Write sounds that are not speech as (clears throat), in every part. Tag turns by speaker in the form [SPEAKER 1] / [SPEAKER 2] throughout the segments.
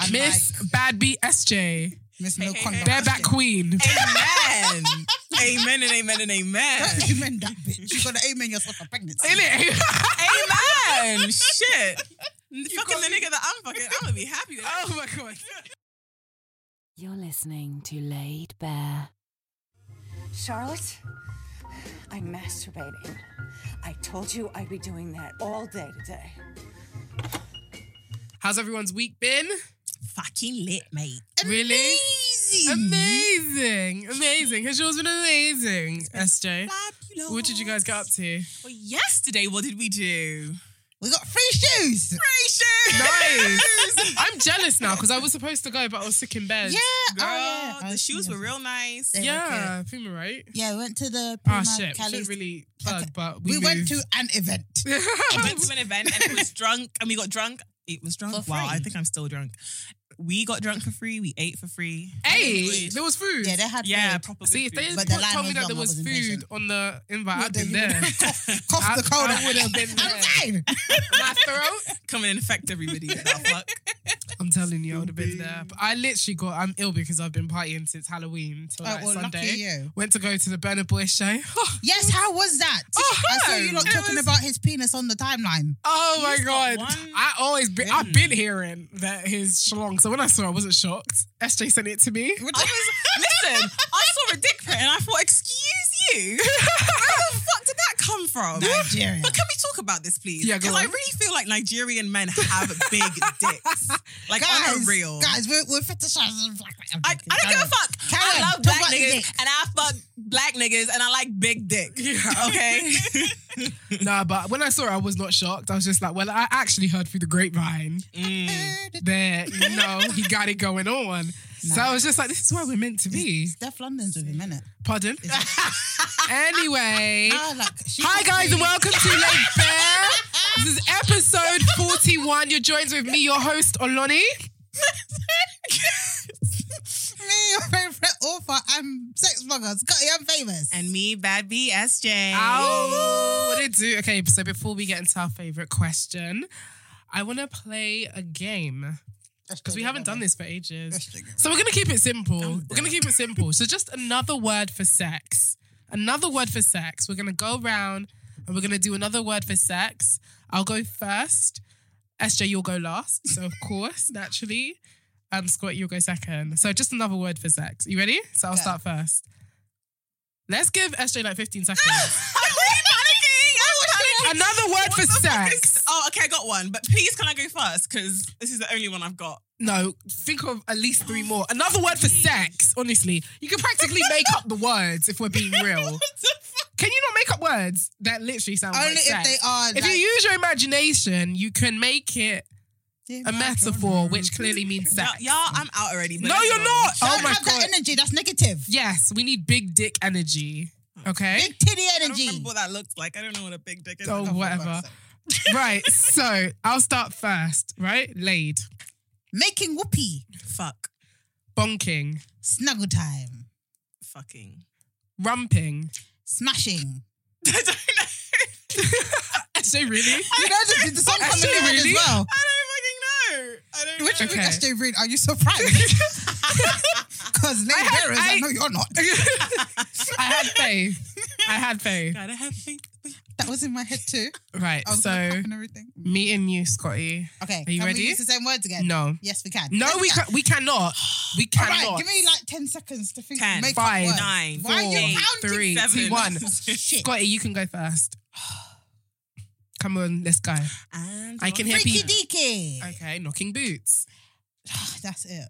[SPEAKER 1] I'm
[SPEAKER 2] Miss
[SPEAKER 1] like,
[SPEAKER 2] Bad B SJ.
[SPEAKER 1] Miss No
[SPEAKER 3] hey,
[SPEAKER 1] Condom.
[SPEAKER 2] Bareback Queen.
[SPEAKER 3] Amen. amen and amen and amen.
[SPEAKER 1] Amen that bitch. You gotta amen yourself for pregnancy.
[SPEAKER 2] Innit? (laughs)
[SPEAKER 3] amen. Shit. fucking
[SPEAKER 2] got
[SPEAKER 3] the
[SPEAKER 2] me.
[SPEAKER 3] nigga that I'm fucking, I'm gonna be happy with that.
[SPEAKER 2] oh my god.
[SPEAKER 4] You're listening to Laid Bear.
[SPEAKER 5] Charlotte, I'm masturbating. I told you I'd be doing that all day today.
[SPEAKER 2] How's everyone's week been?
[SPEAKER 3] Fucking lit, mate.
[SPEAKER 2] Really?
[SPEAKER 3] Easy.
[SPEAKER 2] Amazing. Amazing. Has yours been amazing, SJ?
[SPEAKER 3] Fabulous.
[SPEAKER 2] What did you guys get up to?
[SPEAKER 3] Well, yesterday, what did we do?
[SPEAKER 1] We got free shoes.
[SPEAKER 3] Free shoes.
[SPEAKER 2] (laughs) Nice. I'm jealous now because I was supposed to go, but I was sick in bed.
[SPEAKER 1] Yeah.
[SPEAKER 3] Girl,
[SPEAKER 1] oh, yeah.
[SPEAKER 3] the shoes were real nice.
[SPEAKER 1] They-
[SPEAKER 2] Yeah, Puma, right?
[SPEAKER 1] Yeah, we went to the
[SPEAKER 2] Oh
[SPEAKER 1] Prima
[SPEAKER 2] shit, we
[SPEAKER 1] Cali-
[SPEAKER 2] shouldn't really plug,
[SPEAKER 1] Okay.
[SPEAKER 2] but we,
[SPEAKER 1] We went
[SPEAKER 2] moved. (laughs)
[SPEAKER 1] to an event.
[SPEAKER 3] I went to an event and
[SPEAKER 1] (laughs)
[SPEAKER 3] it was drunk, and we got drunk. It was drunk.
[SPEAKER 1] For
[SPEAKER 3] wow,
[SPEAKER 1] free.
[SPEAKER 3] I think I'm still drunk. We got drunk for free. We ate for free.
[SPEAKER 2] Hey, there was food.
[SPEAKER 1] Yeah, they had
[SPEAKER 3] Yeah,
[SPEAKER 1] food.
[SPEAKER 3] proper.
[SPEAKER 2] See, if
[SPEAKER 3] good
[SPEAKER 2] they
[SPEAKER 3] food.
[SPEAKER 1] But the line
[SPEAKER 2] told me
[SPEAKER 1] was
[SPEAKER 2] that
[SPEAKER 1] long,
[SPEAKER 2] there
[SPEAKER 1] I
[SPEAKER 2] was
[SPEAKER 1] wasn't
[SPEAKER 2] food
[SPEAKER 1] patient.
[SPEAKER 2] on the invite, I'd
[SPEAKER 1] then
[SPEAKER 2] been
[SPEAKER 1] you (laughs)
[SPEAKER 2] there.
[SPEAKER 1] would've cough, cough
[SPEAKER 2] I-
[SPEAKER 1] the cold
[SPEAKER 2] I
[SPEAKER 1] out.
[SPEAKER 2] would've been
[SPEAKER 1] I'm
[SPEAKER 2] there.
[SPEAKER 1] fine.
[SPEAKER 2] My throat.
[SPEAKER 3] coming and affect everybody. Like, oh, fuck.
[SPEAKER 2] I'm telling you, I would have been there. But I literally got. I'm ill because I've been partying since Halloween till
[SPEAKER 1] Oh,
[SPEAKER 2] like
[SPEAKER 1] well,
[SPEAKER 2] Sunday.
[SPEAKER 1] lucky you.
[SPEAKER 2] Went to go to the Burner Boy show. (laughs)
[SPEAKER 1] Yes, how was that?
[SPEAKER 2] Oh,
[SPEAKER 1] I saw you
[SPEAKER 2] home.
[SPEAKER 1] not
[SPEAKER 2] It
[SPEAKER 1] talking
[SPEAKER 2] was-
[SPEAKER 1] about his penis on the timeline.
[SPEAKER 2] oh my
[SPEAKER 3] He's got
[SPEAKER 2] god!
[SPEAKER 3] one
[SPEAKER 2] I always been. I've been hearing that his shlong. So when I saw, it, I wasn't shocked. SJ sent it to me.
[SPEAKER 3] (laughs) I was, listen, I saw a dick print and I thought, excuse you? (laughs) Where the fuck did that come from?
[SPEAKER 1] Nigeria.
[SPEAKER 3] But can we talk about this, please?
[SPEAKER 2] Yeah, go
[SPEAKER 3] Because I
[SPEAKER 2] on.
[SPEAKER 3] really feel like Nigerian men have big
[SPEAKER 1] (laughs)
[SPEAKER 3] dicks. Like, on
[SPEAKER 1] guys,
[SPEAKER 3] a real.
[SPEAKER 1] guys, we're, we're fetishizing black. I'm
[SPEAKER 3] I,
[SPEAKER 1] joking.
[SPEAKER 3] I don't give a
[SPEAKER 1] Carry
[SPEAKER 3] fuck.
[SPEAKER 1] Carry on.
[SPEAKER 3] I love
[SPEAKER 1] Talk
[SPEAKER 3] black
[SPEAKER 1] about your
[SPEAKER 3] niggas
[SPEAKER 1] dick.
[SPEAKER 3] and I fuck black niggas and I like big dick. (laughs) Okay?
[SPEAKER 2] nah, but when I saw, it, I was not shocked. I was just like, well, I actually heard through the grapevine Mm.
[SPEAKER 1] (laughs) on.
[SPEAKER 2] that you know he got it going on. So I was just like, this is where we're meant to be.
[SPEAKER 1] Steph London's with him, innit?
[SPEAKER 2] Pardon. anyway.
[SPEAKER 1] Ah, like, Ah, she (laughs)
[SPEAKER 2] Hi
[SPEAKER 1] got
[SPEAKER 2] guys
[SPEAKER 1] free-
[SPEAKER 2] and welcome to Late Bear. This is episode 41. You're joined with me, your host, Oloni.
[SPEAKER 1] Me, your favorite author. I'm sex blogger. Scotty, I'm famous.
[SPEAKER 3] and me, bad B, SJ.
[SPEAKER 2] Oh. Ow. What it do? Okay, so before we get into our favorite question, I want to play a game because we haven't done this for ages. So we're going to keep it simple. We're going to keep it simple. So just another word for sex. Another word for sex. We're going to go round and we're going to do another word for sex. I'll go first. SJ, you'll go last. So, of course, naturally. And Scott, you'll go second. So, just another word for sex. You ready? So, I'll start first. Let's give SJ like 15 seconds.
[SPEAKER 3] (laughs) I'm really panicking.
[SPEAKER 2] (laughs)
[SPEAKER 3] I'm panicking.
[SPEAKER 2] another word for
[SPEAKER 3] What the fuck
[SPEAKER 2] sex.
[SPEAKER 3] is- oh, okay, I got one. But please, can I go first? Because this is the only one I've got.
[SPEAKER 2] No, think of at least three more. Another word for sex, honestly. You can practically make up the words if
[SPEAKER 1] (laughs)
[SPEAKER 2] we're being real. Can you not make up words that literally sound
[SPEAKER 1] Only
[SPEAKER 2] like
[SPEAKER 1] if
[SPEAKER 2] sex?
[SPEAKER 1] they are.
[SPEAKER 2] If you use your imagination, you can make it a metaphor, which clearly means
[SPEAKER 3] Y'all,
[SPEAKER 2] sex.
[SPEAKER 3] y'all, I'm out already. but
[SPEAKER 2] No,
[SPEAKER 3] let's
[SPEAKER 2] you're
[SPEAKER 3] go.
[SPEAKER 2] not. Oh
[SPEAKER 1] Don't
[SPEAKER 2] my
[SPEAKER 1] have
[SPEAKER 2] god.
[SPEAKER 1] that energy. That's negative.
[SPEAKER 2] Yes, we need big dick energy. Okay.
[SPEAKER 1] Hmm. Big titty
[SPEAKER 3] I don't
[SPEAKER 1] energy.
[SPEAKER 3] remember what that looks like. I don't know what a big dick is.
[SPEAKER 2] Oh, whatever. (laughs) right. So I'll start first. Right. Laid.
[SPEAKER 1] Making whoopee.
[SPEAKER 3] Fuck.
[SPEAKER 2] Bonking.
[SPEAKER 1] Snuggle time.
[SPEAKER 3] Fucking. (laughs)
[SPEAKER 1] (laughs)
[SPEAKER 2] Rumping.
[SPEAKER 1] Smashing.
[SPEAKER 3] I don't know.
[SPEAKER 2] So really?
[SPEAKER 1] You know, there's, there's some coming
[SPEAKER 2] Actually,
[SPEAKER 1] out
[SPEAKER 2] really?
[SPEAKER 1] as well.
[SPEAKER 3] I don't fucking know. I don't
[SPEAKER 1] Which
[SPEAKER 3] know.
[SPEAKER 1] okay.
[SPEAKER 2] Okay.
[SPEAKER 1] SJ Reid, are you surprised? (laughs) Because Lady
[SPEAKER 2] had-
[SPEAKER 1] Bear is like,
[SPEAKER 2] I-
[SPEAKER 1] no, you're not.
[SPEAKER 2] I had faith. I had faith.
[SPEAKER 3] Gotta have faith.
[SPEAKER 1] That was in my head too.
[SPEAKER 2] Right.
[SPEAKER 1] I was
[SPEAKER 2] So
[SPEAKER 1] gonna cough and everything.
[SPEAKER 2] me and you, Scotty.
[SPEAKER 1] Okay,
[SPEAKER 2] Are you
[SPEAKER 1] can
[SPEAKER 2] ready?
[SPEAKER 1] we use the same words again?
[SPEAKER 2] No.
[SPEAKER 1] Yes, we can.
[SPEAKER 2] No,
[SPEAKER 1] Let's
[SPEAKER 2] we
[SPEAKER 1] go.
[SPEAKER 2] can, we cannot. We
[SPEAKER 1] All
[SPEAKER 2] cannot.
[SPEAKER 1] right, give me like 10 seconds to think.
[SPEAKER 3] Ten,
[SPEAKER 1] make
[SPEAKER 2] five,
[SPEAKER 1] up words.
[SPEAKER 3] nine,
[SPEAKER 1] Why are you
[SPEAKER 3] four,
[SPEAKER 1] counting?
[SPEAKER 2] three,
[SPEAKER 3] seven.
[SPEAKER 2] two, one.
[SPEAKER 1] (laughs) Shit.
[SPEAKER 2] Scotty, you can go first. Come on, let's go.
[SPEAKER 3] And
[SPEAKER 2] I can hear
[SPEAKER 1] Freaky
[SPEAKER 2] people.
[SPEAKER 1] deaky.
[SPEAKER 2] Okay, knocking boots.
[SPEAKER 1] That's it.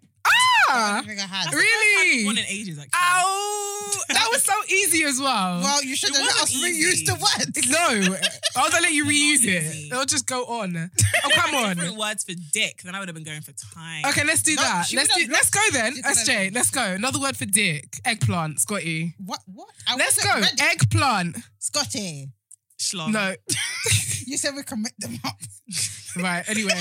[SPEAKER 1] I
[SPEAKER 2] Ah,
[SPEAKER 1] think I had.
[SPEAKER 2] really?
[SPEAKER 3] One in ages. Actually.
[SPEAKER 2] Ow! That was so easy as well.
[SPEAKER 1] Well, you should have let us
[SPEAKER 3] wasn't
[SPEAKER 1] reuse
[SPEAKER 3] easy.
[SPEAKER 1] the words.
[SPEAKER 2] no, I'll let you reuse it.
[SPEAKER 3] easy.
[SPEAKER 2] It'll just go on. Oh
[SPEAKER 1] (laughs)
[SPEAKER 2] come
[SPEAKER 3] Different
[SPEAKER 2] on.
[SPEAKER 3] words for dick, then I would have been going for time.
[SPEAKER 2] Okay, let's do
[SPEAKER 1] No,
[SPEAKER 2] that.
[SPEAKER 1] she
[SPEAKER 2] Let's do,
[SPEAKER 1] would've
[SPEAKER 2] let's go then.
[SPEAKER 1] she could've-
[SPEAKER 2] SJ, let's go. Another word for dick. Eggplant, Scotty.
[SPEAKER 1] What? What? I
[SPEAKER 2] Let's go.
[SPEAKER 1] wasn't ready.
[SPEAKER 2] Eggplant.
[SPEAKER 1] Scotty,
[SPEAKER 3] Schlong.
[SPEAKER 2] No. (laughs)
[SPEAKER 1] you said we can make them up. (laughs)
[SPEAKER 2] Right, (laughs) anyway.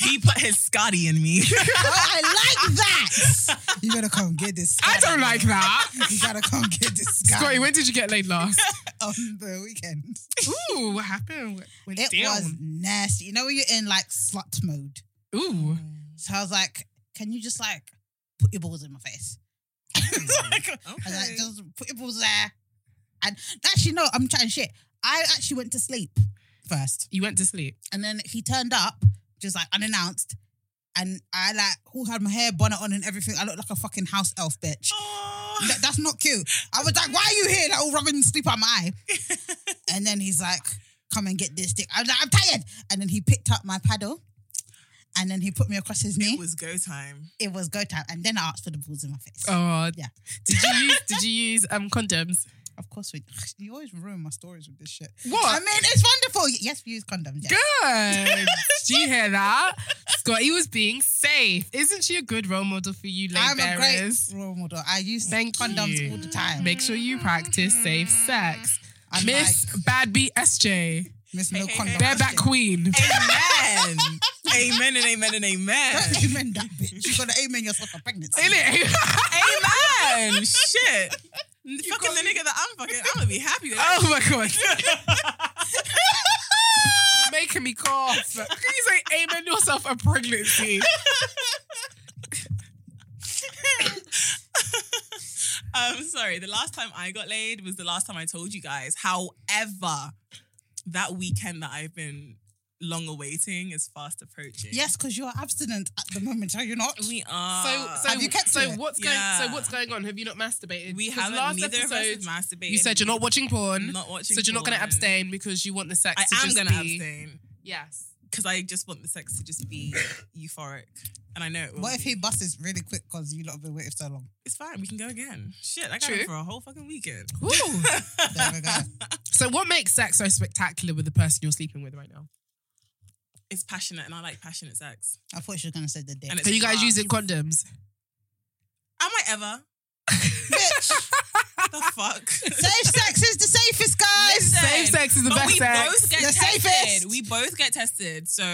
[SPEAKER 3] He put his Scotty in
[SPEAKER 2] (laughs)
[SPEAKER 3] me. (laughs)
[SPEAKER 1] Oh, I like that. You gotta come get this.
[SPEAKER 2] I
[SPEAKER 1] Scotty.
[SPEAKER 2] don't like that. (laughs)
[SPEAKER 1] You gotta come get this.
[SPEAKER 2] Scotty,
[SPEAKER 1] Scotty.
[SPEAKER 2] when did you get laid last?
[SPEAKER 1] (laughs) on the weekend.
[SPEAKER 2] (laughs) Ooh, what happened? What Went
[SPEAKER 1] It
[SPEAKER 2] down.
[SPEAKER 1] was nasty. You know when you're in like slut mode.
[SPEAKER 2] Ooh.
[SPEAKER 1] So I was like, can you just like put your balls in my face? like, I was like, just put your balls there. And actually, no, I'm trying shit. I actually went to sleep first.
[SPEAKER 2] You went to sleep.
[SPEAKER 1] And then he turned up, just like unannounced. And I like who had my hair bonnet on and everything. I looked like a fucking house elf bitch.
[SPEAKER 3] Oh.
[SPEAKER 1] That- that's not cute. I was like, why are you here? Like all rubbing sleep on my eye.
[SPEAKER 2] (laughs)
[SPEAKER 1] and then he's like, come and get this dick. I was like, I'm tired. And then he picked up my paddle. And then he put me across his knee.
[SPEAKER 3] It was go time.
[SPEAKER 1] It was go time. And then I asked for the balls in my face.
[SPEAKER 2] Oh,
[SPEAKER 1] Yeah.
[SPEAKER 2] Did you use did you use um condoms?
[SPEAKER 1] Of course we (sighs) you always ruin my stories with this shit.
[SPEAKER 2] What?
[SPEAKER 1] I mean, it's wonderful. Yes, we use condoms. Yes.
[SPEAKER 2] (laughs) Good. Do you hear that? Scotty was being safe. Isn't she a good role model for you, late
[SPEAKER 1] I'm a great
[SPEAKER 2] bearers?
[SPEAKER 1] role model. I use
[SPEAKER 2] Thank
[SPEAKER 1] condoms
[SPEAKER 2] you.
[SPEAKER 1] all the time.
[SPEAKER 2] Make sure you practice safe sex.
[SPEAKER 1] I'm
[SPEAKER 2] Miss Bad B SJ,
[SPEAKER 1] Miss No Condom.
[SPEAKER 2] bareback queen. (laughs)
[SPEAKER 3] Amen. (laughs) amen and amen and amen.
[SPEAKER 1] Don't (laughs) amen that bitch. You
[SPEAKER 2] (laughs)
[SPEAKER 1] gotta amen yourself for pregnancy.
[SPEAKER 2] In it. (laughs)
[SPEAKER 3] amen. Shit. fucking the nigga that I'm fucking, I'm gonna be happy with.
[SPEAKER 2] Oh my god. Making me
[SPEAKER 3] (laughs)
[SPEAKER 2] cough. Can you say amen yourself a pregnancy?
[SPEAKER 3] (laughs)
[SPEAKER 1] Uh,
[SPEAKER 3] Um, sorry. The last time I got laid was the last time I told you guys. However, that weekend that I've been long awaiting is fast approaching.
[SPEAKER 1] Yes, because you're abstinent at the moment, are you not?
[SPEAKER 3] we
[SPEAKER 2] So,
[SPEAKER 3] are.
[SPEAKER 2] so,
[SPEAKER 1] Have you kept
[SPEAKER 2] so
[SPEAKER 1] it?
[SPEAKER 2] what's going?
[SPEAKER 3] Yeah.
[SPEAKER 2] So what's going on? Have you not masturbated?
[SPEAKER 3] we
[SPEAKER 2] 'Cause
[SPEAKER 3] haven't.
[SPEAKER 2] last
[SPEAKER 3] neither of us
[SPEAKER 2] episode,
[SPEAKER 3] has masturbated.
[SPEAKER 2] you said you're not watching porn,
[SPEAKER 3] I'm not watching.
[SPEAKER 2] so you're not going to
[SPEAKER 3] porn.
[SPEAKER 2] abstain because you want the sex.
[SPEAKER 3] I
[SPEAKER 2] to
[SPEAKER 3] am
[SPEAKER 2] just
[SPEAKER 3] going to
[SPEAKER 2] be,
[SPEAKER 3] abstain (laughs)
[SPEAKER 2] Yes.
[SPEAKER 3] because I just want the sex to just be euphoric, and I know it will.
[SPEAKER 1] What if
[SPEAKER 3] be.
[SPEAKER 1] he busts really quick because you lot have been waiting so
[SPEAKER 2] (laughs)
[SPEAKER 1] long?
[SPEAKER 3] It's fine. We can go again. Shit, I got
[SPEAKER 2] True.
[SPEAKER 3] it for a whole fucking weekend.
[SPEAKER 2] Woo.
[SPEAKER 1] There we go.
[SPEAKER 2] so what makes sex so spectacular with the person you're sleeping with right now?
[SPEAKER 3] It's passionate, and I like passionate sex.
[SPEAKER 1] I thought she was gonna say the dick.
[SPEAKER 3] And
[SPEAKER 2] So
[SPEAKER 3] it's
[SPEAKER 2] you guys
[SPEAKER 3] rough.
[SPEAKER 2] using condoms?
[SPEAKER 3] Am I ever?
[SPEAKER 2] (laughs)
[SPEAKER 1] Bitch,
[SPEAKER 3] the fuck?
[SPEAKER 1] safe sex is the safest, guys.
[SPEAKER 3] Listen,
[SPEAKER 2] Safe sex is the
[SPEAKER 3] but
[SPEAKER 2] best
[SPEAKER 3] we
[SPEAKER 2] sex.
[SPEAKER 3] Both get
[SPEAKER 1] The
[SPEAKER 3] tested.
[SPEAKER 1] safest.
[SPEAKER 3] We both get tested, so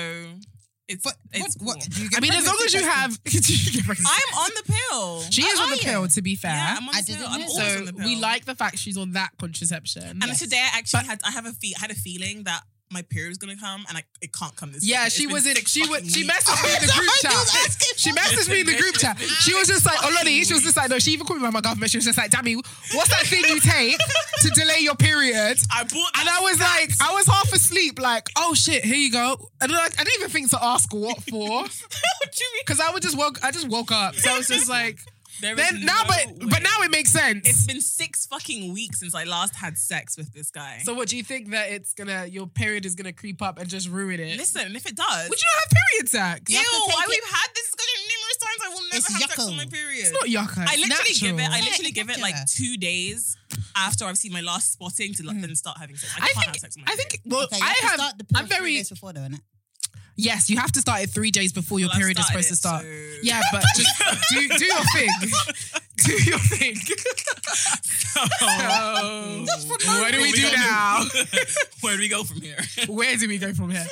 [SPEAKER 3] it's
[SPEAKER 1] But
[SPEAKER 3] it's
[SPEAKER 1] what, what,
[SPEAKER 3] cool.
[SPEAKER 1] do you get
[SPEAKER 2] I mean, as long as
[SPEAKER 1] pregnancy
[SPEAKER 2] you
[SPEAKER 1] testing?
[SPEAKER 2] have. (laughs) she
[SPEAKER 3] I'm on the pill.
[SPEAKER 2] is
[SPEAKER 1] Are
[SPEAKER 2] on the
[SPEAKER 1] you?
[SPEAKER 2] pill, to be fair.
[SPEAKER 3] yeah, I'm on
[SPEAKER 1] I
[SPEAKER 3] the pill.
[SPEAKER 1] didn't
[SPEAKER 3] I'm
[SPEAKER 1] know.
[SPEAKER 3] always on
[SPEAKER 2] so
[SPEAKER 3] the pill.
[SPEAKER 2] we like the fact she's on that contraception.
[SPEAKER 3] And
[SPEAKER 1] Yes.
[SPEAKER 3] today I actually
[SPEAKER 2] But-
[SPEAKER 3] had I have a fe- I had a feeling that my period was gonna come, and I, it can't come this.
[SPEAKER 2] Yeah,
[SPEAKER 3] weekend.
[SPEAKER 2] she
[SPEAKER 3] It's
[SPEAKER 2] was
[SPEAKER 3] been
[SPEAKER 2] in. She
[SPEAKER 3] fucking
[SPEAKER 2] was. She
[SPEAKER 3] weeks.
[SPEAKER 2] messaged me in
[SPEAKER 3] (laughs)
[SPEAKER 2] the
[SPEAKER 1] I
[SPEAKER 2] group
[SPEAKER 1] was
[SPEAKER 2] chat.
[SPEAKER 1] asking
[SPEAKER 2] She
[SPEAKER 1] for-
[SPEAKER 2] messaged me in the group chat. She was just like, Olani. She was just like, no. She even called me by my government. She was just like, Dammy, what's that thing you take to delay your period?
[SPEAKER 3] I bought.
[SPEAKER 2] And I was like,
[SPEAKER 3] (laughs)
[SPEAKER 2] I was half asleep. Like, oh shit, here you go. And I, I didn't even think to ask what for, because I would just woke. I just woke up. So I was just like,
[SPEAKER 3] There is
[SPEAKER 2] then now,
[SPEAKER 3] no
[SPEAKER 2] but
[SPEAKER 3] way.
[SPEAKER 2] but now it makes sense.
[SPEAKER 3] it's been six fucking weeks since I last had sex with this guy.
[SPEAKER 2] so what do you think that it's gonna? Your period is gonna creep up and just ruin it?
[SPEAKER 3] listen, and if it does,
[SPEAKER 2] Would you not have period sex?
[SPEAKER 3] ew,
[SPEAKER 1] have to take
[SPEAKER 3] I,
[SPEAKER 1] it-
[SPEAKER 3] we've had this discussion numerous times. I will never
[SPEAKER 1] It's
[SPEAKER 3] have sex
[SPEAKER 1] yucko.
[SPEAKER 3] on my period.
[SPEAKER 2] It's not yucca.
[SPEAKER 3] I
[SPEAKER 2] it's
[SPEAKER 3] literally give it.
[SPEAKER 2] natural.
[SPEAKER 3] I literally
[SPEAKER 1] it's
[SPEAKER 3] give it
[SPEAKER 1] natural.
[SPEAKER 3] like two days after I've seen my last spotting to like, then start having sex. I,
[SPEAKER 2] I
[SPEAKER 3] can't
[SPEAKER 2] think.
[SPEAKER 3] have sex. on my
[SPEAKER 2] I
[SPEAKER 3] period.
[SPEAKER 2] think. Well,
[SPEAKER 1] Okay, you
[SPEAKER 2] I
[SPEAKER 1] have,
[SPEAKER 2] have.
[SPEAKER 1] to start the pill
[SPEAKER 2] I'm
[SPEAKER 1] three
[SPEAKER 2] very.
[SPEAKER 1] days before though, innit?
[SPEAKER 2] Yes, you have to start it three days before your
[SPEAKER 3] Well, I've
[SPEAKER 2] period is
[SPEAKER 3] started
[SPEAKER 2] supposed to start.
[SPEAKER 3] it, so-
[SPEAKER 2] Yeah, but just (laughs) do do your thing. Do your thing. Oh. What do we do now?
[SPEAKER 3] Where do we go from here?
[SPEAKER 2] (laughs) Where do we go from here?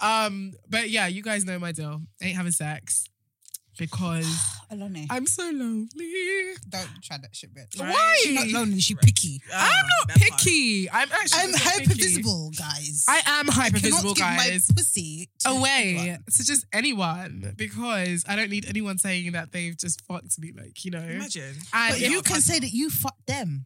[SPEAKER 2] Um, but yeah, you guys know my deal. Ain't having sex (sighs) because
[SPEAKER 1] Alone.
[SPEAKER 2] I'm so lonely.
[SPEAKER 1] Don't try that shit, bitch.
[SPEAKER 3] Right.
[SPEAKER 2] Why?
[SPEAKER 1] She's not lonely. She picky.
[SPEAKER 3] Oh,
[SPEAKER 2] I'm not picky. I'm actually.
[SPEAKER 1] I'm
[SPEAKER 2] not
[SPEAKER 1] hyper
[SPEAKER 2] Ah, picky.
[SPEAKER 1] visible, guys.
[SPEAKER 2] I am hyper
[SPEAKER 1] cannot
[SPEAKER 2] visible,
[SPEAKER 1] give
[SPEAKER 2] guys.
[SPEAKER 1] my pussy to
[SPEAKER 2] away
[SPEAKER 1] anyone.
[SPEAKER 2] to just anyone because I don't need anyone saying that they've just fucked me, like you know.
[SPEAKER 3] Imagine.
[SPEAKER 2] And
[SPEAKER 1] But
[SPEAKER 2] if-
[SPEAKER 1] you can say that you fucked them.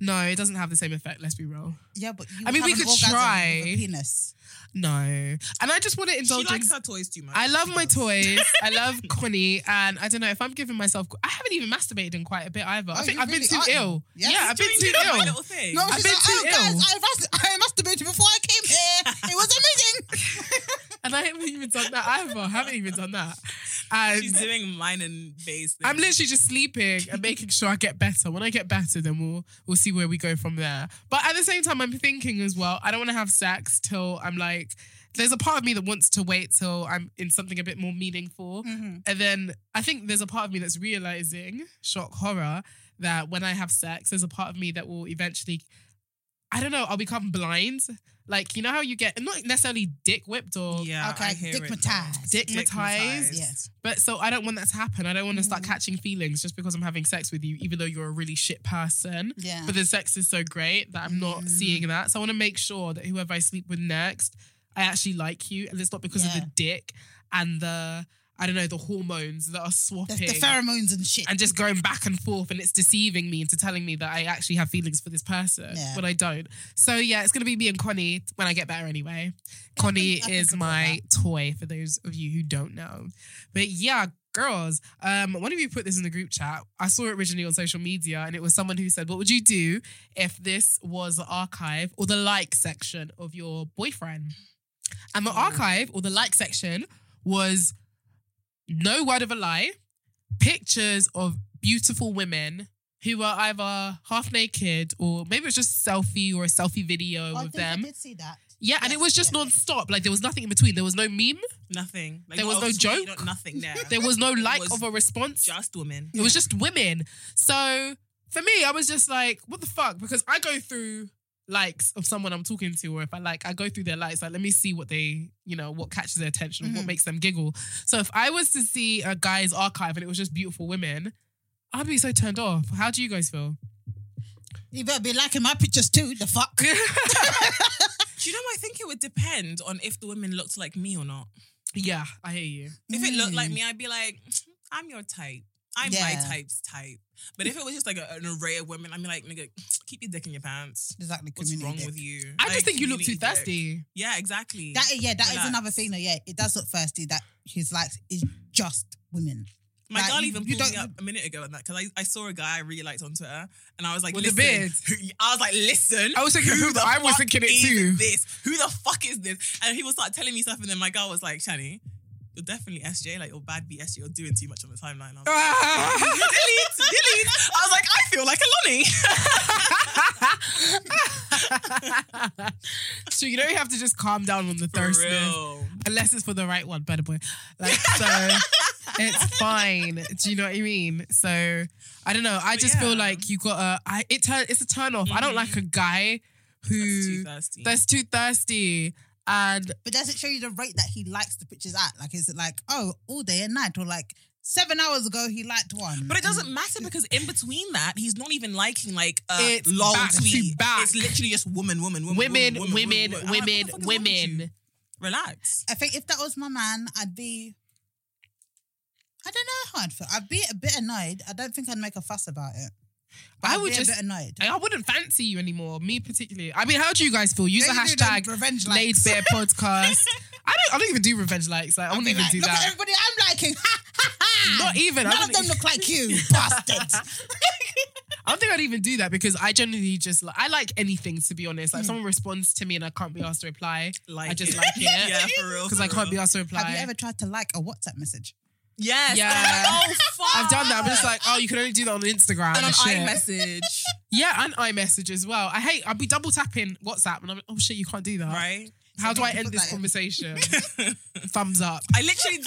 [SPEAKER 2] no, it doesn't have the same effect. Let's be real.
[SPEAKER 1] Yeah, but you
[SPEAKER 2] I mean, we
[SPEAKER 1] have an
[SPEAKER 2] could
[SPEAKER 1] orgasm with
[SPEAKER 2] try.
[SPEAKER 1] a penis.
[SPEAKER 2] No, and I just want to
[SPEAKER 3] She
[SPEAKER 2] indulge. in-
[SPEAKER 3] likes her toys too much.
[SPEAKER 2] I love
[SPEAKER 3] She
[SPEAKER 2] my
[SPEAKER 3] does. (laughs)
[SPEAKER 2] toys. I love Connie, and I don't know if I'm giving myself. I haven't even masturbated in quite a bit either. I
[SPEAKER 1] Oh,
[SPEAKER 2] think
[SPEAKER 1] you
[SPEAKER 2] I've been
[SPEAKER 1] really
[SPEAKER 2] too
[SPEAKER 1] aren't.
[SPEAKER 2] ill.
[SPEAKER 1] Yes,
[SPEAKER 2] yeah,
[SPEAKER 1] you
[SPEAKER 2] I've been
[SPEAKER 3] Doing
[SPEAKER 2] too
[SPEAKER 3] my
[SPEAKER 2] ill.
[SPEAKER 3] little thing.
[SPEAKER 1] No,
[SPEAKER 2] I've
[SPEAKER 1] she's
[SPEAKER 2] been
[SPEAKER 1] like,
[SPEAKER 2] too
[SPEAKER 1] oh, guys,
[SPEAKER 2] ill." (laughs)
[SPEAKER 1] I, mas- I masturbated before I came here. It was amazing.
[SPEAKER 2] And and I haven't even done that either. I haven't even done that. And
[SPEAKER 3] She's doing mine and base.
[SPEAKER 2] I'm literally just sleeping and making sure I get better. When I get better, then we'll we'll see where we go from there. But at the same time, I'm thinking as well. I don't want to have sex till I'm like. There's a part of me that wants to wait till I'm in something a bit more meaningful, and then I think there's a part of me that's realizing shock horror that when I have sex, there's a part of me that will eventually, I don't know, I'll become blind. Like you know how you get not necessarily dick whipped or
[SPEAKER 3] yeah,
[SPEAKER 1] Okay,
[SPEAKER 3] I hear it.
[SPEAKER 1] dickmatized.
[SPEAKER 2] Dickmatized.
[SPEAKER 1] Yes.
[SPEAKER 2] But so I don't want that to happen. I don't want to
[SPEAKER 1] Mm.
[SPEAKER 2] start catching feelings just because I'm having sex with you, even though you're a really shit person.
[SPEAKER 1] Yeah. Mm.
[SPEAKER 2] But the sex is so great that I'm not seeing that. So I want to make sure that whoever I sleep with next, I actually like you. And it's not because of
[SPEAKER 1] Yeah.
[SPEAKER 2] the dick and the, I don't know, the hormones that are swapping.
[SPEAKER 1] There's the pheromones and shit.
[SPEAKER 2] (laughs) and just going back and forth, and it's deceiving me into telling me that I actually have feelings for this person
[SPEAKER 1] Yeah.
[SPEAKER 2] when I don't. So yeah, it's gonna be me and Connie when I get better anyway. Connie
[SPEAKER 1] (laughs) I can
[SPEAKER 2] is
[SPEAKER 1] support
[SPEAKER 2] my toy for those of you who don't know. But yeah, girls, um, one of you put this in the group chat. I saw it originally on social media, and it was someone who said, "What would you do if this was the archive or the like section of your boyfriend?" And
[SPEAKER 1] Oh.
[SPEAKER 2] the archive or the like section was no word of a lie, pictures of beautiful women who were either half naked or maybe it was just selfie or a selfie video
[SPEAKER 1] Oh, I
[SPEAKER 2] of
[SPEAKER 1] think I
[SPEAKER 2] them.
[SPEAKER 1] did see that.
[SPEAKER 2] Yeah, and it
[SPEAKER 1] Yes,
[SPEAKER 2] was just
[SPEAKER 1] yeah.
[SPEAKER 2] non-stop. Like there was nothing in between. There was no meme.
[SPEAKER 3] Nothing. Like,
[SPEAKER 2] There was
[SPEAKER 3] not
[SPEAKER 2] no
[SPEAKER 3] a
[SPEAKER 2] joke.
[SPEAKER 3] tweet, not nothing there.
[SPEAKER 2] There was no
[SPEAKER 3] It
[SPEAKER 2] like
[SPEAKER 3] was
[SPEAKER 2] of a response.
[SPEAKER 3] just women.
[SPEAKER 2] It was just women. So for me, I was just like, what the fuck? Because I go through likes of someone I'm talking to, or if I like, I go through their likes. Like, let me see what they, you know, what catches their attention, what makes them giggle. So if I was to see a guy's archive and it was just beautiful women, I'd be so turned off. How do you guys feel?
[SPEAKER 1] You better be liking my pictures too. The fuck.
[SPEAKER 3] (laughs) Do you know? I think it would depend on if the women looked like me or not.
[SPEAKER 2] yeah, I hear you.
[SPEAKER 3] If it looked like me, I'd be like, "Mm, I'm your type. I'm
[SPEAKER 1] Mm. Yeah.
[SPEAKER 3] my type's type. But if it was just like a, an array of women, I'd be like, nigga, keep your dick in your pants.
[SPEAKER 1] Exactly.
[SPEAKER 3] What's
[SPEAKER 1] community
[SPEAKER 3] wrong
[SPEAKER 1] dick.
[SPEAKER 3] with you?
[SPEAKER 2] I
[SPEAKER 3] Like,
[SPEAKER 2] just think you look too
[SPEAKER 3] community dick.
[SPEAKER 2] thirsty.
[SPEAKER 3] Yeah, exactly.
[SPEAKER 1] That yeah, that is
[SPEAKER 3] Relax.
[SPEAKER 1] another thing though. Yeah, it does look thirsty that his likes is just women.
[SPEAKER 3] My
[SPEAKER 1] Like,
[SPEAKER 3] girl
[SPEAKER 1] you-
[SPEAKER 3] even
[SPEAKER 1] you
[SPEAKER 3] pulled me
[SPEAKER 1] don't-
[SPEAKER 3] up a minute ago on that because I, I saw a guy I really liked on Twitter and I was like,
[SPEAKER 2] With the
[SPEAKER 3] listen.
[SPEAKER 2] beard.
[SPEAKER 3] who- I was like, listen.
[SPEAKER 2] I was thinking who the- I was
[SPEAKER 3] fuck
[SPEAKER 2] thinking it
[SPEAKER 3] is
[SPEAKER 2] too.
[SPEAKER 3] This who the fuck is this? And he was start telling me stuff, and then my girl was like, Shani, you're definitely SJ. Like you're bad B SJ. You're doing too much on the timeline. I was like,
[SPEAKER 2] (laughs)
[SPEAKER 3] delete, delete. I was like, I feel like a Lonnie.
[SPEAKER 2] so you don't have to just calm down on the
[SPEAKER 3] For
[SPEAKER 2] thirstness.
[SPEAKER 3] real.
[SPEAKER 2] unless it's for the right one, better boy.
[SPEAKER 3] (laughs)
[SPEAKER 2] Like so, it's fine. Do you know what I mean? So I don't know. I
[SPEAKER 3] But
[SPEAKER 2] just feel
[SPEAKER 3] yeah. Mm-hmm.
[SPEAKER 2] like you got a. I, it turn. It's a turn off. I don't like a guy
[SPEAKER 3] That's too
[SPEAKER 2] who
[SPEAKER 3] thirsty.
[SPEAKER 2] that's too thirsty. And
[SPEAKER 1] But does it show you the rate that he likes the pictures at? Like, is it like oh, all day and night, or like seven hours ago he liked one?
[SPEAKER 3] But it
[SPEAKER 2] (laughs)
[SPEAKER 3] doesn't matter because in between that, he's not even liking like a
[SPEAKER 2] It's
[SPEAKER 3] long
[SPEAKER 2] back to
[SPEAKER 3] tweet.
[SPEAKER 2] back.
[SPEAKER 3] It's literally just woman, woman, woman,
[SPEAKER 2] women,
[SPEAKER 3] woman,
[SPEAKER 2] women,
[SPEAKER 3] woman, woman. I'm like,
[SPEAKER 2] women,
[SPEAKER 3] what the fuck is wrong with you?
[SPEAKER 2] women.
[SPEAKER 3] Relax.
[SPEAKER 1] I think if that was my man, I'd be. I don't know how I'd feel. I'd be a bit annoyed. I don't think I'd make a fuss about it. But
[SPEAKER 2] I
[SPEAKER 1] I'd
[SPEAKER 2] would
[SPEAKER 1] be
[SPEAKER 2] just-
[SPEAKER 1] a bit annoyed.
[SPEAKER 2] I wouldn't fancy you anymore. Me particularly. I mean, how do you guys feel? Use
[SPEAKER 1] Then
[SPEAKER 2] the
[SPEAKER 1] you do them
[SPEAKER 2] hashtag
[SPEAKER 1] revenge
[SPEAKER 2] laid
[SPEAKER 1] likes.
[SPEAKER 2] bare
[SPEAKER 3] (laughs)
[SPEAKER 2] podcast. I don't. I don't even do revenge likes. Like I wouldn't even
[SPEAKER 1] Like,
[SPEAKER 2] do
[SPEAKER 1] look at
[SPEAKER 2] that.
[SPEAKER 1] everybody I'm liking. (laughs) Ha ha ha!
[SPEAKER 2] Not even. I
[SPEAKER 1] None of
[SPEAKER 2] wouldn't
[SPEAKER 1] them look
[SPEAKER 2] (laughs)
[SPEAKER 1] like you, bastard.
[SPEAKER 2] I don't think I'd even do that because I generally just like I like anything to be honest. Like someone responds to me and I can't be asked to reply.
[SPEAKER 3] Hmm. Like
[SPEAKER 2] I just
[SPEAKER 3] it.
[SPEAKER 2] like it.
[SPEAKER 3] (laughs) Yeah, for
[SPEAKER 2] (laughs)
[SPEAKER 3] real.
[SPEAKER 2] Because
[SPEAKER 3] for
[SPEAKER 2] I can't be
[SPEAKER 3] real.
[SPEAKER 2] asked to reply.
[SPEAKER 1] Have you ever tried to like a WhatsApp message?
[SPEAKER 3] Yes. (laughs)
[SPEAKER 2] Yeah.
[SPEAKER 3] Oh fuck.
[SPEAKER 2] I've done that. I'm just like, oh, you can only do that on Instagram.
[SPEAKER 3] and on
[SPEAKER 2] shit. (laughs)
[SPEAKER 3] iMessage,
[SPEAKER 2] Yeah, and iMessage as well. I hate. I'll be double tapping WhatsApp, and I'm like, oh shit, you can't do that.
[SPEAKER 3] right?
[SPEAKER 2] How do I
[SPEAKER 1] Put
[SPEAKER 2] end this
[SPEAKER 1] that in.
[SPEAKER 3] (laughs)
[SPEAKER 2] conversation? Thumbs up.
[SPEAKER 3] I literally do.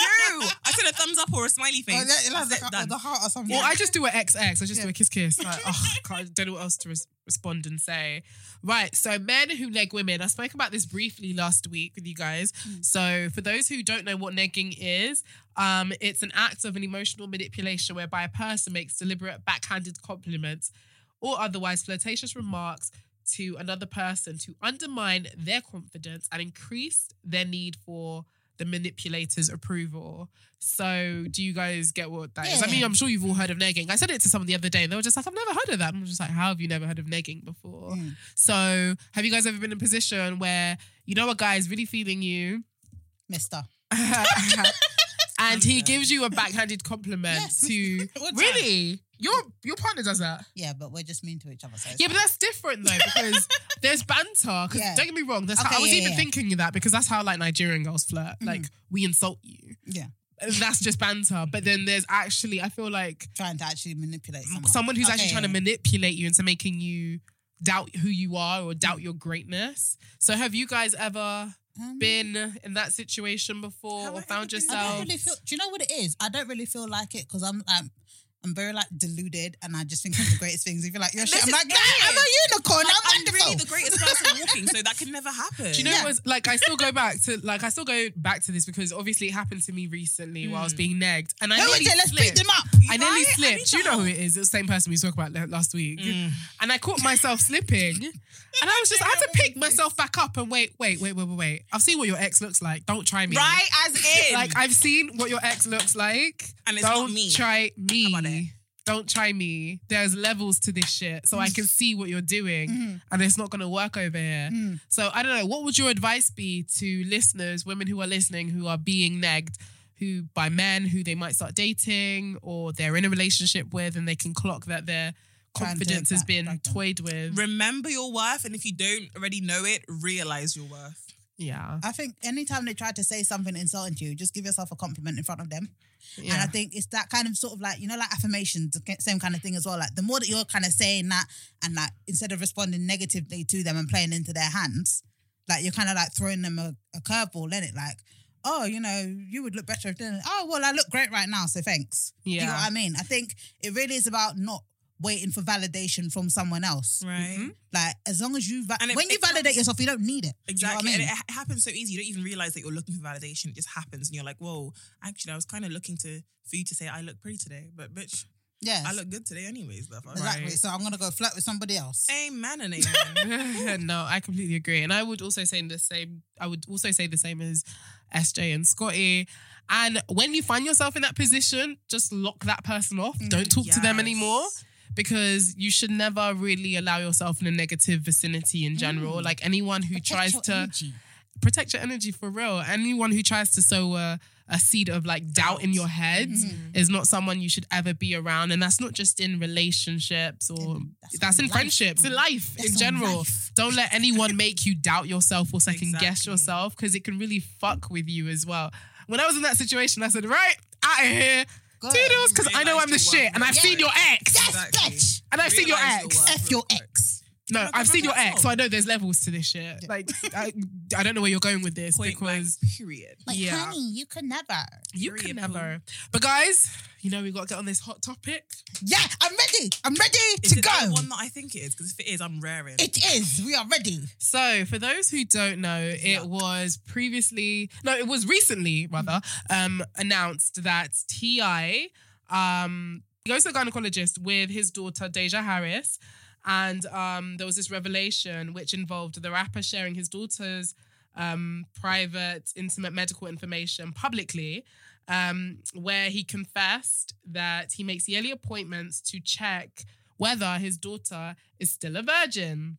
[SPEAKER 3] I said a thumbs up or a smiley face.
[SPEAKER 1] Or the, oh, like,
[SPEAKER 3] That's it,
[SPEAKER 1] the- or
[SPEAKER 3] done.
[SPEAKER 1] the heart or (laughs) something.
[SPEAKER 2] Well, I just do an XX. I just do
[SPEAKER 1] Yeah.
[SPEAKER 2] a kiss kiss. Like, oh, God, I don't know what else to res- respond and say. Right. So, men who neg women. I spoke about this briefly last week with you guys. So, for those who don't know what negging is, um, it's an act of an emotional manipulation whereby a person makes deliberate backhanded compliments or otherwise flirtatious remarks to another person to undermine their confidence and increase their need for the manipulator's approval. So, do you guys get what that is? I
[SPEAKER 1] Yeah.
[SPEAKER 2] mean, I'm sure you've all heard of negging. I said it to someone the other day, and they were just like, "I've never heard of that." And I'm just like, "How have you never heard of negging before?"
[SPEAKER 1] Mm.
[SPEAKER 2] So, have you guys ever been in a position where you know a guy is really
[SPEAKER 1] (laughs)
[SPEAKER 2] feeling you,
[SPEAKER 1] Mister.
[SPEAKER 2] and he gives you a backhanded compliment
[SPEAKER 1] Yes.
[SPEAKER 2] to
[SPEAKER 1] (laughs) All the time.
[SPEAKER 2] really? Your your partner does that.
[SPEAKER 1] Yeah, but we're just mean to each other. So it's
[SPEAKER 2] Yeah, but that's different
[SPEAKER 1] (laughs)
[SPEAKER 2] though because there's banter. 'Cause
[SPEAKER 1] Yeah.
[SPEAKER 2] don't get me wrong, that's
[SPEAKER 1] Okay,
[SPEAKER 2] how, I was
[SPEAKER 1] yeah,
[SPEAKER 2] even
[SPEAKER 1] yeah. Mm-hmm.
[SPEAKER 2] thinking that because that's how like Nigerian girls flirt. Like we insult you.
[SPEAKER 1] Yeah.
[SPEAKER 2] that's just banter. But then there's actually I feel like
[SPEAKER 1] trying to actually manipulate someone.
[SPEAKER 2] someone who's actually
[SPEAKER 1] Okay.
[SPEAKER 2] trying to manipulate you into making you doubt who you are or doubt your greatness. So have you guys ever
[SPEAKER 1] Um,
[SPEAKER 2] been in that situation before
[SPEAKER 3] Have I
[SPEAKER 2] or
[SPEAKER 3] ever
[SPEAKER 2] found
[SPEAKER 3] been in
[SPEAKER 1] I
[SPEAKER 2] yourself?
[SPEAKER 1] don't really feel. Do you know what it is? I don't really feel like it because I'm um, I'm very like deluded, and I just think of the greatest things. If you're like, you're
[SPEAKER 3] This
[SPEAKER 1] shit, I'm
[SPEAKER 3] is
[SPEAKER 1] like, nah,
[SPEAKER 3] it.
[SPEAKER 1] I'm a unicorn.
[SPEAKER 3] Like,
[SPEAKER 1] I'm,
[SPEAKER 3] I'm
[SPEAKER 1] wonderful.
[SPEAKER 3] really the
[SPEAKER 1] (laughs)
[SPEAKER 3] greatest person walking, so that could never happen.
[SPEAKER 2] Do you know
[SPEAKER 1] Yeah.
[SPEAKER 2] what was like I still go back to like I still go back to this because obviously it happened to me recently while I was being negged and I
[SPEAKER 1] Who is it?
[SPEAKER 2] nearly
[SPEAKER 1] Mm. Let's beat
[SPEAKER 2] slipped.
[SPEAKER 1] them up.
[SPEAKER 2] I nearly
[SPEAKER 3] Right? I need
[SPEAKER 2] slipped.
[SPEAKER 3] to
[SPEAKER 2] you know who
[SPEAKER 3] help. Mm.
[SPEAKER 2] it is. It was the same person we spoke about la- last week. And I caught myself slipping. And I was just, I had to pick myself back up and wait, wait, wait, wait, wait, wait. I've seen what your ex looks like. Don't try me.
[SPEAKER 3] (laughs) Right as in.
[SPEAKER 2] Like, I've seen what your ex looks like.
[SPEAKER 3] And it's not
[SPEAKER 2] Don't
[SPEAKER 3] me.
[SPEAKER 2] try me.
[SPEAKER 3] How about it?
[SPEAKER 2] Don't try me. There's levels to this shit. So I can see what you're doing
[SPEAKER 3] Mm-hmm.
[SPEAKER 2] and it's not going to work over here.
[SPEAKER 3] Mm.
[SPEAKER 2] So I don't know. What would your advice be to listeners, women who are listening, who are being negged, who by men who they might start dating or they're in a relationship with, and they can clock that their
[SPEAKER 1] Trying to
[SPEAKER 2] confidence has
[SPEAKER 1] back-
[SPEAKER 2] been
[SPEAKER 1] back down.
[SPEAKER 2] toyed with?
[SPEAKER 3] remember your worth, and if you don't already know it, realize your worth.
[SPEAKER 2] Yeah,
[SPEAKER 1] I think anytime they try to say something insulting to you, just give yourself a compliment in front of them. And
[SPEAKER 2] yeah.
[SPEAKER 1] I think it's that kind of sort of like, you know, like affirmations, the same kind of thing as well. Like the more that you're kind of saying that and like instead of responding negatively to them and playing into their hands, like you're kind of like throwing them a, a curveball, is it? Like, oh, you know, you would look better if didn't. Oh, well, I look great right now, so thanks. Do You know
[SPEAKER 2] Yeah.
[SPEAKER 1] what I mean? I think it really is about not waiting for validation from someone else.
[SPEAKER 3] Right.
[SPEAKER 1] Like as long as you va-
[SPEAKER 3] And it-
[SPEAKER 1] when you
[SPEAKER 3] it comes-
[SPEAKER 1] validate yourself, you don't need it. Do you know what
[SPEAKER 3] Exactly.
[SPEAKER 1] I mean?
[SPEAKER 3] And it ha- happens so easy. You don't even realize that you're looking for validation. It just happens. And you're like, whoa, actually, I was kind of looking to for you to say, I look pretty today. But, bitch,
[SPEAKER 1] Yes.
[SPEAKER 3] I look good today, anyways. Love. All
[SPEAKER 1] Exactly.
[SPEAKER 3] right.
[SPEAKER 1] So I'm gonna go flirt with somebody else.
[SPEAKER 3] Amen and
[SPEAKER 2] (laughs)
[SPEAKER 3] amen.
[SPEAKER 2] no, I completely agree, and I would also say the same. I would also say the same as SJ and Scotty. And when you find yourself in that position, just lock that person off. Don't talk to them
[SPEAKER 3] Yes.
[SPEAKER 2] anymore. because you should never really allow yourself in a negative vicinity in general. Like anyone who tries
[SPEAKER 1] your
[SPEAKER 2] to
[SPEAKER 1] energy.
[SPEAKER 2] protect your energy for real, anyone who tries to sow a, a seed of like doubt, in your head is not someone you should ever be around. And that's not just in relationships or
[SPEAKER 1] In-
[SPEAKER 2] that's,
[SPEAKER 1] that's
[SPEAKER 2] in
[SPEAKER 1] on life.
[SPEAKER 2] friendships, in life
[SPEAKER 1] That's
[SPEAKER 2] in
[SPEAKER 1] on
[SPEAKER 2] general.
[SPEAKER 1] life.
[SPEAKER 2] Don't let anyone make you doubt yourself or second guess
[SPEAKER 3] Exactly.
[SPEAKER 2] yourself because it can really fuck with you as well. When I was in that situation, I said, right, out of here.
[SPEAKER 1] Go
[SPEAKER 2] Toodles, because I know
[SPEAKER 3] Realised
[SPEAKER 2] I'm the
[SPEAKER 3] your
[SPEAKER 2] shit
[SPEAKER 3] worth,
[SPEAKER 2] and I've
[SPEAKER 3] yeah.
[SPEAKER 2] seen your ex.
[SPEAKER 1] Yes, bitch.
[SPEAKER 2] And I've seen your
[SPEAKER 3] Realise
[SPEAKER 2] ex.
[SPEAKER 3] worth,
[SPEAKER 1] F your
[SPEAKER 3] real quick.
[SPEAKER 1] ex.
[SPEAKER 2] No,
[SPEAKER 3] Like,
[SPEAKER 2] I've seen your
[SPEAKER 3] everyone
[SPEAKER 2] ex,
[SPEAKER 3] else.
[SPEAKER 2] so I know there's levels to this shit. Like, I, I don't know where you're going with this
[SPEAKER 3] Point blank,
[SPEAKER 2] because
[SPEAKER 3] period.
[SPEAKER 1] Like,
[SPEAKER 2] Yeah.
[SPEAKER 1] honey, you could never.
[SPEAKER 2] you
[SPEAKER 3] period,
[SPEAKER 2] can never. But guys, you know we got to get on this hot topic.
[SPEAKER 1] Yeah, I'm ready. I'm ready
[SPEAKER 3] Is
[SPEAKER 1] to
[SPEAKER 3] it
[SPEAKER 1] go.
[SPEAKER 3] the one that I think it is? Because if it is, I'm raring.
[SPEAKER 1] it is. We are ready.
[SPEAKER 2] So, for those who don't know, it was previously no, it was recently rather um, announced that Ti um, goes to a gynecologist with his daughter Deja Harris, and um, there was this revelation which involved the rapper sharing his daughter's um, private, intimate medical information publicly, um, where he confessed that he makes yearly appointments to check whether his daughter is still a virgin.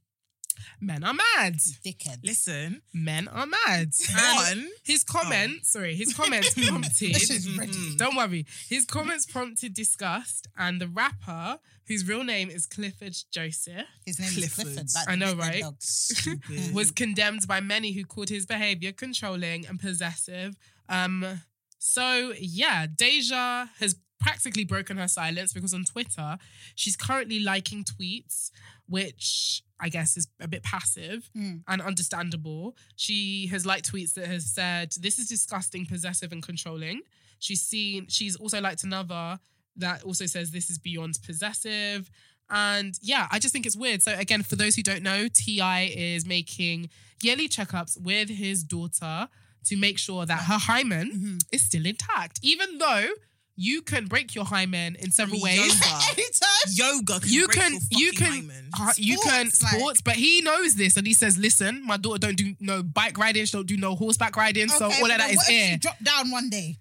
[SPEAKER 2] Men are mad.
[SPEAKER 1] Dickhead.
[SPEAKER 3] Listen,
[SPEAKER 2] Men are
[SPEAKER 1] (laughs)
[SPEAKER 2] mad. And
[SPEAKER 3] one,
[SPEAKER 2] his comment, sorry, his comments prompted.
[SPEAKER 1] oh.
[SPEAKER 2] Hmm,
[SPEAKER 1] This is mm. ready.
[SPEAKER 3] Mm-mm.
[SPEAKER 2] Don't worry. His comments prompted disgust, and the rapper, whose real name is Clifford Joseph,
[SPEAKER 1] His name is
[SPEAKER 3] Clifford.
[SPEAKER 1] Clifford. like
[SPEAKER 2] I know,
[SPEAKER 1] the
[SPEAKER 2] right?
[SPEAKER 1] dog. (laughs) Mm.
[SPEAKER 3] stupid.
[SPEAKER 2] was condemned by many who called his behavior controlling and possessive. Um, so yeah, Deja has practically broken her silence because on Twitter, she's currently liking tweets, which I guess is a bit passive
[SPEAKER 1] Mm.
[SPEAKER 2] and understandable. She has liked tweets that has said, This is disgusting, possessive, and controlling. She's seen, she's also liked another that also says, This is beyond possessive. And yeah, I just think it's weird. So, again, for those who don't know, T.I. is making yearly checkups with his daughter to make sure that her hymen
[SPEAKER 1] Mhm.
[SPEAKER 2] is still intact, even though you can break your hymen in several ways.
[SPEAKER 3] Yoga.
[SPEAKER 1] Anytime.
[SPEAKER 3] Yoga. Can
[SPEAKER 2] You
[SPEAKER 3] break
[SPEAKER 2] can,
[SPEAKER 3] your
[SPEAKER 2] you
[SPEAKER 3] fucking
[SPEAKER 2] can,
[SPEAKER 3] hymen.
[SPEAKER 2] uh, you can
[SPEAKER 1] Sports, like-
[SPEAKER 2] sports, but he knows this, and he says, "Listen, my daughter don't do no bike riding, she don't do no horseback riding, so
[SPEAKER 1] Okay,
[SPEAKER 2] all
[SPEAKER 1] but
[SPEAKER 2] of that is
[SPEAKER 1] what if she
[SPEAKER 2] air."
[SPEAKER 1] dropped down one day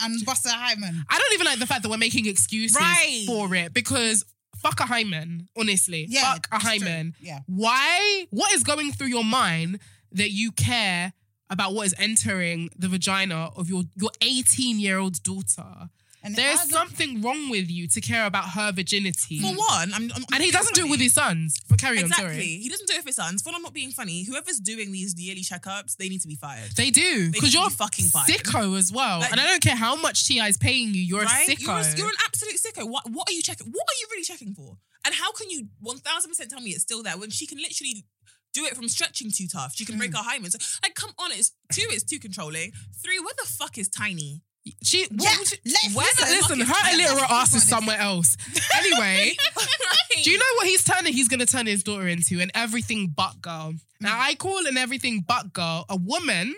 [SPEAKER 1] and bust her hymen?
[SPEAKER 2] I don't even like the fact that we're making excuses
[SPEAKER 3] Right.
[SPEAKER 2] for it because fuck a hymen, honestly,
[SPEAKER 1] Yeah,
[SPEAKER 2] fuck a
[SPEAKER 1] it's true.
[SPEAKER 2] hymen.
[SPEAKER 1] Yeah.
[SPEAKER 2] Why? What is going through your mind that you care about what is entering the vagina of your your 18 year old daughter?
[SPEAKER 1] And the
[SPEAKER 2] There's
[SPEAKER 1] other-
[SPEAKER 2] something wrong with you to care about her virginity.
[SPEAKER 3] For one, I'm, I'm
[SPEAKER 2] Mm. And he doesn't do it with his sons. But carry on,
[SPEAKER 3] Exactly.
[SPEAKER 2] sorry.
[SPEAKER 3] He doesn't do it for his sons. For I'm not being funny. Whoever's doing these yearly checkups, they need to be fired.
[SPEAKER 2] They do.
[SPEAKER 3] They
[SPEAKER 2] Because
[SPEAKER 3] should
[SPEAKER 2] you're
[SPEAKER 3] be fucking fired.
[SPEAKER 2] sicko as well.
[SPEAKER 3] Like-
[SPEAKER 2] and I don't care how much TI is paying you, you're
[SPEAKER 3] right?
[SPEAKER 2] a sicko.
[SPEAKER 3] You're, a- you're an absolute sicko. What what are you checking? What are you really checking for? And how can you 1000% tell me it's still there when she can literally do it from stretching too tough? She can break
[SPEAKER 2] Mm.
[SPEAKER 3] her hymens. Like, come on, it's two, it's too controlling. Three, where the fuck is Tiny? (laughs)
[SPEAKER 2] She, what
[SPEAKER 1] Yeah,
[SPEAKER 2] would she-
[SPEAKER 1] let's
[SPEAKER 2] where the-
[SPEAKER 1] listen.
[SPEAKER 2] listen, her illiterate ass is
[SPEAKER 1] Right.
[SPEAKER 2] somewhere else. Anyway,
[SPEAKER 3] Right.
[SPEAKER 2] do you know what he's turning? He's gonna turn his daughter into an everything but girl. Now I call an everything but girl a woman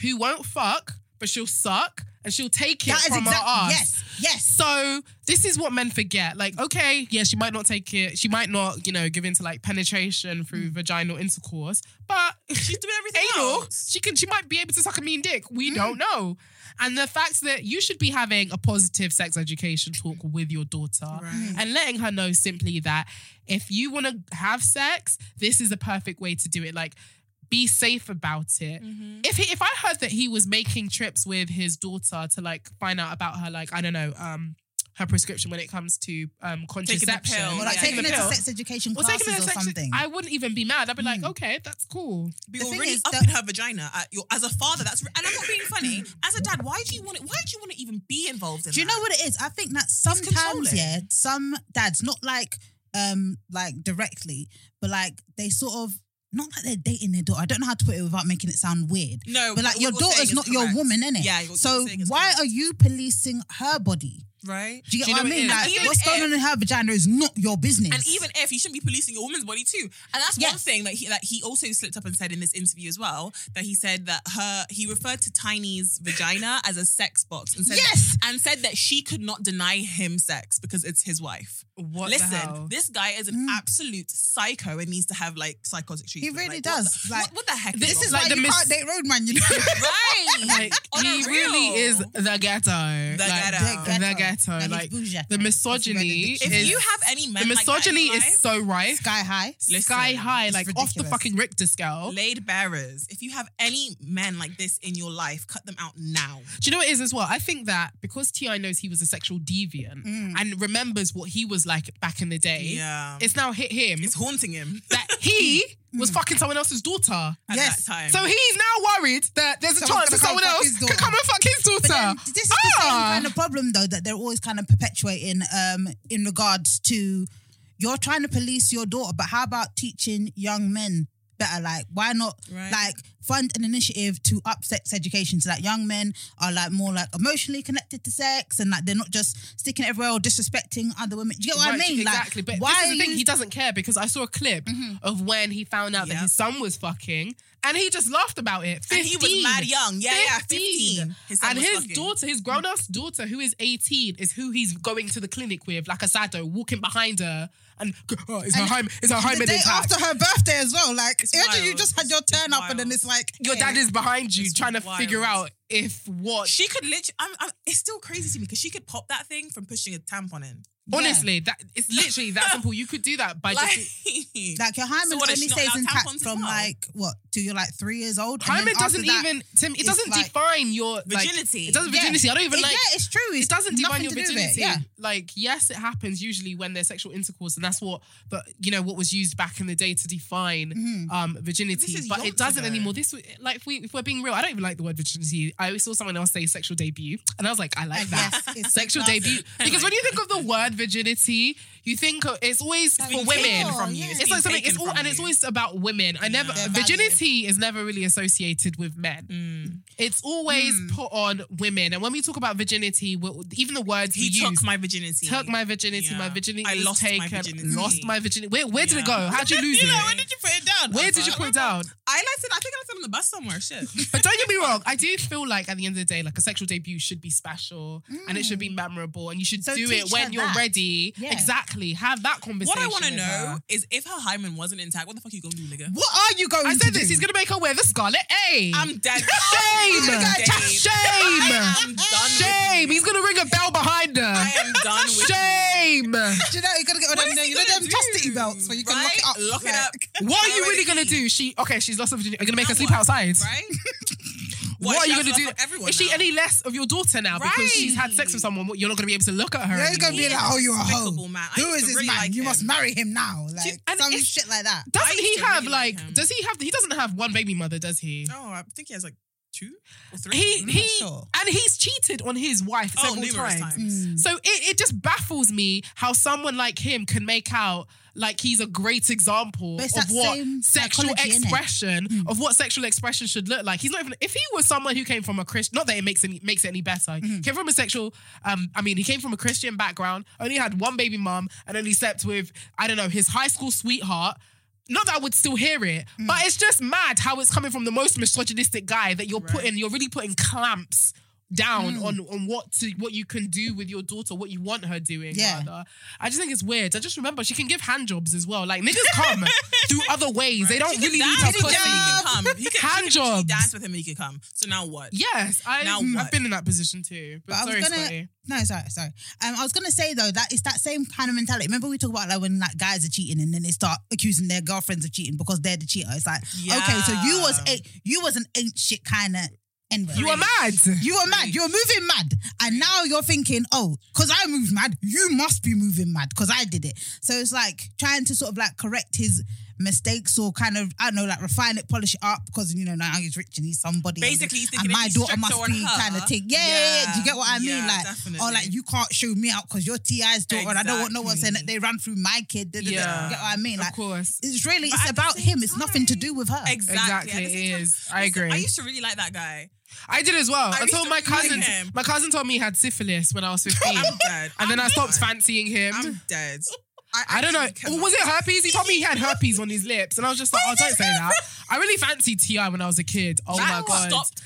[SPEAKER 2] who won't fuck, but she'll suck and she'll take it
[SPEAKER 1] That is
[SPEAKER 2] from her
[SPEAKER 1] exactly
[SPEAKER 2] ass.
[SPEAKER 1] yes, yes.
[SPEAKER 2] So this is what men forget. Like, okay, yeah, she might not take it. She might not, you know, give into like penetration through vaginal intercourse, but
[SPEAKER 3] She's doing everything
[SPEAKER 2] anal,
[SPEAKER 3] else.
[SPEAKER 2] she can. She might be able to suck a mean dick. We don't know. And the fact that you should be having a positive sex education talk with your daughter and letting her know simply that if you want to have sex, this is the perfect way to do it. Like. Be safe about it. If he, if I heard that he was making trips with his daughter to like find out about her, like I don't know, um, her prescription when it comes to um contraception,
[SPEAKER 3] pill,
[SPEAKER 1] Or like
[SPEAKER 3] yeah.
[SPEAKER 1] taking
[SPEAKER 3] the
[SPEAKER 1] her to
[SPEAKER 2] pill.
[SPEAKER 1] sex education
[SPEAKER 2] Well,
[SPEAKER 1] classes
[SPEAKER 2] taking her
[SPEAKER 1] or
[SPEAKER 2] to sex-
[SPEAKER 1] something.
[SPEAKER 2] I wouldn't even be mad. I'd be like, okay, that's cool.
[SPEAKER 3] But
[SPEAKER 1] The
[SPEAKER 3] you're
[SPEAKER 1] thing
[SPEAKER 3] already
[SPEAKER 1] is
[SPEAKER 3] up
[SPEAKER 1] that- Mm.
[SPEAKER 3] in her vagina. At your, as a father, that's re- and I'm not being funny. As a dad, why do you want it? Why do you want to even be involved in?
[SPEAKER 1] Do you
[SPEAKER 3] that?
[SPEAKER 1] know what it is? I think that sometimes,
[SPEAKER 3] controlling.
[SPEAKER 1] yeah, some dads, not like um like directly, but like they sort of not like they're dating their daughter. I don't know how to put it without making it sound weird.
[SPEAKER 3] No,
[SPEAKER 1] But like
[SPEAKER 3] what
[SPEAKER 1] your
[SPEAKER 3] you're saying
[SPEAKER 1] daughter's
[SPEAKER 3] is
[SPEAKER 1] not your
[SPEAKER 3] correct.
[SPEAKER 1] woman, innit?
[SPEAKER 3] Yeah, what you're
[SPEAKER 1] So
[SPEAKER 3] saying is
[SPEAKER 1] why
[SPEAKER 3] correct.
[SPEAKER 1] are you policing her body?
[SPEAKER 3] right?
[SPEAKER 1] Do you get
[SPEAKER 2] Do
[SPEAKER 1] what
[SPEAKER 2] you know
[SPEAKER 1] I
[SPEAKER 2] what it
[SPEAKER 1] mean?
[SPEAKER 2] is?
[SPEAKER 1] Like
[SPEAKER 3] And even
[SPEAKER 1] what's going
[SPEAKER 3] if-
[SPEAKER 1] on in her vagina is not your business.
[SPEAKER 3] And even if you shouldn't be policing your woman's body too, and that's one
[SPEAKER 1] Yes.
[SPEAKER 3] thing that he that he also slipped up and said in this interview as well that he said that her he referred to Tiny's vagina as a sex box and said
[SPEAKER 1] Yes!
[SPEAKER 3] and said that she could not deny him sex because it's his wife.
[SPEAKER 2] What
[SPEAKER 3] Listen, this guy is an absolute psycho and needs to have like psychotic
[SPEAKER 1] Mm. he
[SPEAKER 3] treatment.
[SPEAKER 1] really
[SPEAKER 3] Like,
[SPEAKER 1] does.
[SPEAKER 3] What the,
[SPEAKER 1] like
[SPEAKER 3] what, what the heck?
[SPEAKER 2] This
[SPEAKER 3] wrong
[SPEAKER 1] this is
[SPEAKER 3] with
[SPEAKER 2] like
[SPEAKER 1] why
[SPEAKER 2] the
[SPEAKER 1] you
[SPEAKER 2] miss-
[SPEAKER 1] can't date road man, you know.
[SPEAKER 3] that? (laughs) right.
[SPEAKER 2] like
[SPEAKER 3] (laughs) On a
[SPEAKER 2] he
[SPEAKER 3] real.
[SPEAKER 2] really is the ghetto.
[SPEAKER 3] The
[SPEAKER 2] like,
[SPEAKER 3] ghetto.
[SPEAKER 2] The the ghetto.
[SPEAKER 1] Like, it's
[SPEAKER 2] Like
[SPEAKER 1] bourgeois.
[SPEAKER 2] the misogyny.
[SPEAKER 1] It's
[SPEAKER 3] If
[SPEAKER 2] is,
[SPEAKER 3] you have any
[SPEAKER 2] the
[SPEAKER 3] men, like that in
[SPEAKER 2] misogyny
[SPEAKER 3] your
[SPEAKER 2] is
[SPEAKER 3] life,
[SPEAKER 2] so rife,
[SPEAKER 1] Sky high.
[SPEAKER 3] Listen,
[SPEAKER 2] sky high, like off the
[SPEAKER 1] ridiculous.
[SPEAKER 2] fucking Richter scale.
[SPEAKER 3] laid bearers. If you have any men like this in your life, cut them out now.
[SPEAKER 2] Do you know what it is as well? I think that because Ti knows he was a sexual deviant
[SPEAKER 1] Mm.
[SPEAKER 2] and remembers what he was like back in the day,
[SPEAKER 3] Yeah.
[SPEAKER 2] it's now hit him
[SPEAKER 3] It's haunting him
[SPEAKER 2] that
[SPEAKER 1] (laughs)
[SPEAKER 2] he was fucking someone else's daughter.
[SPEAKER 1] Mm.
[SPEAKER 3] at
[SPEAKER 1] Yes.
[SPEAKER 3] that time.
[SPEAKER 2] So he's now worried that there's a
[SPEAKER 1] Someone's
[SPEAKER 2] chance that
[SPEAKER 1] gonna
[SPEAKER 2] someone
[SPEAKER 1] come fuck
[SPEAKER 2] else
[SPEAKER 1] his
[SPEAKER 2] could
[SPEAKER 1] daughter.
[SPEAKER 2] come and fuck his
[SPEAKER 1] But
[SPEAKER 2] daughter.
[SPEAKER 1] then this is the same
[SPEAKER 2] Ah.
[SPEAKER 1] kind of problem though that they're always kind of perpetuating um in regards to you're trying to police your daughter, but how about teaching young men better? Like, why not
[SPEAKER 3] Right.
[SPEAKER 1] like fund an initiative to up sex education so that young men are like more like emotionally connected to sex and like they're not just sticking it everywhere or disrespecting other women. Do you get what I
[SPEAKER 2] Right,
[SPEAKER 1] mean?
[SPEAKER 2] Exactly.
[SPEAKER 1] Like,
[SPEAKER 2] but
[SPEAKER 1] why
[SPEAKER 2] this
[SPEAKER 1] are
[SPEAKER 2] is the thing,
[SPEAKER 1] you- Mm-hmm.
[SPEAKER 2] he doesn't care because I saw a clip of when he found out that
[SPEAKER 3] Yeah.
[SPEAKER 2] his son was fucking and he just laughed about it. 15,
[SPEAKER 3] And he was mad young. Yeah, yeah, 15. His son
[SPEAKER 2] and
[SPEAKER 3] was
[SPEAKER 2] his
[SPEAKER 3] fucking.
[SPEAKER 2] daughter, his grown up daughter, who is 18, is who he's going to the clinic with, like a sado, walking behind her. And oh, is her
[SPEAKER 1] And
[SPEAKER 2] hymen, is her hymen
[SPEAKER 1] the day
[SPEAKER 2] intact?
[SPEAKER 1] after her birthday as well. Like, imagine you
[SPEAKER 3] wild.
[SPEAKER 1] just had your turn up and then
[SPEAKER 3] wild.
[SPEAKER 1] it's like
[SPEAKER 2] Your
[SPEAKER 1] yeah.
[SPEAKER 2] dad is behind you
[SPEAKER 3] It's
[SPEAKER 2] trying to
[SPEAKER 3] wild.
[SPEAKER 2] figure out if what.
[SPEAKER 3] she could literally. I'm, I'm, it's still crazy to me because she could pop that thing from pushing a tampon in.
[SPEAKER 2] honestly, that it's literally
[SPEAKER 1] (laughs)
[SPEAKER 2] that simple. You could do that by
[SPEAKER 3] (laughs) Like,
[SPEAKER 2] (laughs) just.
[SPEAKER 1] Like your hymen
[SPEAKER 3] So what,
[SPEAKER 1] only
[SPEAKER 3] is she not
[SPEAKER 1] stays
[SPEAKER 3] allowed
[SPEAKER 1] intact
[SPEAKER 3] tampons as
[SPEAKER 1] from
[SPEAKER 3] well?
[SPEAKER 1] like what till you're like three years old. and then
[SPEAKER 2] Hymen
[SPEAKER 1] after
[SPEAKER 2] doesn't
[SPEAKER 1] that-
[SPEAKER 2] even Tim. It
[SPEAKER 1] it's
[SPEAKER 2] doesn't
[SPEAKER 1] like-
[SPEAKER 2] define your like,
[SPEAKER 3] Virginity.
[SPEAKER 2] it doesn't
[SPEAKER 1] Yeah.
[SPEAKER 2] virginity. I don't even
[SPEAKER 1] It-
[SPEAKER 2] like.
[SPEAKER 1] yeah, it's true. It's
[SPEAKER 2] it doesn't define
[SPEAKER 1] nothing
[SPEAKER 2] your
[SPEAKER 1] to do with it,
[SPEAKER 2] virginity.
[SPEAKER 1] Yeah,
[SPEAKER 2] Like, yes, it happens usually when there's sexual intercourse, and that's what, but you know, what was used back in the day to define um virginity.
[SPEAKER 3] This is
[SPEAKER 2] But it
[SPEAKER 3] yonks
[SPEAKER 2] doesn't
[SPEAKER 3] ago.
[SPEAKER 2] anymore. This, was- like, if, we, if we're being real, I don't even like the word virginity. I saw someone else say sexual debut, and I was like, I like
[SPEAKER 1] And
[SPEAKER 2] that.
[SPEAKER 1] yes,
[SPEAKER 2] (laughs)
[SPEAKER 1] it's
[SPEAKER 2] sexual
[SPEAKER 1] classic.
[SPEAKER 2] debut. Because when you think of the word virginity, you think of, it's always for
[SPEAKER 3] been
[SPEAKER 2] women.
[SPEAKER 3] taken from you.
[SPEAKER 2] It's,
[SPEAKER 3] It's
[SPEAKER 2] like
[SPEAKER 3] been
[SPEAKER 2] something. It's
[SPEAKER 3] taken
[SPEAKER 2] all
[SPEAKER 3] from
[SPEAKER 2] and it's
[SPEAKER 3] you.
[SPEAKER 2] always about women. I never
[SPEAKER 1] Their value.
[SPEAKER 2] virginity is never really associated with men.
[SPEAKER 3] Mm.
[SPEAKER 2] It's always put on women. And when we talk about virginity, we even the words
[SPEAKER 3] he
[SPEAKER 2] we use,
[SPEAKER 3] took my virginity.
[SPEAKER 2] took my virginity, my
[SPEAKER 3] Yeah.
[SPEAKER 2] virginity,
[SPEAKER 3] I
[SPEAKER 2] is
[SPEAKER 3] lost my
[SPEAKER 2] taken,
[SPEAKER 3] virginity.
[SPEAKER 2] lost my virginity. Where, where did it
[SPEAKER 3] Yeah.
[SPEAKER 2] go? How'd you lose
[SPEAKER 3] (laughs) You
[SPEAKER 2] it?
[SPEAKER 3] know, when did you put it down?
[SPEAKER 2] where
[SPEAKER 3] Alpha?
[SPEAKER 2] did you put it down?
[SPEAKER 3] I liked it. I think I liked it on the bus somewhere.
[SPEAKER 2] (laughs)
[SPEAKER 3] Shit.
[SPEAKER 2] But don't get me wrong, I do feel like at the end of the day, like a sexual debut should be special and it should be
[SPEAKER 3] Mm.
[SPEAKER 2] memorable and you should
[SPEAKER 1] So
[SPEAKER 2] do
[SPEAKER 1] teach
[SPEAKER 2] it when
[SPEAKER 1] her
[SPEAKER 2] you're
[SPEAKER 1] that.
[SPEAKER 2] ready.
[SPEAKER 1] Yeah.
[SPEAKER 2] Exactly. Have that conversation.
[SPEAKER 3] (laughs) what I want to
[SPEAKER 2] with
[SPEAKER 3] know
[SPEAKER 2] her.
[SPEAKER 3] is if her hymen wasn't intact, what the fuck are you gonna do, nigga?
[SPEAKER 1] What are you going?
[SPEAKER 2] I said
[SPEAKER 1] to
[SPEAKER 2] this,
[SPEAKER 1] do?
[SPEAKER 2] he's gonna make her wear the scarlet A.
[SPEAKER 3] I'm dead.
[SPEAKER 2] (laughs)
[SPEAKER 3] Oh
[SPEAKER 2] Shame!
[SPEAKER 3] I'm
[SPEAKER 1] Nigga,
[SPEAKER 3] dead.
[SPEAKER 2] Shame!
[SPEAKER 3] I'm done.
[SPEAKER 2] Shame! He's gonna ring a bell behind
[SPEAKER 3] I
[SPEAKER 2] her.
[SPEAKER 3] am done with
[SPEAKER 1] Do
[SPEAKER 2] Shame!
[SPEAKER 1] you know you're gonna get one
[SPEAKER 3] What
[SPEAKER 1] of
[SPEAKER 3] is
[SPEAKER 1] them,
[SPEAKER 3] he
[SPEAKER 1] you know
[SPEAKER 3] gonna
[SPEAKER 1] them
[SPEAKER 3] do?
[SPEAKER 1] chastity belts where you can
[SPEAKER 3] Right?
[SPEAKER 1] lock it up.
[SPEAKER 3] Lock it
[SPEAKER 1] like-
[SPEAKER 3] up.
[SPEAKER 2] (laughs)
[SPEAKER 3] (laughs)
[SPEAKER 2] What are you
[SPEAKER 3] Where
[SPEAKER 2] really
[SPEAKER 3] the
[SPEAKER 2] gonna
[SPEAKER 3] key?
[SPEAKER 2] do? She okay? She's lost her virginity. Are you gonna make her
[SPEAKER 3] Now
[SPEAKER 2] sleep
[SPEAKER 3] what?
[SPEAKER 2] outside?
[SPEAKER 3] Right?
[SPEAKER 2] What,
[SPEAKER 3] is
[SPEAKER 2] are
[SPEAKER 3] she
[SPEAKER 2] you going
[SPEAKER 3] out
[SPEAKER 2] to
[SPEAKER 3] to
[SPEAKER 2] do?
[SPEAKER 3] fuck everyone
[SPEAKER 2] is she
[SPEAKER 3] now?
[SPEAKER 2] any less of your daughter now because she's had sex with
[SPEAKER 3] Right.
[SPEAKER 2] someone? What, You're not going to be able to look at her.
[SPEAKER 1] You're just gonna be
[SPEAKER 2] anymore.
[SPEAKER 1] like, oh, you're a hoe.
[SPEAKER 3] Despicable man. I
[SPEAKER 1] Who
[SPEAKER 3] used
[SPEAKER 1] is
[SPEAKER 3] to
[SPEAKER 1] this
[SPEAKER 3] really
[SPEAKER 1] man?
[SPEAKER 3] like
[SPEAKER 1] you
[SPEAKER 3] him.
[SPEAKER 1] must marry him now. Like
[SPEAKER 2] and
[SPEAKER 1] some
[SPEAKER 2] it's-
[SPEAKER 1] shit like that.
[SPEAKER 3] I
[SPEAKER 2] Doesn't
[SPEAKER 3] used
[SPEAKER 2] he
[SPEAKER 3] to
[SPEAKER 2] have
[SPEAKER 3] really like
[SPEAKER 2] like?
[SPEAKER 3] him.
[SPEAKER 2] does he have? He doesn't have one baby mother, does he?
[SPEAKER 3] No, Oh, I think he has like two or three.
[SPEAKER 2] He
[SPEAKER 3] I'm not
[SPEAKER 2] he
[SPEAKER 3] sure.
[SPEAKER 2] and he's cheated on his wife
[SPEAKER 3] Oh,
[SPEAKER 2] several
[SPEAKER 3] numerous
[SPEAKER 2] times.
[SPEAKER 3] times.
[SPEAKER 1] Mm.
[SPEAKER 2] So it, it just baffles me how someone like him can make out like he's a great example
[SPEAKER 1] But
[SPEAKER 2] of
[SPEAKER 1] it's that
[SPEAKER 2] what
[SPEAKER 1] same
[SPEAKER 2] sexual
[SPEAKER 1] psychology, innit?
[SPEAKER 2] expression of what sexual expression should look like. He's not even if he was someone who came from a Christian, not that it makes any makes it any better. He came from a sexual um I mean he came from a Christian background, only had one baby mum and only slept with, I don't know, his high school sweetheart. Not that I would still hear it, but it's just mad how it's coming from the most misogynistic guy that you're putting, you're really putting clamps down on on what to what you can do with your daughter, what you want her doing.
[SPEAKER 1] Yeah.
[SPEAKER 2] Rather. I just think it's weird. I just remember she can give hand jobs as well. Like niggas come through other ways. They don't
[SPEAKER 3] He can
[SPEAKER 2] really Oh, need
[SPEAKER 3] dance
[SPEAKER 2] her
[SPEAKER 3] with him,
[SPEAKER 2] pussy.
[SPEAKER 3] He can come. He can,
[SPEAKER 2] Hand
[SPEAKER 3] she can
[SPEAKER 2] jobs.
[SPEAKER 3] dance with him. He can come. So now what?
[SPEAKER 2] Yes, I,
[SPEAKER 3] Now
[SPEAKER 2] I've
[SPEAKER 3] what?
[SPEAKER 2] been in that position too. But,
[SPEAKER 1] But I was
[SPEAKER 2] sorry,
[SPEAKER 1] gonna.
[SPEAKER 2] Scotty.
[SPEAKER 1] No, sorry, sorry. Um, I was gonna say though that it's that same kind of mentality. Remember we talk about like when like guys are cheating and then they start accusing their girlfriends of cheating because they're the cheater. It's like okay, so you was
[SPEAKER 3] Yeah.
[SPEAKER 1] a you was an ain't shit kind of n
[SPEAKER 2] You are mad.
[SPEAKER 1] You were mad. You were moving mad, and now you're thinking, oh, because I moved mad, you must be moving mad because I did it. So it's like trying to sort of like correct his mistakes or kind of I don't know, like refine it, polish it up because you know now he's rich and he's somebody. and-
[SPEAKER 3] Basically, he's
[SPEAKER 1] and
[SPEAKER 3] thinking if
[SPEAKER 1] my
[SPEAKER 3] he's
[SPEAKER 1] daughter
[SPEAKER 3] strict
[SPEAKER 1] must
[SPEAKER 3] on
[SPEAKER 1] be
[SPEAKER 3] her-
[SPEAKER 1] kind of thing. Yeah, yeah, yeah. Do you get what I mean?
[SPEAKER 3] Yeah,
[SPEAKER 1] like, or like
[SPEAKER 3] definitely.
[SPEAKER 1] you can't show me out because your TI's daughter, and I don't want no one saying that
[SPEAKER 3] Exactly.
[SPEAKER 1] they ran through my kid. da, da, da.
[SPEAKER 2] Yeah.
[SPEAKER 1] You get what I mean?
[SPEAKER 2] Of
[SPEAKER 1] Like,
[SPEAKER 2] course.
[SPEAKER 1] it's really
[SPEAKER 3] But
[SPEAKER 1] it's
[SPEAKER 3] at the
[SPEAKER 1] about
[SPEAKER 3] same
[SPEAKER 1] him. It's nothing to
[SPEAKER 3] time-
[SPEAKER 1] do with her.
[SPEAKER 3] Exactly.
[SPEAKER 2] Exactly,
[SPEAKER 3] At the same
[SPEAKER 2] it
[SPEAKER 3] time-
[SPEAKER 2] is. I
[SPEAKER 3] Listen,
[SPEAKER 2] agree.
[SPEAKER 3] I used to really like that guy.
[SPEAKER 2] I did as well.
[SPEAKER 3] I
[SPEAKER 2] I,
[SPEAKER 3] used
[SPEAKER 2] told
[SPEAKER 3] to
[SPEAKER 2] my
[SPEAKER 3] really like
[SPEAKER 2] cousin.
[SPEAKER 3] him.
[SPEAKER 2] My cousin told me he had syphilis when I was fifteen,
[SPEAKER 3] I'm dead.
[SPEAKER 2] and then
[SPEAKER 3] I'm
[SPEAKER 2] I stopped
[SPEAKER 3] dead.
[SPEAKER 2] fancying him. (laughs)
[SPEAKER 3] I'm dead.
[SPEAKER 2] I don't know.
[SPEAKER 3] actually
[SPEAKER 2] Or
[SPEAKER 3] cannot.
[SPEAKER 2] was it herpes? He told me he had herpes on his lips, and I was just like, "Oh, don't say that." I really fancied Ti when I was a kid. Oh
[SPEAKER 3] that
[SPEAKER 2] my god!
[SPEAKER 3] stopped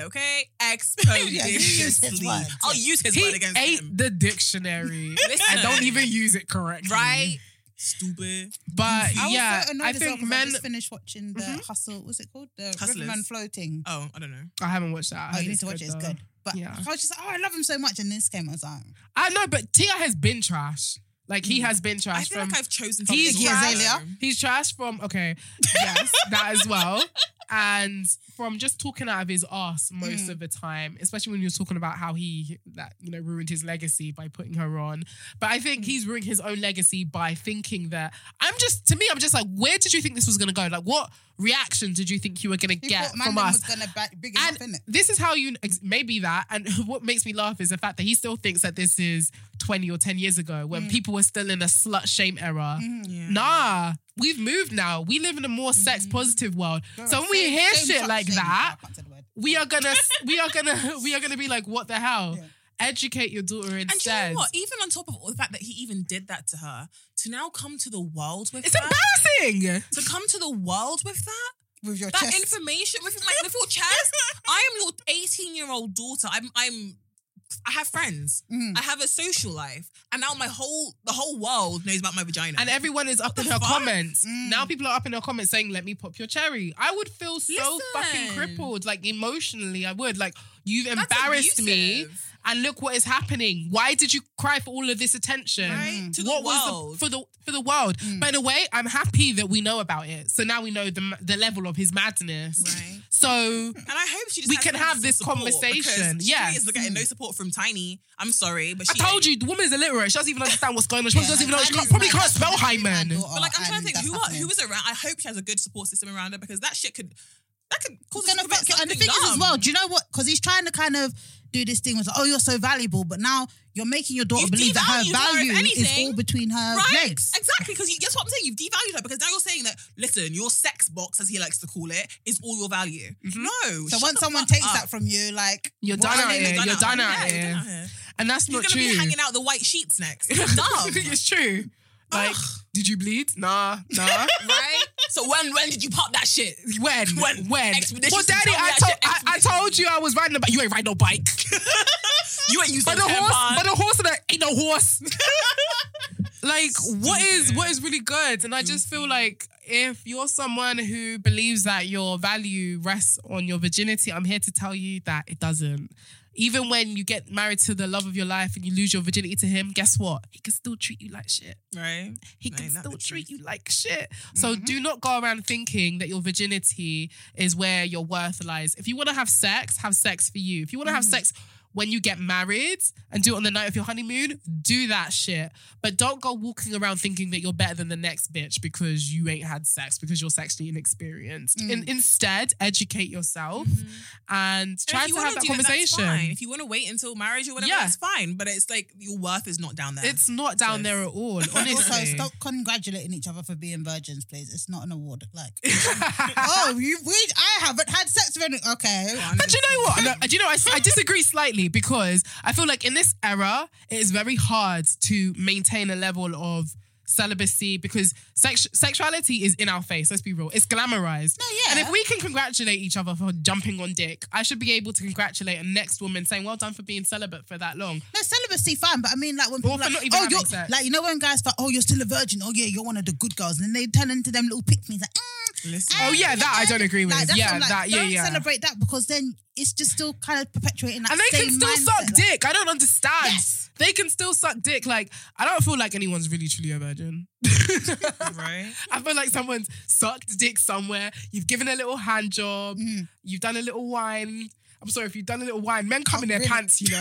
[SPEAKER 2] (laughs)
[SPEAKER 3] okay?
[SPEAKER 1] you used his
[SPEAKER 3] Expeditiously.
[SPEAKER 1] word.
[SPEAKER 3] I'll use his
[SPEAKER 2] He
[SPEAKER 3] word against
[SPEAKER 2] ate
[SPEAKER 3] him.
[SPEAKER 2] the dictionary and
[SPEAKER 3] Listen.
[SPEAKER 2] don't even use it correctly.
[SPEAKER 3] Right? Stupid.
[SPEAKER 2] But
[SPEAKER 1] I was
[SPEAKER 2] yeah,
[SPEAKER 1] so annoyed
[SPEAKER 2] I
[SPEAKER 1] as well
[SPEAKER 2] think
[SPEAKER 1] 'cause
[SPEAKER 2] men. Mm-hmm.
[SPEAKER 1] I just finished watching the hustle. What's it called? The
[SPEAKER 3] Hustlers.
[SPEAKER 1] Riverman floating.
[SPEAKER 3] Oh, I don't know.
[SPEAKER 2] I haven't watched that. I
[SPEAKER 1] Oh,
[SPEAKER 2] heard
[SPEAKER 1] you need to watch it. It's
[SPEAKER 2] though.
[SPEAKER 1] good. But
[SPEAKER 2] Yeah.
[SPEAKER 1] I was just like, oh, I love him so much. And this came, I was like,
[SPEAKER 2] I know, but Ti has been trash. Like he has been trash
[SPEAKER 3] I feel
[SPEAKER 2] from.
[SPEAKER 3] like I've chosen to
[SPEAKER 2] he's
[SPEAKER 1] Iggy
[SPEAKER 2] trash.
[SPEAKER 1] Azalea.
[SPEAKER 2] He's trash from okay, yes, that as
[SPEAKER 3] (laughs)
[SPEAKER 2] well, and from just talking out of his ass most
[SPEAKER 3] Mm.
[SPEAKER 2] of the time, especially when you're talking about how he that you know ruined his legacy by putting her on. But I
[SPEAKER 3] Mm.
[SPEAKER 2] think he's ruining his own legacy by thinking that I'm just to me, I'm just like, where did you think this was gonna go? Like, what reaction did you think you were gonna
[SPEAKER 1] he
[SPEAKER 2] get
[SPEAKER 1] thought man
[SPEAKER 2] from
[SPEAKER 1] them
[SPEAKER 2] us?
[SPEAKER 1] was going to big
[SPEAKER 2] and
[SPEAKER 1] enough, innit?
[SPEAKER 2] this is how you ex- maybe that and (laughs) what makes me laugh is the fact that he still thinks that this is 20 or 10 years ago when people were still in a slut shame era
[SPEAKER 3] Mm. Yeah. Mm-hmm.
[SPEAKER 2] nah we've moved now we live in a more sex positive world so when we
[SPEAKER 1] Same-
[SPEAKER 2] hear
[SPEAKER 1] same
[SPEAKER 2] shit
[SPEAKER 1] shot,
[SPEAKER 2] like
[SPEAKER 1] same-
[SPEAKER 2] that
[SPEAKER 1] I can't say the word.
[SPEAKER 2] we are gonna we are gonna (laughs) we are gonna be like what the hell educate your daughter
[SPEAKER 3] And do you
[SPEAKER 2] instead
[SPEAKER 3] know what? Even on top of all the fact that he even did that to her, to now come to the world with
[SPEAKER 2] it's
[SPEAKER 3] that,
[SPEAKER 2] embarrassing
[SPEAKER 3] to come to the world with that,
[SPEAKER 1] With your
[SPEAKER 3] that
[SPEAKER 1] chest.
[SPEAKER 3] information with my little
[SPEAKER 1] (laughs)
[SPEAKER 3] chest. I am your 18 year old daughter. I'm I'm I have friends.
[SPEAKER 1] Mm.
[SPEAKER 3] I have a social life, and now my whole the whole world knows about my vagina.
[SPEAKER 2] and everyone is up in
[SPEAKER 3] the
[SPEAKER 2] her
[SPEAKER 3] fuck? Mm.
[SPEAKER 2] comments. Now people are up in her comments saying, "Let me pop your cherry." I would feel so fucking
[SPEAKER 3] Listen.
[SPEAKER 2] crippled, like emotionally. I would like you've embarrassed me,
[SPEAKER 3] abusive.
[SPEAKER 2] and look what is happening. Why did you cry for all of this attention?
[SPEAKER 3] Right? To the
[SPEAKER 2] what was
[SPEAKER 3] world. Mm.
[SPEAKER 2] the, for the for the world? But in a way, I'm happy that we know about it. So now we know the the level of his madness.
[SPEAKER 3] Right.
[SPEAKER 2] So
[SPEAKER 3] and I hope she just
[SPEAKER 2] We
[SPEAKER 3] has
[SPEAKER 2] can
[SPEAKER 3] some
[SPEAKER 2] have this
[SPEAKER 3] support,
[SPEAKER 2] conversation.
[SPEAKER 3] because she
[SPEAKER 2] Yes.
[SPEAKER 3] is getting no support from Tiny. I'm sorry, but
[SPEAKER 2] I
[SPEAKER 3] she
[SPEAKER 2] told
[SPEAKER 3] ain't.
[SPEAKER 2] you the woman's illiterate. She doesn't even understand what's going on. She
[SPEAKER 1] Yeah,
[SPEAKER 2] probably doesn't
[SPEAKER 1] like,
[SPEAKER 2] even know.
[SPEAKER 1] that
[SPEAKER 2] She can't,
[SPEAKER 1] is
[SPEAKER 2] probably
[SPEAKER 1] my-
[SPEAKER 2] can't
[SPEAKER 1] that's
[SPEAKER 2] spell
[SPEAKER 1] my
[SPEAKER 2] hymen.
[SPEAKER 1] daughter,
[SPEAKER 3] But like, I'm trying
[SPEAKER 1] and
[SPEAKER 3] to think
[SPEAKER 1] that's
[SPEAKER 3] who are,
[SPEAKER 1] happening.
[SPEAKER 3] who is around. I hope she has a good support system around her because that shit could that could cause
[SPEAKER 1] It's
[SPEAKER 3] us to
[SPEAKER 1] gonna
[SPEAKER 3] about
[SPEAKER 1] affect you. And the
[SPEAKER 3] something
[SPEAKER 1] thing is as
[SPEAKER 3] dumb.
[SPEAKER 1] well, do you know what? Because he's trying to kind of do this thing with, like, oh, you're so valuable, but now you're making your daughter
[SPEAKER 3] You've
[SPEAKER 1] believe that her
[SPEAKER 3] devalued her,
[SPEAKER 1] value
[SPEAKER 3] if
[SPEAKER 1] is
[SPEAKER 3] anything.
[SPEAKER 1] all between her legs.
[SPEAKER 3] Exactly, because you guess what I'm saying? You've devalued her because now you're saying that, listen, your sex box, as he likes to call it, is all your value.
[SPEAKER 2] Mm-hmm.
[SPEAKER 3] No.
[SPEAKER 1] So once someone takes that from you, like
[SPEAKER 2] You're
[SPEAKER 1] what
[SPEAKER 2] done
[SPEAKER 1] are
[SPEAKER 2] out
[SPEAKER 1] you
[SPEAKER 2] here.
[SPEAKER 1] gonna
[SPEAKER 2] You're
[SPEAKER 1] do?
[SPEAKER 2] done
[SPEAKER 3] Yeah,
[SPEAKER 2] out
[SPEAKER 3] you're done out
[SPEAKER 2] here.
[SPEAKER 3] here.
[SPEAKER 2] And that's
[SPEAKER 3] You're
[SPEAKER 2] not
[SPEAKER 3] going to
[SPEAKER 2] true.
[SPEAKER 3] be hanging out the white
[SPEAKER 2] (laughs)
[SPEAKER 3] sheets next. You're dumb.
[SPEAKER 2] it's true. Like, did you bleed? Nah, nah.
[SPEAKER 3] (laughs) right? So when when did you pop that shit?
[SPEAKER 2] when?
[SPEAKER 3] (laughs) When?
[SPEAKER 2] When?
[SPEAKER 3] Expedition,
[SPEAKER 2] Well, Daddy,
[SPEAKER 3] tell me
[SPEAKER 2] I,
[SPEAKER 3] that
[SPEAKER 2] to-
[SPEAKER 3] shit,
[SPEAKER 2] I, I
[SPEAKER 3] expedition.
[SPEAKER 2] told you I was riding a bike. You ain't ride no bike.
[SPEAKER 3] (laughs) You ain't used
[SPEAKER 2] but
[SPEAKER 3] but
[SPEAKER 2] the
[SPEAKER 3] tampon.
[SPEAKER 2] horse, but the horse that ain't
[SPEAKER 3] (laughs)
[SPEAKER 2] no horse. like, what is what is really good? And I just feel like if you're someone who believes that your value rests on your virginity, I'm here to tell you that it doesn't. Even when you get married to the love of your life and you lose your virginity to him, guess what? He can still treat you like shit.
[SPEAKER 3] Right.
[SPEAKER 2] He
[SPEAKER 3] Ain't
[SPEAKER 2] can
[SPEAKER 3] that
[SPEAKER 2] still
[SPEAKER 3] the Mm-hmm.
[SPEAKER 2] treat you like shit. So do not go around thinking that your virginity is where your worth lies. If you want to have sex, have sex for you. If you want to
[SPEAKER 3] Mm.
[SPEAKER 2] have sex when you get married and do it on the night of your honeymoon, do that shit. But don't go walking around thinking that you're better than the next bitch because you ain't had sex because you're sexually inexperienced. In, instead, educate yourself and
[SPEAKER 3] Mm. Mm-hmm. And
[SPEAKER 2] try
[SPEAKER 3] if you
[SPEAKER 2] to have
[SPEAKER 3] wanna
[SPEAKER 2] that
[SPEAKER 3] do that's
[SPEAKER 2] conversation.
[SPEAKER 3] fine. If you want to wait until marriage or whatever,
[SPEAKER 2] Yeah.
[SPEAKER 3] that's fine. But it's like your worth is not down there.
[SPEAKER 2] it's not down there at
[SPEAKER 3] (laughs)
[SPEAKER 2] all, honestly.
[SPEAKER 1] Also, stop congratulating each other for being virgins, please. It's not an award. Like, (laughs) oh, you, we, I haven't had sex with anyone. Okay.
[SPEAKER 2] But you know what? No, do you know? I, I disagree slightly because I feel like in this era, it is very hard to maintain a level of celibacy because sex, sexuality is in our face. Let's be real; it's glamorized. No,
[SPEAKER 1] yeah.
[SPEAKER 2] And if we can congratulate each other for jumping on dick, I should be able to congratulate a next woman saying, "Well done for being celibate for that long."
[SPEAKER 1] No, celibacy, fine, but I mean, like when people
[SPEAKER 2] for
[SPEAKER 1] like,
[SPEAKER 2] not even
[SPEAKER 1] oh,
[SPEAKER 2] having
[SPEAKER 1] you're
[SPEAKER 2] sex.
[SPEAKER 1] like, you know, when guys thought, oh, you're still a virgin. Oh yeah, you're one of the good girls, and then they turn into them little pick me's like, mm,
[SPEAKER 3] Listen.
[SPEAKER 1] eh,
[SPEAKER 2] Oh, yeah, that I don't agree with.
[SPEAKER 1] Like, that's
[SPEAKER 2] Yeah,
[SPEAKER 1] what I'm like,
[SPEAKER 2] that- yeah,
[SPEAKER 1] don't
[SPEAKER 2] yeah.
[SPEAKER 1] Celebrate that because then it's just still kind of perpetuating that.
[SPEAKER 2] And they can
[SPEAKER 1] same
[SPEAKER 2] still
[SPEAKER 1] mindset,
[SPEAKER 2] suck
[SPEAKER 1] like-
[SPEAKER 2] dick. I don't understand.
[SPEAKER 1] Yes.
[SPEAKER 2] They can still suck dick. Like, I don't feel like anyone's really truly a virgin.
[SPEAKER 3] right.
[SPEAKER 2] I feel like someone's sucked dick somewhere. You've given a little hand job. You've done a little wine. I'm sorry if you've done a little wine. Men come in their
[SPEAKER 1] really?
[SPEAKER 2] pants, you know.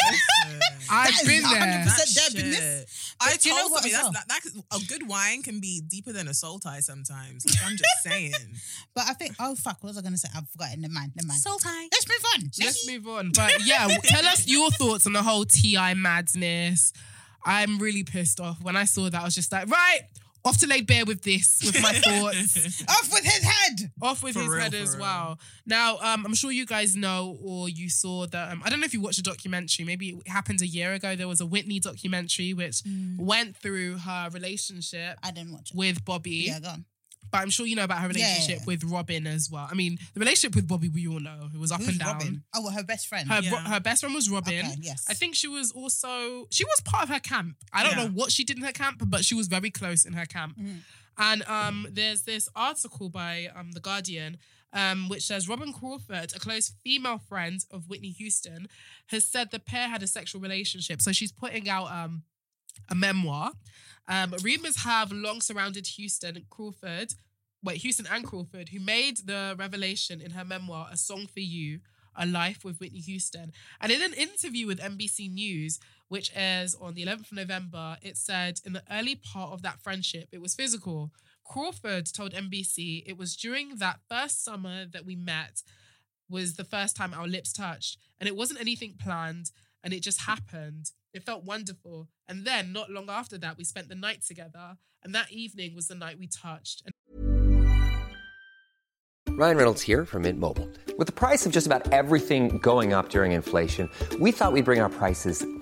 [SPEAKER 2] I've
[SPEAKER 1] is
[SPEAKER 2] been
[SPEAKER 1] 100%
[SPEAKER 2] there.
[SPEAKER 3] That
[SPEAKER 1] there, been
[SPEAKER 3] shit.
[SPEAKER 1] this.
[SPEAKER 3] I
[SPEAKER 1] But you know
[SPEAKER 3] told
[SPEAKER 1] what
[SPEAKER 3] somebody
[SPEAKER 1] as
[SPEAKER 3] that's, that, that, a good wine can be deeper than a soul tie sometimes. Like, I'm just
[SPEAKER 2] (laughs)
[SPEAKER 3] saying.
[SPEAKER 1] But I think, oh fuck, what was I gonna say? I've forgotten. Never mind. Never mind.
[SPEAKER 3] tie.
[SPEAKER 1] Let's move on.
[SPEAKER 2] Let's move on. But yeah, tell us your thoughts on the whole TI madness. I'm really pissed off. When I saw that, I was just like, right, off to lay bare with this, with my thoughts.
[SPEAKER 1] Off with his head.
[SPEAKER 2] off with
[SPEAKER 3] For
[SPEAKER 2] his
[SPEAKER 3] real,
[SPEAKER 2] head
[SPEAKER 3] for
[SPEAKER 2] as
[SPEAKER 3] real.
[SPEAKER 2] well. Now, um, I'm sure you guys know or you saw that. Um, I don't know if you watched a documentary. Maybe it happened a year ago. There was a Whitney documentary which went through her relationship
[SPEAKER 1] Mm. I didn't watch it.
[SPEAKER 2] with Bobby.
[SPEAKER 1] Yeah, go on.
[SPEAKER 2] But I'm sure you know about her
[SPEAKER 1] Yeah.
[SPEAKER 2] relationship with Robin as well. I mean, the relationship with Bobby we all know. It was up
[SPEAKER 1] Who's
[SPEAKER 2] and down.
[SPEAKER 1] Robin? Oh, well, her best friend.
[SPEAKER 2] Her,
[SPEAKER 3] Yeah.
[SPEAKER 2] her best friend was Robin.
[SPEAKER 1] Okay, yes.
[SPEAKER 2] I think she was also she was part of her camp. I don't
[SPEAKER 3] Yeah.
[SPEAKER 2] know what she did in her camp, but she was very close in her camp. And um, there's this article by um, the Guardian. Um, which says Robin Crawford, a close female friend of Whitney Houston, has said the pair had a sexual relationship. So she's putting out um, a memoir. Um, rumors have long surrounded Houston and Crawford, wait, Houston and Crawford, who made the revelation in her memoir, A Song for You, A Life with Whitney Houston. And in an interview with NBC News, which airs on the 11th of November, it said in the early part of that friendship, it was physical. Crawford told NBC it was during that first summer that we met was the first time our lips touched. And it wasn't anything planned and it just happened. It felt wonderful. And then, not long after that, we spent the night together. And that evening was the night we touched. And
[SPEAKER 6] Ryan Reynolds here from Mint Mobile. With the price of just about everything going up during inflation, we thought we'd bring our prices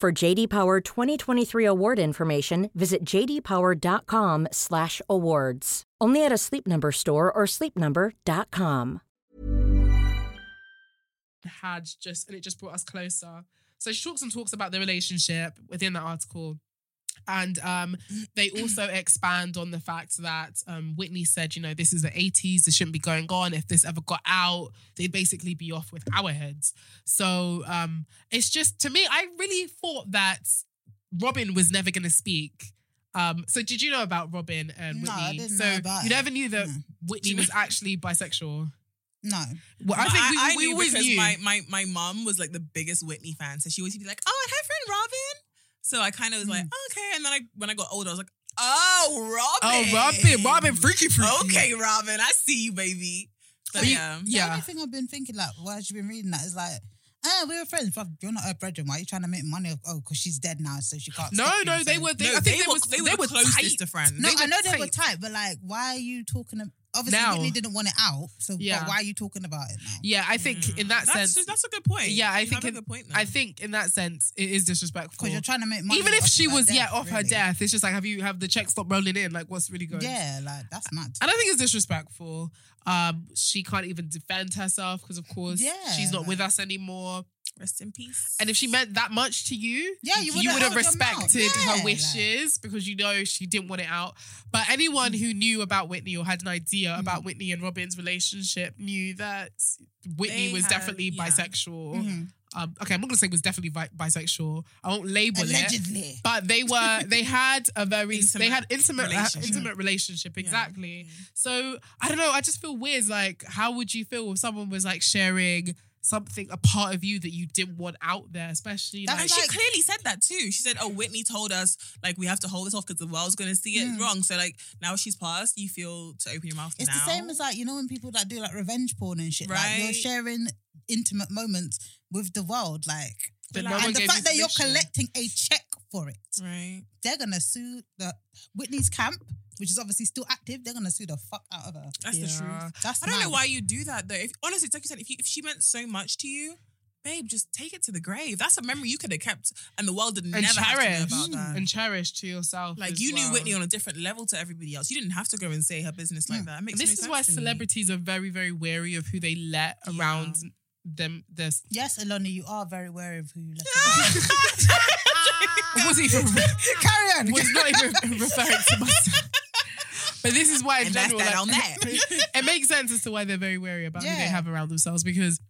[SPEAKER 4] For JD Power 2023 award information, visit jdpower.com/awards. Only at a Sleep Number store or sleepnumber.com.
[SPEAKER 2] had just, and it just brought us closer. So she talks and talks about the relationship within that article. And um,
[SPEAKER 3] (clears throat)
[SPEAKER 2] they also expand on the fact that um, Whitney said, you know, this is the 80s, this shouldn't be going on. If this ever got out, they'd basically be off with our heads. So um, it's just, to me, I really thought that Robin was never going to speak. Um, so did you know about Robin and
[SPEAKER 1] No,
[SPEAKER 2] Whitney?
[SPEAKER 1] I didn't
[SPEAKER 2] so
[SPEAKER 1] know Mm. about
[SPEAKER 2] you
[SPEAKER 1] it.
[SPEAKER 2] never knew that
[SPEAKER 1] No.
[SPEAKER 2] Whitney was actually bisexual.
[SPEAKER 1] No.
[SPEAKER 2] Well, I
[SPEAKER 3] But
[SPEAKER 2] think we,
[SPEAKER 3] I,
[SPEAKER 2] we
[SPEAKER 3] knew
[SPEAKER 2] always
[SPEAKER 3] because
[SPEAKER 2] knew.
[SPEAKER 3] my my my mom was like the biggest Whitney fan, so she always would be like, "Oh, and her friend Robin." So I kind of was like,
[SPEAKER 2] Mm.
[SPEAKER 3] "Okay," and then I when I got older, I was like, "Oh, Robin."
[SPEAKER 2] oh, Robin, Robin, freaky freaky.
[SPEAKER 3] Okay, Robin, I see you, baby. But
[SPEAKER 2] But you-
[SPEAKER 3] yeah,
[SPEAKER 1] The
[SPEAKER 2] yeah.
[SPEAKER 1] only thing I've been thinking, like, why she been reading that is like, ah, we were friends, but you're not her brethren. Why are you trying to make money? Off, oh, because she's dead now, so she can't.
[SPEAKER 2] No,
[SPEAKER 1] stop you,
[SPEAKER 2] no,
[SPEAKER 1] so-
[SPEAKER 2] they were. They,
[SPEAKER 3] No,
[SPEAKER 2] I think
[SPEAKER 3] they
[SPEAKER 2] they,
[SPEAKER 3] were-
[SPEAKER 2] was-
[SPEAKER 3] they were closest
[SPEAKER 2] tight.
[SPEAKER 3] to friends.
[SPEAKER 1] No,
[SPEAKER 2] They
[SPEAKER 1] I
[SPEAKER 2] were
[SPEAKER 1] know they were
[SPEAKER 2] tight.
[SPEAKER 1] tight, but like, why are you talking? ab- Obviously,
[SPEAKER 2] Now.
[SPEAKER 1] Whitney didn't want it out, so but
[SPEAKER 2] Yeah.
[SPEAKER 1] why are you talking about it now?
[SPEAKER 2] Yeah, I think
[SPEAKER 1] Mm.
[SPEAKER 2] in that
[SPEAKER 3] that's
[SPEAKER 2] sense,
[SPEAKER 3] that's a good point.
[SPEAKER 2] yeah, I
[SPEAKER 3] You
[SPEAKER 2] think
[SPEAKER 3] have
[SPEAKER 2] in-
[SPEAKER 3] a good point.
[SPEAKER 2] I
[SPEAKER 3] though.
[SPEAKER 2] think in that sense it is disrespectful.
[SPEAKER 1] Because you're trying to make money.
[SPEAKER 2] Even if
[SPEAKER 1] off
[SPEAKER 2] she
[SPEAKER 1] her
[SPEAKER 2] was yeah
[SPEAKER 1] death,
[SPEAKER 2] off her
[SPEAKER 1] really.
[SPEAKER 2] death, it's just like have you have the check stop rolling in? Like what's really going?
[SPEAKER 1] Yeah, like that's mad.
[SPEAKER 2] I don't think it's disrespectful. Um, she can't even defend herself because of course
[SPEAKER 1] Yeah,
[SPEAKER 2] she's not with
[SPEAKER 1] like-
[SPEAKER 2] us anymore.
[SPEAKER 3] rest in peace.
[SPEAKER 2] And if she meant that much to you,
[SPEAKER 1] Yeah, you would've
[SPEAKER 2] would
[SPEAKER 1] held your
[SPEAKER 2] have
[SPEAKER 1] mouth.
[SPEAKER 2] respected
[SPEAKER 1] Yeah,
[SPEAKER 2] her
[SPEAKER 1] like-
[SPEAKER 2] wishes because you know she didn't want it out. But anyone who knew about Whitney or had an idea
[SPEAKER 1] Mm-hmm.
[SPEAKER 2] about Whitney and Robin's relationship knew that Whitney
[SPEAKER 3] They
[SPEAKER 2] was
[SPEAKER 3] had-
[SPEAKER 2] definitely
[SPEAKER 3] yeah.
[SPEAKER 2] bisexual.
[SPEAKER 1] Mhm.
[SPEAKER 2] Um, okay, I'm not gonna say was definitely bi- bisexual. I won't label it.
[SPEAKER 1] Allegedly.
[SPEAKER 2] But they were they had a very they
[SPEAKER 3] (laughs) Intimate
[SPEAKER 2] had intimate uh,
[SPEAKER 3] relationship.
[SPEAKER 2] intimate relationship
[SPEAKER 3] Yeah. Mm.
[SPEAKER 2] exactly.
[SPEAKER 3] Yeah.
[SPEAKER 2] So I don't know. I just feel weird. Like, how would you feel if someone was like sharing something, a part of you that you didn't want out there, especially
[SPEAKER 1] That's
[SPEAKER 2] like,
[SPEAKER 3] And she clearly said that too. She said, "Oh, Whitney told us like we have to hold this off because the world's going to see
[SPEAKER 2] Mm.
[SPEAKER 3] it wrong." So like now she's passed, you feel to open your mouth.
[SPEAKER 1] It's
[SPEAKER 3] now.
[SPEAKER 1] the same as like you know when people that do like revenge porn and shit. Like you're
[SPEAKER 3] Right.
[SPEAKER 1] sharing intimate moments with the world, like,
[SPEAKER 2] that
[SPEAKER 3] like-
[SPEAKER 2] no one
[SPEAKER 1] and the
[SPEAKER 2] gave
[SPEAKER 1] fact
[SPEAKER 2] you
[SPEAKER 1] that you're
[SPEAKER 2] permission.
[SPEAKER 1] collecting a check for it,
[SPEAKER 3] right.
[SPEAKER 1] they're gonna sue the Whitney's camp, which is obviously still active. They're gonna sue the fuck out of her.
[SPEAKER 3] That's the
[SPEAKER 2] Yeah.
[SPEAKER 3] truth.
[SPEAKER 1] That's
[SPEAKER 3] I don't know
[SPEAKER 1] mad.
[SPEAKER 3] why you do that though. If, honestly, it's like you said, if, you, if she meant so much to you, babe, just take it to the grave. That's a memory you could have kept, and the world did
[SPEAKER 2] and
[SPEAKER 3] never have to know
[SPEAKER 2] cherish
[SPEAKER 3] about that.
[SPEAKER 2] and cherish to yourself.
[SPEAKER 3] like
[SPEAKER 2] as
[SPEAKER 3] you
[SPEAKER 2] well.
[SPEAKER 3] knew Whitney on a different level to everybody else. You didn't have to go and say her business like that. It makes
[SPEAKER 2] And this
[SPEAKER 3] no
[SPEAKER 2] is
[SPEAKER 3] sense
[SPEAKER 2] why
[SPEAKER 3] to me.
[SPEAKER 2] celebrities are very, very wary of who they let around them.
[SPEAKER 3] (laughs)
[SPEAKER 2] This (laughs)
[SPEAKER 1] Yes, Eloni, you are very wary of who you left.
[SPEAKER 2] was even
[SPEAKER 1] Carry on.
[SPEAKER 2] was not even referring to myself. But this is why in
[SPEAKER 3] And that's
[SPEAKER 2] general,
[SPEAKER 3] that
[SPEAKER 2] like,
[SPEAKER 3] on (laughs) that.
[SPEAKER 2] it makes sense as to why they're very wary about who they
[SPEAKER 1] Yeah.
[SPEAKER 2] have around themselves because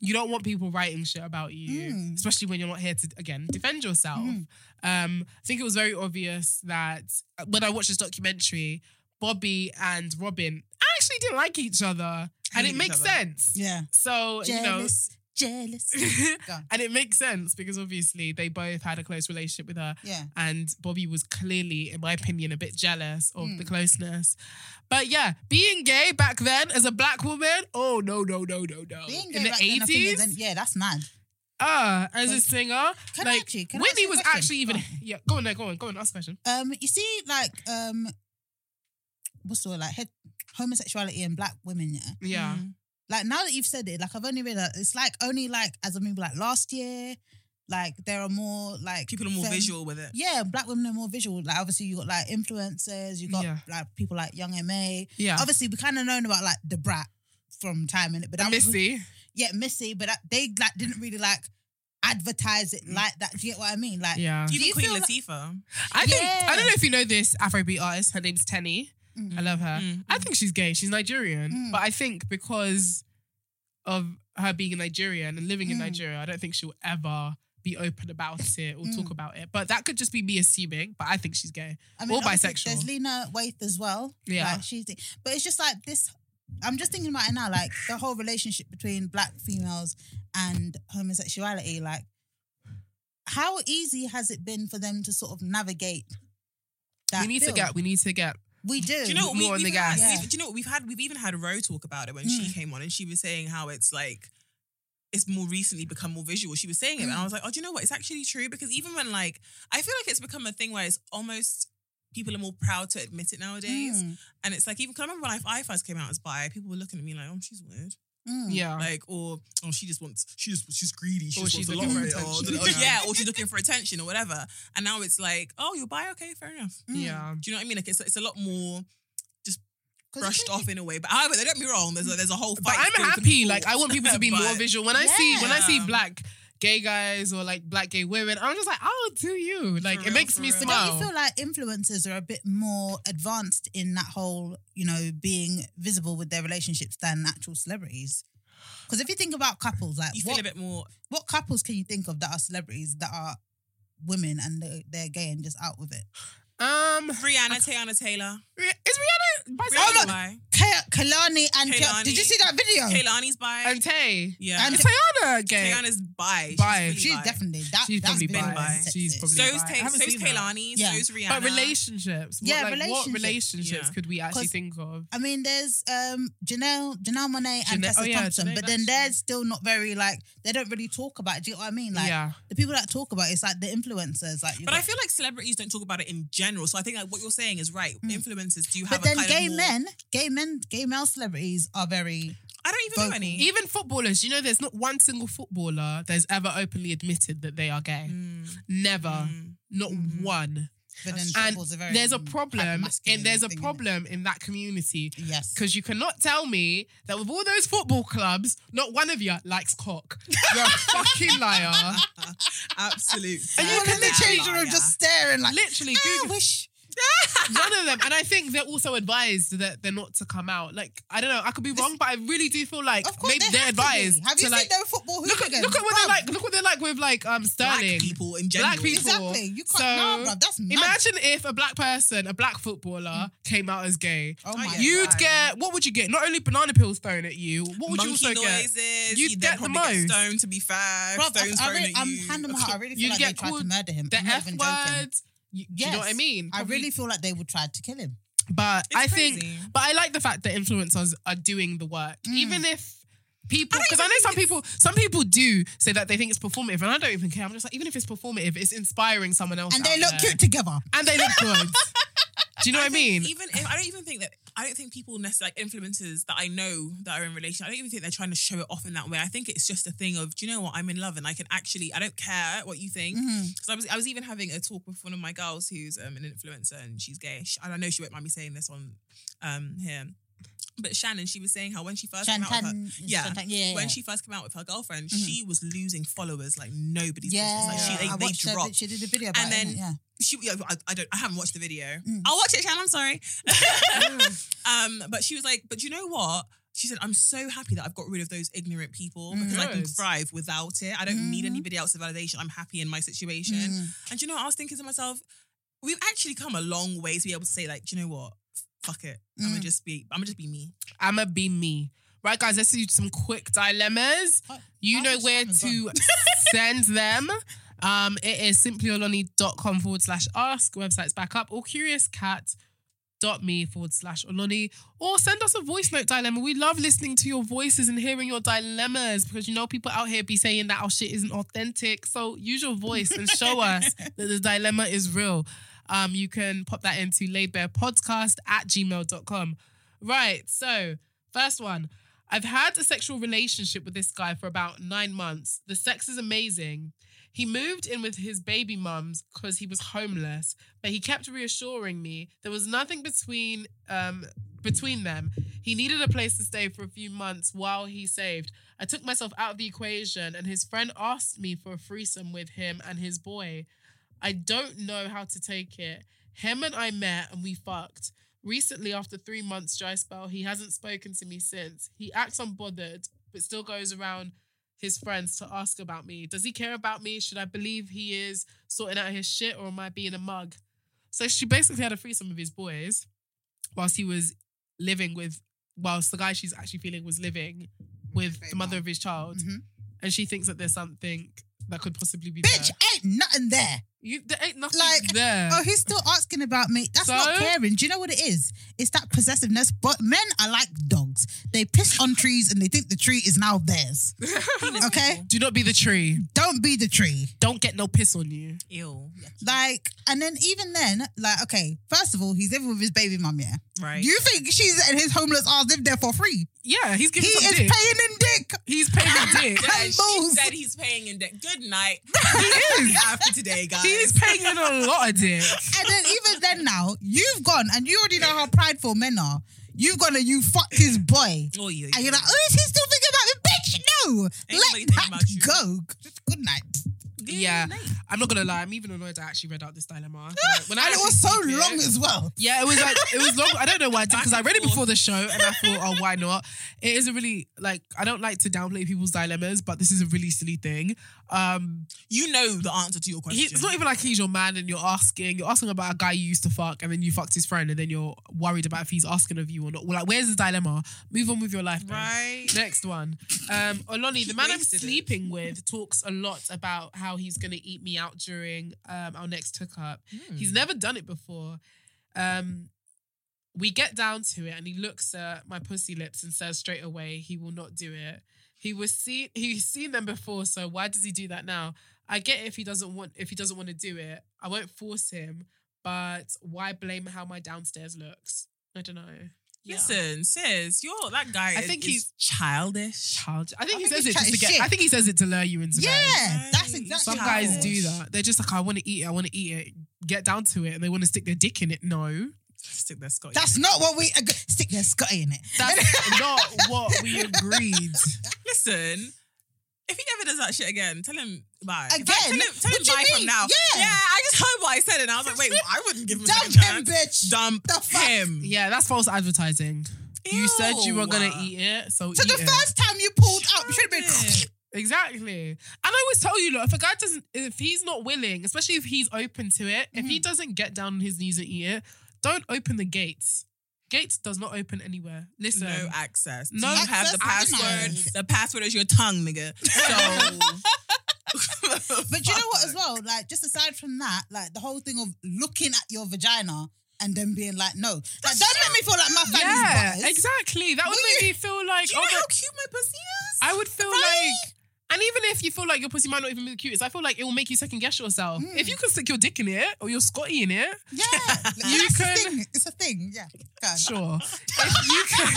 [SPEAKER 2] you don't want people writing shit about you,
[SPEAKER 1] Mm.
[SPEAKER 2] especially when you're not here to again defend yourself.
[SPEAKER 1] Mm-hmm.
[SPEAKER 2] Um, I think it was very obvious that uh, when I watched this documentary, Bobby and Robin actually didn't like each other, and
[SPEAKER 3] Hated
[SPEAKER 2] it
[SPEAKER 3] each
[SPEAKER 2] makes
[SPEAKER 3] other.
[SPEAKER 2] sense.
[SPEAKER 1] (laughs) Yeah.
[SPEAKER 3] (laughs)
[SPEAKER 2] So
[SPEAKER 1] Jealous. Jealous.
[SPEAKER 2] you know,
[SPEAKER 1] Go.
[SPEAKER 2] and it makes sense because obviously they both had a close relationship with her.
[SPEAKER 1] Yeah.
[SPEAKER 2] And Bobby was clearly, in my opinion, a bit jealous of
[SPEAKER 1] Hmm.
[SPEAKER 2] the closeness. But yeah, being gay back then as a black woman, oh no, no, no, no, no.
[SPEAKER 1] Being
[SPEAKER 2] in
[SPEAKER 1] gay
[SPEAKER 2] the
[SPEAKER 1] back then, I think, is-
[SPEAKER 2] eighties,
[SPEAKER 1] yeah, that's mad.
[SPEAKER 2] uh, as a singer.
[SPEAKER 1] Can I
[SPEAKER 2] like
[SPEAKER 1] actually- can I ask
[SPEAKER 2] Whitney
[SPEAKER 1] you a
[SPEAKER 2] was
[SPEAKER 1] question? Oh.
[SPEAKER 2] actually even
[SPEAKER 1] Go on.
[SPEAKER 2] (laughs) yeah, go on there, go on, go on, ask a question.
[SPEAKER 1] Um, you see, like, um, what's the word? Like, head, homosexuality and black women. Yeah.
[SPEAKER 2] Yeah.
[SPEAKER 1] Like now that you've said it, like I've only read that it's like only like as I mean, like last year, like there are more like
[SPEAKER 3] People are more
[SPEAKER 1] femme-
[SPEAKER 3] visual with it.
[SPEAKER 1] Yeah, black women are more visual. Like obviously you got like influencers, you got
[SPEAKER 2] Yeah.
[SPEAKER 1] like people like Young Ma.
[SPEAKER 2] Yeah.
[SPEAKER 1] Obviously we kind of known about like the brat from time in it, but that was-
[SPEAKER 2] Missy.
[SPEAKER 1] yeah, Missy, but that, they like didn't really like advertise it like that. Do you get what I mean? Like,
[SPEAKER 2] Mm. Yeah.
[SPEAKER 1] do
[SPEAKER 3] Even
[SPEAKER 1] you
[SPEAKER 3] Queen
[SPEAKER 1] feel like-
[SPEAKER 3] Latifah.
[SPEAKER 2] I think
[SPEAKER 1] Yeah.
[SPEAKER 2] I don't know if you know this Afrobeat artist. Her name's Tenny. I love her.
[SPEAKER 1] Mm-hmm.
[SPEAKER 2] I think she's gay. She's Nigerian,
[SPEAKER 1] Mm.
[SPEAKER 2] but I think because of her being a Nigerian and
[SPEAKER 1] Mm.
[SPEAKER 2] living in Nigeria, I don't think she'll ever be open about it or talk about it. But that could just be me assuming. But I think she's gay
[SPEAKER 1] Mm. I
[SPEAKER 2] or
[SPEAKER 1] obviously,
[SPEAKER 2] bisexual.
[SPEAKER 1] There's Lena Waith as well.
[SPEAKER 2] Yeah.
[SPEAKER 1] like, she's, the- but it's just like this. I'm just thinking about it now, like the whole relationship between black females and homosexuality. Like, how easy has it been for them to sort of navigate? That
[SPEAKER 2] we need to
[SPEAKER 1] field?
[SPEAKER 2] get. We need to get.
[SPEAKER 1] We do.
[SPEAKER 3] Do you know what we,
[SPEAKER 2] more on
[SPEAKER 3] we've
[SPEAKER 2] the gas.
[SPEAKER 3] had- we've-
[SPEAKER 1] Yeah.
[SPEAKER 3] Do you know what we've had? We've even had Ro talk about it when
[SPEAKER 1] Hmm.
[SPEAKER 3] she came on, and she was saying how it's like it's more recently become more visual. She was saying it, and
[SPEAKER 1] Hmm.
[SPEAKER 3] I was like, oh, do you know what? It's actually true because even when like I feel like it's become a thing where it's almost people are more proud to admit it nowadays,
[SPEAKER 1] Hmm.
[SPEAKER 3] and it's like even 'cause I remember when I, I first came out as bi, people were looking at me like, oh, she's weird.
[SPEAKER 1] Mm.
[SPEAKER 2] Yeah.
[SPEAKER 3] Like, or oh, she just wants, she just, she's greedy. She
[SPEAKER 2] Or
[SPEAKER 3] just
[SPEAKER 2] she's
[SPEAKER 3] wants
[SPEAKER 2] looking
[SPEAKER 3] a lot
[SPEAKER 2] for
[SPEAKER 3] of it, or-
[SPEAKER 2] attention.
[SPEAKER 3] or-
[SPEAKER 2] Yeah.
[SPEAKER 3] (laughs) yeah, or she's looking for attention or whatever. And now it's like, oh, you're bi, okay, fair enough.
[SPEAKER 2] yeah.
[SPEAKER 3] Do you know what I mean? Like, it's it's a lot more
[SPEAKER 1] 'Cause
[SPEAKER 3] brushed
[SPEAKER 1] it's
[SPEAKER 3] off in a way. But however, don't get me wrong. There's a,
[SPEAKER 1] Mm.
[SPEAKER 3] there's a whole
[SPEAKER 2] But
[SPEAKER 3] fight.
[SPEAKER 2] I'm
[SPEAKER 3] still to
[SPEAKER 2] happy.
[SPEAKER 3] be fought.
[SPEAKER 2] Like I want people to be more
[SPEAKER 3] (laughs) But-
[SPEAKER 2] visual. When I see when I see
[SPEAKER 3] Yeah.
[SPEAKER 2] black gay guys or like black gay women, I'm just like, oh, do you? Like it
[SPEAKER 3] real,
[SPEAKER 2] makes
[SPEAKER 3] for
[SPEAKER 2] me
[SPEAKER 3] real. But
[SPEAKER 2] smile.
[SPEAKER 1] Don't you feel like influencers are a bit more advanced in that whole, you know, being visible with their relationships than actual celebrities? Because if you think about couples, like
[SPEAKER 3] You feel
[SPEAKER 1] what,
[SPEAKER 3] a bit more.
[SPEAKER 1] what couples can you think of that are celebrities that are women and they- they're gay and just out with it?
[SPEAKER 2] um,
[SPEAKER 3] Rihanna, Tiana Taylor.
[SPEAKER 2] Rih- is Rihanna bisexual?
[SPEAKER 3] Rihanna,
[SPEAKER 1] Ka- Kalani and Jo-
[SPEAKER 3] Kehlani.
[SPEAKER 1] did you see that video?
[SPEAKER 3] Kaylani's by.
[SPEAKER 2] And Tay.
[SPEAKER 3] Yeah.
[SPEAKER 2] Is Tayana gay?
[SPEAKER 3] Tayana's bi. She's
[SPEAKER 2] Bi.
[SPEAKER 3] really
[SPEAKER 1] She's
[SPEAKER 3] bi.
[SPEAKER 1] definitely that.
[SPEAKER 2] She's
[SPEAKER 1] that's
[SPEAKER 2] probably
[SPEAKER 1] video
[SPEAKER 3] bi.
[SPEAKER 1] was sexist.
[SPEAKER 2] She's probably- bi.
[SPEAKER 3] So's,
[SPEAKER 2] I
[SPEAKER 3] Tay-
[SPEAKER 2] haven't
[SPEAKER 3] so's
[SPEAKER 2] seen her.
[SPEAKER 3] Kaylani,
[SPEAKER 1] Yeah.
[SPEAKER 3] so's Rihanna.
[SPEAKER 2] But relationships. What,
[SPEAKER 1] Yeah,
[SPEAKER 2] like, What
[SPEAKER 1] relationships.
[SPEAKER 2] relationships
[SPEAKER 3] Yeah.
[SPEAKER 2] could we actually
[SPEAKER 1] 'Cause-
[SPEAKER 2] think of?
[SPEAKER 1] I mean, there's um Janelle, Janelle Monet and
[SPEAKER 2] Janelle-
[SPEAKER 1] Tessa
[SPEAKER 2] oh, yeah,
[SPEAKER 1] Thompson,
[SPEAKER 2] Janelle,
[SPEAKER 1] but then
[SPEAKER 2] that's
[SPEAKER 1] they're
[SPEAKER 2] true.
[SPEAKER 1] still not very like they don't really talk about. It. Do you know what I mean? Like
[SPEAKER 2] Yeah.
[SPEAKER 1] the people that talk about it, it's like the influencers. Like, you
[SPEAKER 3] But I
[SPEAKER 1] got-
[SPEAKER 3] feel like celebrities don't talk about it in general. So I think like what you're saying is right. Influencers do
[SPEAKER 1] Mm. but
[SPEAKER 3] have. a
[SPEAKER 1] then
[SPEAKER 3] kind
[SPEAKER 1] gay
[SPEAKER 3] of more-
[SPEAKER 1] men, gay men, gay male celebrities are very.
[SPEAKER 3] I don't even know
[SPEAKER 1] vocal.
[SPEAKER 3] any.
[SPEAKER 2] Even footballers, you know, there's not one single footballer that's ever openly admitted that they are gay.
[SPEAKER 1] Mm.
[SPEAKER 2] Never. Not
[SPEAKER 1] Mm-hmm.
[SPEAKER 2] one.
[SPEAKER 1] But then
[SPEAKER 2] And
[SPEAKER 1] football's a very
[SPEAKER 2] there's a
[SPEAKER 1] mm,
[SPEAKER 2] problem,
[SPEAKER 1] masculine
[SPEAKER 2] and there's a
[SPEAKER 1] thing, innit?
[SPEAKER 2] problem in that community.
[SPEAKER 1] Yes.
[SPEAKER 2] Because you cannot tell me that with all those football clubs, not one of you
[SPEAKER 1] (laughs)
[SPEAKER 2] likes cock. You're a fucking liar.
[SPEAKER 3] Absolute.
[SPEAKER 1] And you can
[SPEAKER 3] Yeah.
[SPEAKER 1] change the room
[SPEAKER 3] Yeah.
[SPEAKER 1] just staring like
[SPEAKER 2] Literally,
[SPEAKER 1] I
[SPEAKER 2] Google,
[SPEAKER 1] wish.
[SPEAKER 2] none of them. And I think they're also advised that they're not to come out. Like, I don't know, I could be wrong, but I really do feel like
[SPEAKER 1] Of course,
[SPEAKER 2] maybe
[SPEAKER 1] they
[SPEAKER 2] they're
[SPEAKER 1] have to be.
[SPEAKER 2] advised.
[SPEAKER 1] Have you
[SPEAKER 2] to, like,
[SPEAKER 1] seen their football
[SPEAKER 2] Look at,
[SPEAKER 1] hooligans?
[SPEAKER 2] look at what they're
[SPEAKER 1] Bruv.
[SPEAKER 2] like. Look what they're like with like um
[SPEAKER 3] black
[SPEAKER 2] Sterling.
[SPEAKER 3] people in general.
[SPEAKER 2] Black people.
[SPEAKER 1] Exactly. You can't-
[SPEAKER 2] So,
[SPEAKER 1] nah, bruv, that's mad.
[SPEAKER 2] imagine if a black person, a black footballer, came out as gay.
[SPEAKER 1] Oh my
[SPEAKER 2] You'd
[SPEAKER 1] God.
[SPEAKER 2] get what would you get? Not only banana pills thrown at you. What would
[SPEAKER 3] Monkey
[SPEAKER 2] you also
[SPEAKER 3] noises.
[SPEAKER 2] get?
[SPEAKER 3] You'd,
[SPEAKER 2] You'd
[SPEAKER 3] then
[SPEAKER 2] get the
[SPEAKER 3] probably
[SPEAKER 2] most.
[SPEAKER 3] Get stoned to be fair.
[SPEAKER 1] Bruv,
[SPEAKER 3] stones
[SPEAKER 1] I, I
[SPEAKER 3] thrown
[SPEAKER 1] really,
[SPEAKER 3] at
[SPEAKER 1] I'm
[SPEAKER 3] you.
[SPEAKER 1] hand on my heart. I really feel
[SPEAKER 2] You'd
[SPEAKER 1] like they
[SPEAKER 2] get
[SPEAKER 1] tried to
[SPEAKER 2] called
[SPEAKER 1] murder him.
[SPEAKER 2] the
[SPEAKER 1] I'm not
[SPEAKER 2] F
[SPEAKER 1] even joking.
[SPEAKER 2] word. You, do you know what I
[SPEAKER 1] Yes.
[SPEAKER 2] mean?
[SPEAKER 1] I
[SPEAKER 2] Probably-
[SPEAKER 1] really feel like they would try to kill him.
[SPEAKER 2] But I think,
[SPEAKER 3] crazy.
[SPEAKER 2] but I like the fact that influencers are doing the work, even if people. Because I, know some people, some people do say that they think it's performative, and I don't even care. I'm just like, even if it's performative, it's inspiring someone else.
[SPEAKER 1] And
[SPEAKER 2] out
[SPEAKER 1] they look
[SPEAKER 2] there.
[SPEAKER 1] cute together.
[SPEAKER 2] and they look good. do you know what I mean?
[SPEAKER 3] think Even if I don't even think that I don't think people necessarily like influencers that I know that are in relation. I don't even think they're trying to show it off in that way. I think it's just a thing of do you know what I'm in love and I can actually I don't care what you think.
[SPEAKER 1] Mm-hmm.
[SPEAKER 3] So I was I was even having a talk with one of my girls who's um, an influencer and she's gay Sh- and I know she won't mind me saying this on um here. But Shannon, she was saying how when she first came out with her,
[SPEAKER 1] Shantan- Shantan- yeah, yeah,
[SPEAKER 3] when
[SPEAKER 1] yeah. Mm-hmm.
[SPEAKER 3] she first came out with her girlfriend, she was losing followers like nobody's
[SPEAKER 1] Yeah,
[SPEAKER 3] business. Like she, they,
[SPEAKER 1] I
[SPEAKER 3] they
[SPEAKER 1] watched her,
[SPEAKER 3] dropped
[SPEAKER 1] She did a video about
[SPEAKER 3] and
[SPEAKER 1] it,
[SPEAKER 3] then
[SPEAKER 1] innit? yeah.
[SPEAKER 3] she yeah, I, I don't I haven't watched the video.
[SPEAKER 1] Mm.
[SPEAKER 3] I'll watch it, Shannon, I'm sorry. (laughs) um, but she was like, but you know what? She said, I'm so happy that I've got rid of those ignorant people
[SPEAKER 1] Mm.
[SPEAKER 3] because I can
[SPEAKER 2] Good.
[SPEAKER 3] thrive without it. I don't need anybody else's validation. I'm happy in my situation.
[SPEAKER 1] Mm.
[SPEAKER 3] And you know, what? I was thinking to myself, we've actually come a long way to be able to say, like, do you know what? Fuck it. I'm
[SPEAKER 1] Mm.
[SPEAKER 3] gonna just be I'm gonna just be me.
[SPEAKER 2] I'ma be me. Right, guys, let's do some quick dilemmas. You
[SPEAKER 1] how
[SPEAKER 2] know
[SPEAKER 1] much
[SPEAKER 2] where
[SPEAKER 1] time is
[SPEAKER 2] to (laughs) send them. Um, it is simplyoloni.com forward slash ask. Website's back up or curiouscat.me forward slash Oloni. Or send us a voice note dilemma. We love listening to your voices and hearing your dilemmas because you know people out here be saying that our shit isn't authentic. So use your voice and show us that the dilemma is real. Um, you can pop that into laidbearpodcast at gmail.com. Right, so first one. I've had a sexual relationship with this guy for about nine months. The sex is amazing. He moved in with his baby mums because he was homeless, but he kept reassuring me there was nothing between um, between them. He needed a place to stay for a few months while he saved. I took myself out of the equation, and his friend asked me for a threesome with him and his boy. I don't know how to take it. Him and I met and we fucked. Recently, after three months dry spell, he hasn't spoken to me since. He acts unbothered, but still goes around his friends to ask about me. Does he care about me? Should I believe he is sorting out his shit or am I being a mug? So she basically had a threesome with his boys whilst he was living with, whilst the guy she's actually feeling was living with the mother of his child. And she thinks that there's something that could possibly be
[SPEAKER 1] Bitch,
[SPEAKER 2] there.
[SPEAKER 1] ain't nothing there.
[SPEAKER 2] You, there ain't nothing
[SPEAKER 1] Like,
[SPEAKER 2] there.
[SPEAKER 1] oh, he's still asking about me. That's not
[SPEAKER 2] So?
[SPEAKER 1] caring. Do you know what it is? It's that possessiveness. But men are like dogs. They piss on trees and they think the tree is now (laughs) theirs. okay?
[SPEAKER 2] Do not be the tree.
[SPEAKER 1] Don't be the tree.
[SPEAKER 2] Don't get no piss on you.
[SPEAKER 3] Ew.
[SPEAKER 1] Like, and then even then, like, okay, first of all, he's living with his baby mum, yeah?
[SPEAKER 3] Right.
[SPEAKER 1] You think she's letting his homeless ass live there for free?
[SPEAKER 2] Yeah, he's
[SPEAKER 1] He
[SPEAKER 2] giving some
[SPEAKER 1] is
[SPEAKER 2] dick.
[SPEAKER 1] paying in dick.
[SPEAKER 2] he's paying the
[SPEAKER 1] (laughs)
[SPEAKER 2] dick.
[SPEAKER 3] Yeah, she
[SPEAKER 1] Balls.
[SPEAKER 3] said he's paying in debt.
[SPEAKER 1] (laughs)
[SPEAKER 3] Good night. he is after today, guys.
[SPEAKER 2] He is
[SPEAKER 3] (laughs)
[SPEAKER 2] paying in a lot of
[SPEAKER 1] (laughs)
[SPEAKER 2] dick.
[SPEAKER 1] And then even then now, you've gone and you already know how prideful men are. You've gone and you fucked his boy.
[SPEAKER 3] Oh, yeah,
[SPEAKER 1] And
[SPEAKER 3] yeah.
[SPEAKER 1] you're like, oh, is he still thinking about me? Bitch, no.
[SPEAKER 3] nobody
[SPEAKER 1] Let
[SPEAKER 3] thinking
[SPEAKER 1] that
[SPEAKER 3] about you.
[SPEAKER 1] go. Good night.
[SPEAKER 3] getting
[SPEAKER 2] yeah,
[SPEAKER 3] late.
[SPEAKER 2] I'm not gonna lie. I'm even annoyed I actually read out this dilemma. When I- when I
[SPEAKER 1] and it
[SPEAKER 2] actually
[SPEAKER 1] was so
[SPEAKER 2] took it-
[SPEAKER 1] long as well.
[SPEAKER 2] Yeah, it was like it was long. I don't know why I did because I read it before the show and I thought, oh, why not? It is a really like I don't like to downplay people's dilemmas, but this is a really silly thing. Um,
[SPEAKER 3] You know the answer to your
[SPEAKER 2] he,
[SPEAKER 3] question.
[SPEAKER 2] it's not even like he's your man and you're asking. You're asking about a guy you used to fuck and then you fucked his friend and then you're worried about if he's asking of you or not. Well, like, where's the dilemma? Move on with your life, babe.
[SPEAKER 3] Right.
[SPEAKER 2] Next one. Um, Oloni, the man I'm
[SPEAKER 3] wasted it.
[SPEAKER 2] sleeping with talks a lot about how he's going to eat me out during um, our next hookup.
[SPEAKER 3] Hmm.
[SPEAKER 2] He's never done it before. Um, we get down to it, and he looks at my pussy lips and says straight away he will not do it. He was seen. He's seen them before, so why does he do that now? I get it if he doesn't want if he doesn't want to do it. I won't force him, but why blame how my downstairs looks? I don't know.
[SPEAKER 3] Listen, sis, you're that guy.
[SPEAKER 2] I
[SPEAKER 3] is-
[SPEAKER 2] think
[SPEAKER 3] is
[SPEAKER 2] he's-
[SPEAKER 3] childish.
[SPEAKER 2] Child, I think he
[SPEAKER 1] think
[SPEAKER 2] says
[SPEAKER 1] he's
[SPEAKER 2] it just to
[SPEAKER 1] chatting
[SPEAKER 2] get.
[SPEAKER 1] shit.
[SPEAKER 2] I think he says it to lure you into
[SPEAKER 1] Yeah,
[SPEAKER 2] bed.
[SPEAKER 1] that's exactly.
[SPEAKER 2] Some
[SPEAKER 1] how it
[SPEAKER 2] guys
[SPEAKER 1] was.
[SPEAKER 2] do that. They're just like, I want to eat it. I want to eat it. Get down to it, and they want to stick their dick in it. No,
[SPEAKER 3] Stick there, Scotty.
[SPEAKER 1] That's not what we ag- stick your Scotty in it.
[SPEAKER 2] that's not what we agreed.
[SPEAKER 3] Listen, if he ever does that shit again, tell him bye. In fact,
[SPEAKER 1] Again?
[SPEAKER 3] Tell him, tell him
[SPEAKER 1] What do you
[SPEAKER 3] bye from
[SPEAKER 1] mean?
[SPEAKER 3] now.
[SPEAKER 1] Yeah.
[SPEAKER 3] I just heard what I said and I was like, wait, I wouldn't give him
[SPEAKER 1] Dump
[SPEAKER 3] a
[SPEAKER 1] him,
[SPEAKER 3] second chance.
[SPEAKER 1] bitch.
[SPEAKER 3] Dump
[SPEAKER 1] The fuck?
[SPEAKER 3] him.
[SPEAKER 2] Yeah, that's false advertising. You said you were gonna eat it, so
[SPEAKER 1] So
[SPEAKER 2] eat
[SPEAKER 1] the
[SPEAKER 2] it.
[SPEAKER 1] first time you pulled out, you should have
[SPEAKER 3] Shit.
[SPEAKER 1] been.
[SPEAKER 2] (laughs) exactly. And I always tell you, look, if a guy doesn't, if he's not willing, especially if he's open to it, if
[SPEAKER 3] Mm-hmm.
[SPEAKER 2] he doesn't get down on his knees and eat it, don't open the gates. Gates does not open anywhere. Listen,
[SPEAKER 3] No access.
[SPEAKER 2] No
[SPEAKER 3] No, you have the
[SPEAKER 1] access
[SPEAKER 3] password.
[SPEAKER 1] denied.
[SPEAKER 3] The password is your tongue, nigga. (laughs) So,
[SPEAKER 1] But you know what? As well, like just aside from that, like the whole thing of looking at your vagina and then being like, no, like, don't make me feel like my fanny's
[SPEAKER 2] yeah,
[SPEAKER 1] butters.
[SPEAKER 2] exactly. That would
[SPEAKER 1] Will
[SPEAKER 2] make
[SPEAKER 1] you-
[SPEAKER 2] me feel like,
[SPEAKER 3] Do you
[SPEAKER 2] oh
[SPEAKER 3] know
[SPEAKER 2] my
[SPEAKER 3] how cute my pussy is?
[SPEAKER 2] I would feel
[SPEAKER 3] Right?
[SPEAKER 2] like, and even if you feel like your pussy might not even be the cutest, I feel like it will make you second guess yourself.
[SPEAKER 3] Mm.
[SPEAKER 2] If you can stick your dick in it or your Scotty in it,
[SPEAKER 1] Yeah,
[SPEAKER 2] (laughs)
[SPEAKER 1] like,
[SPEAKER 2] You
[SPEAKER 1] that's
[SPEAKER 2] can-
[SPEAKER 1] the thing. It's a thing. Yeah, Go on.
[SPEAKER 2] sure. (laughs) if you can,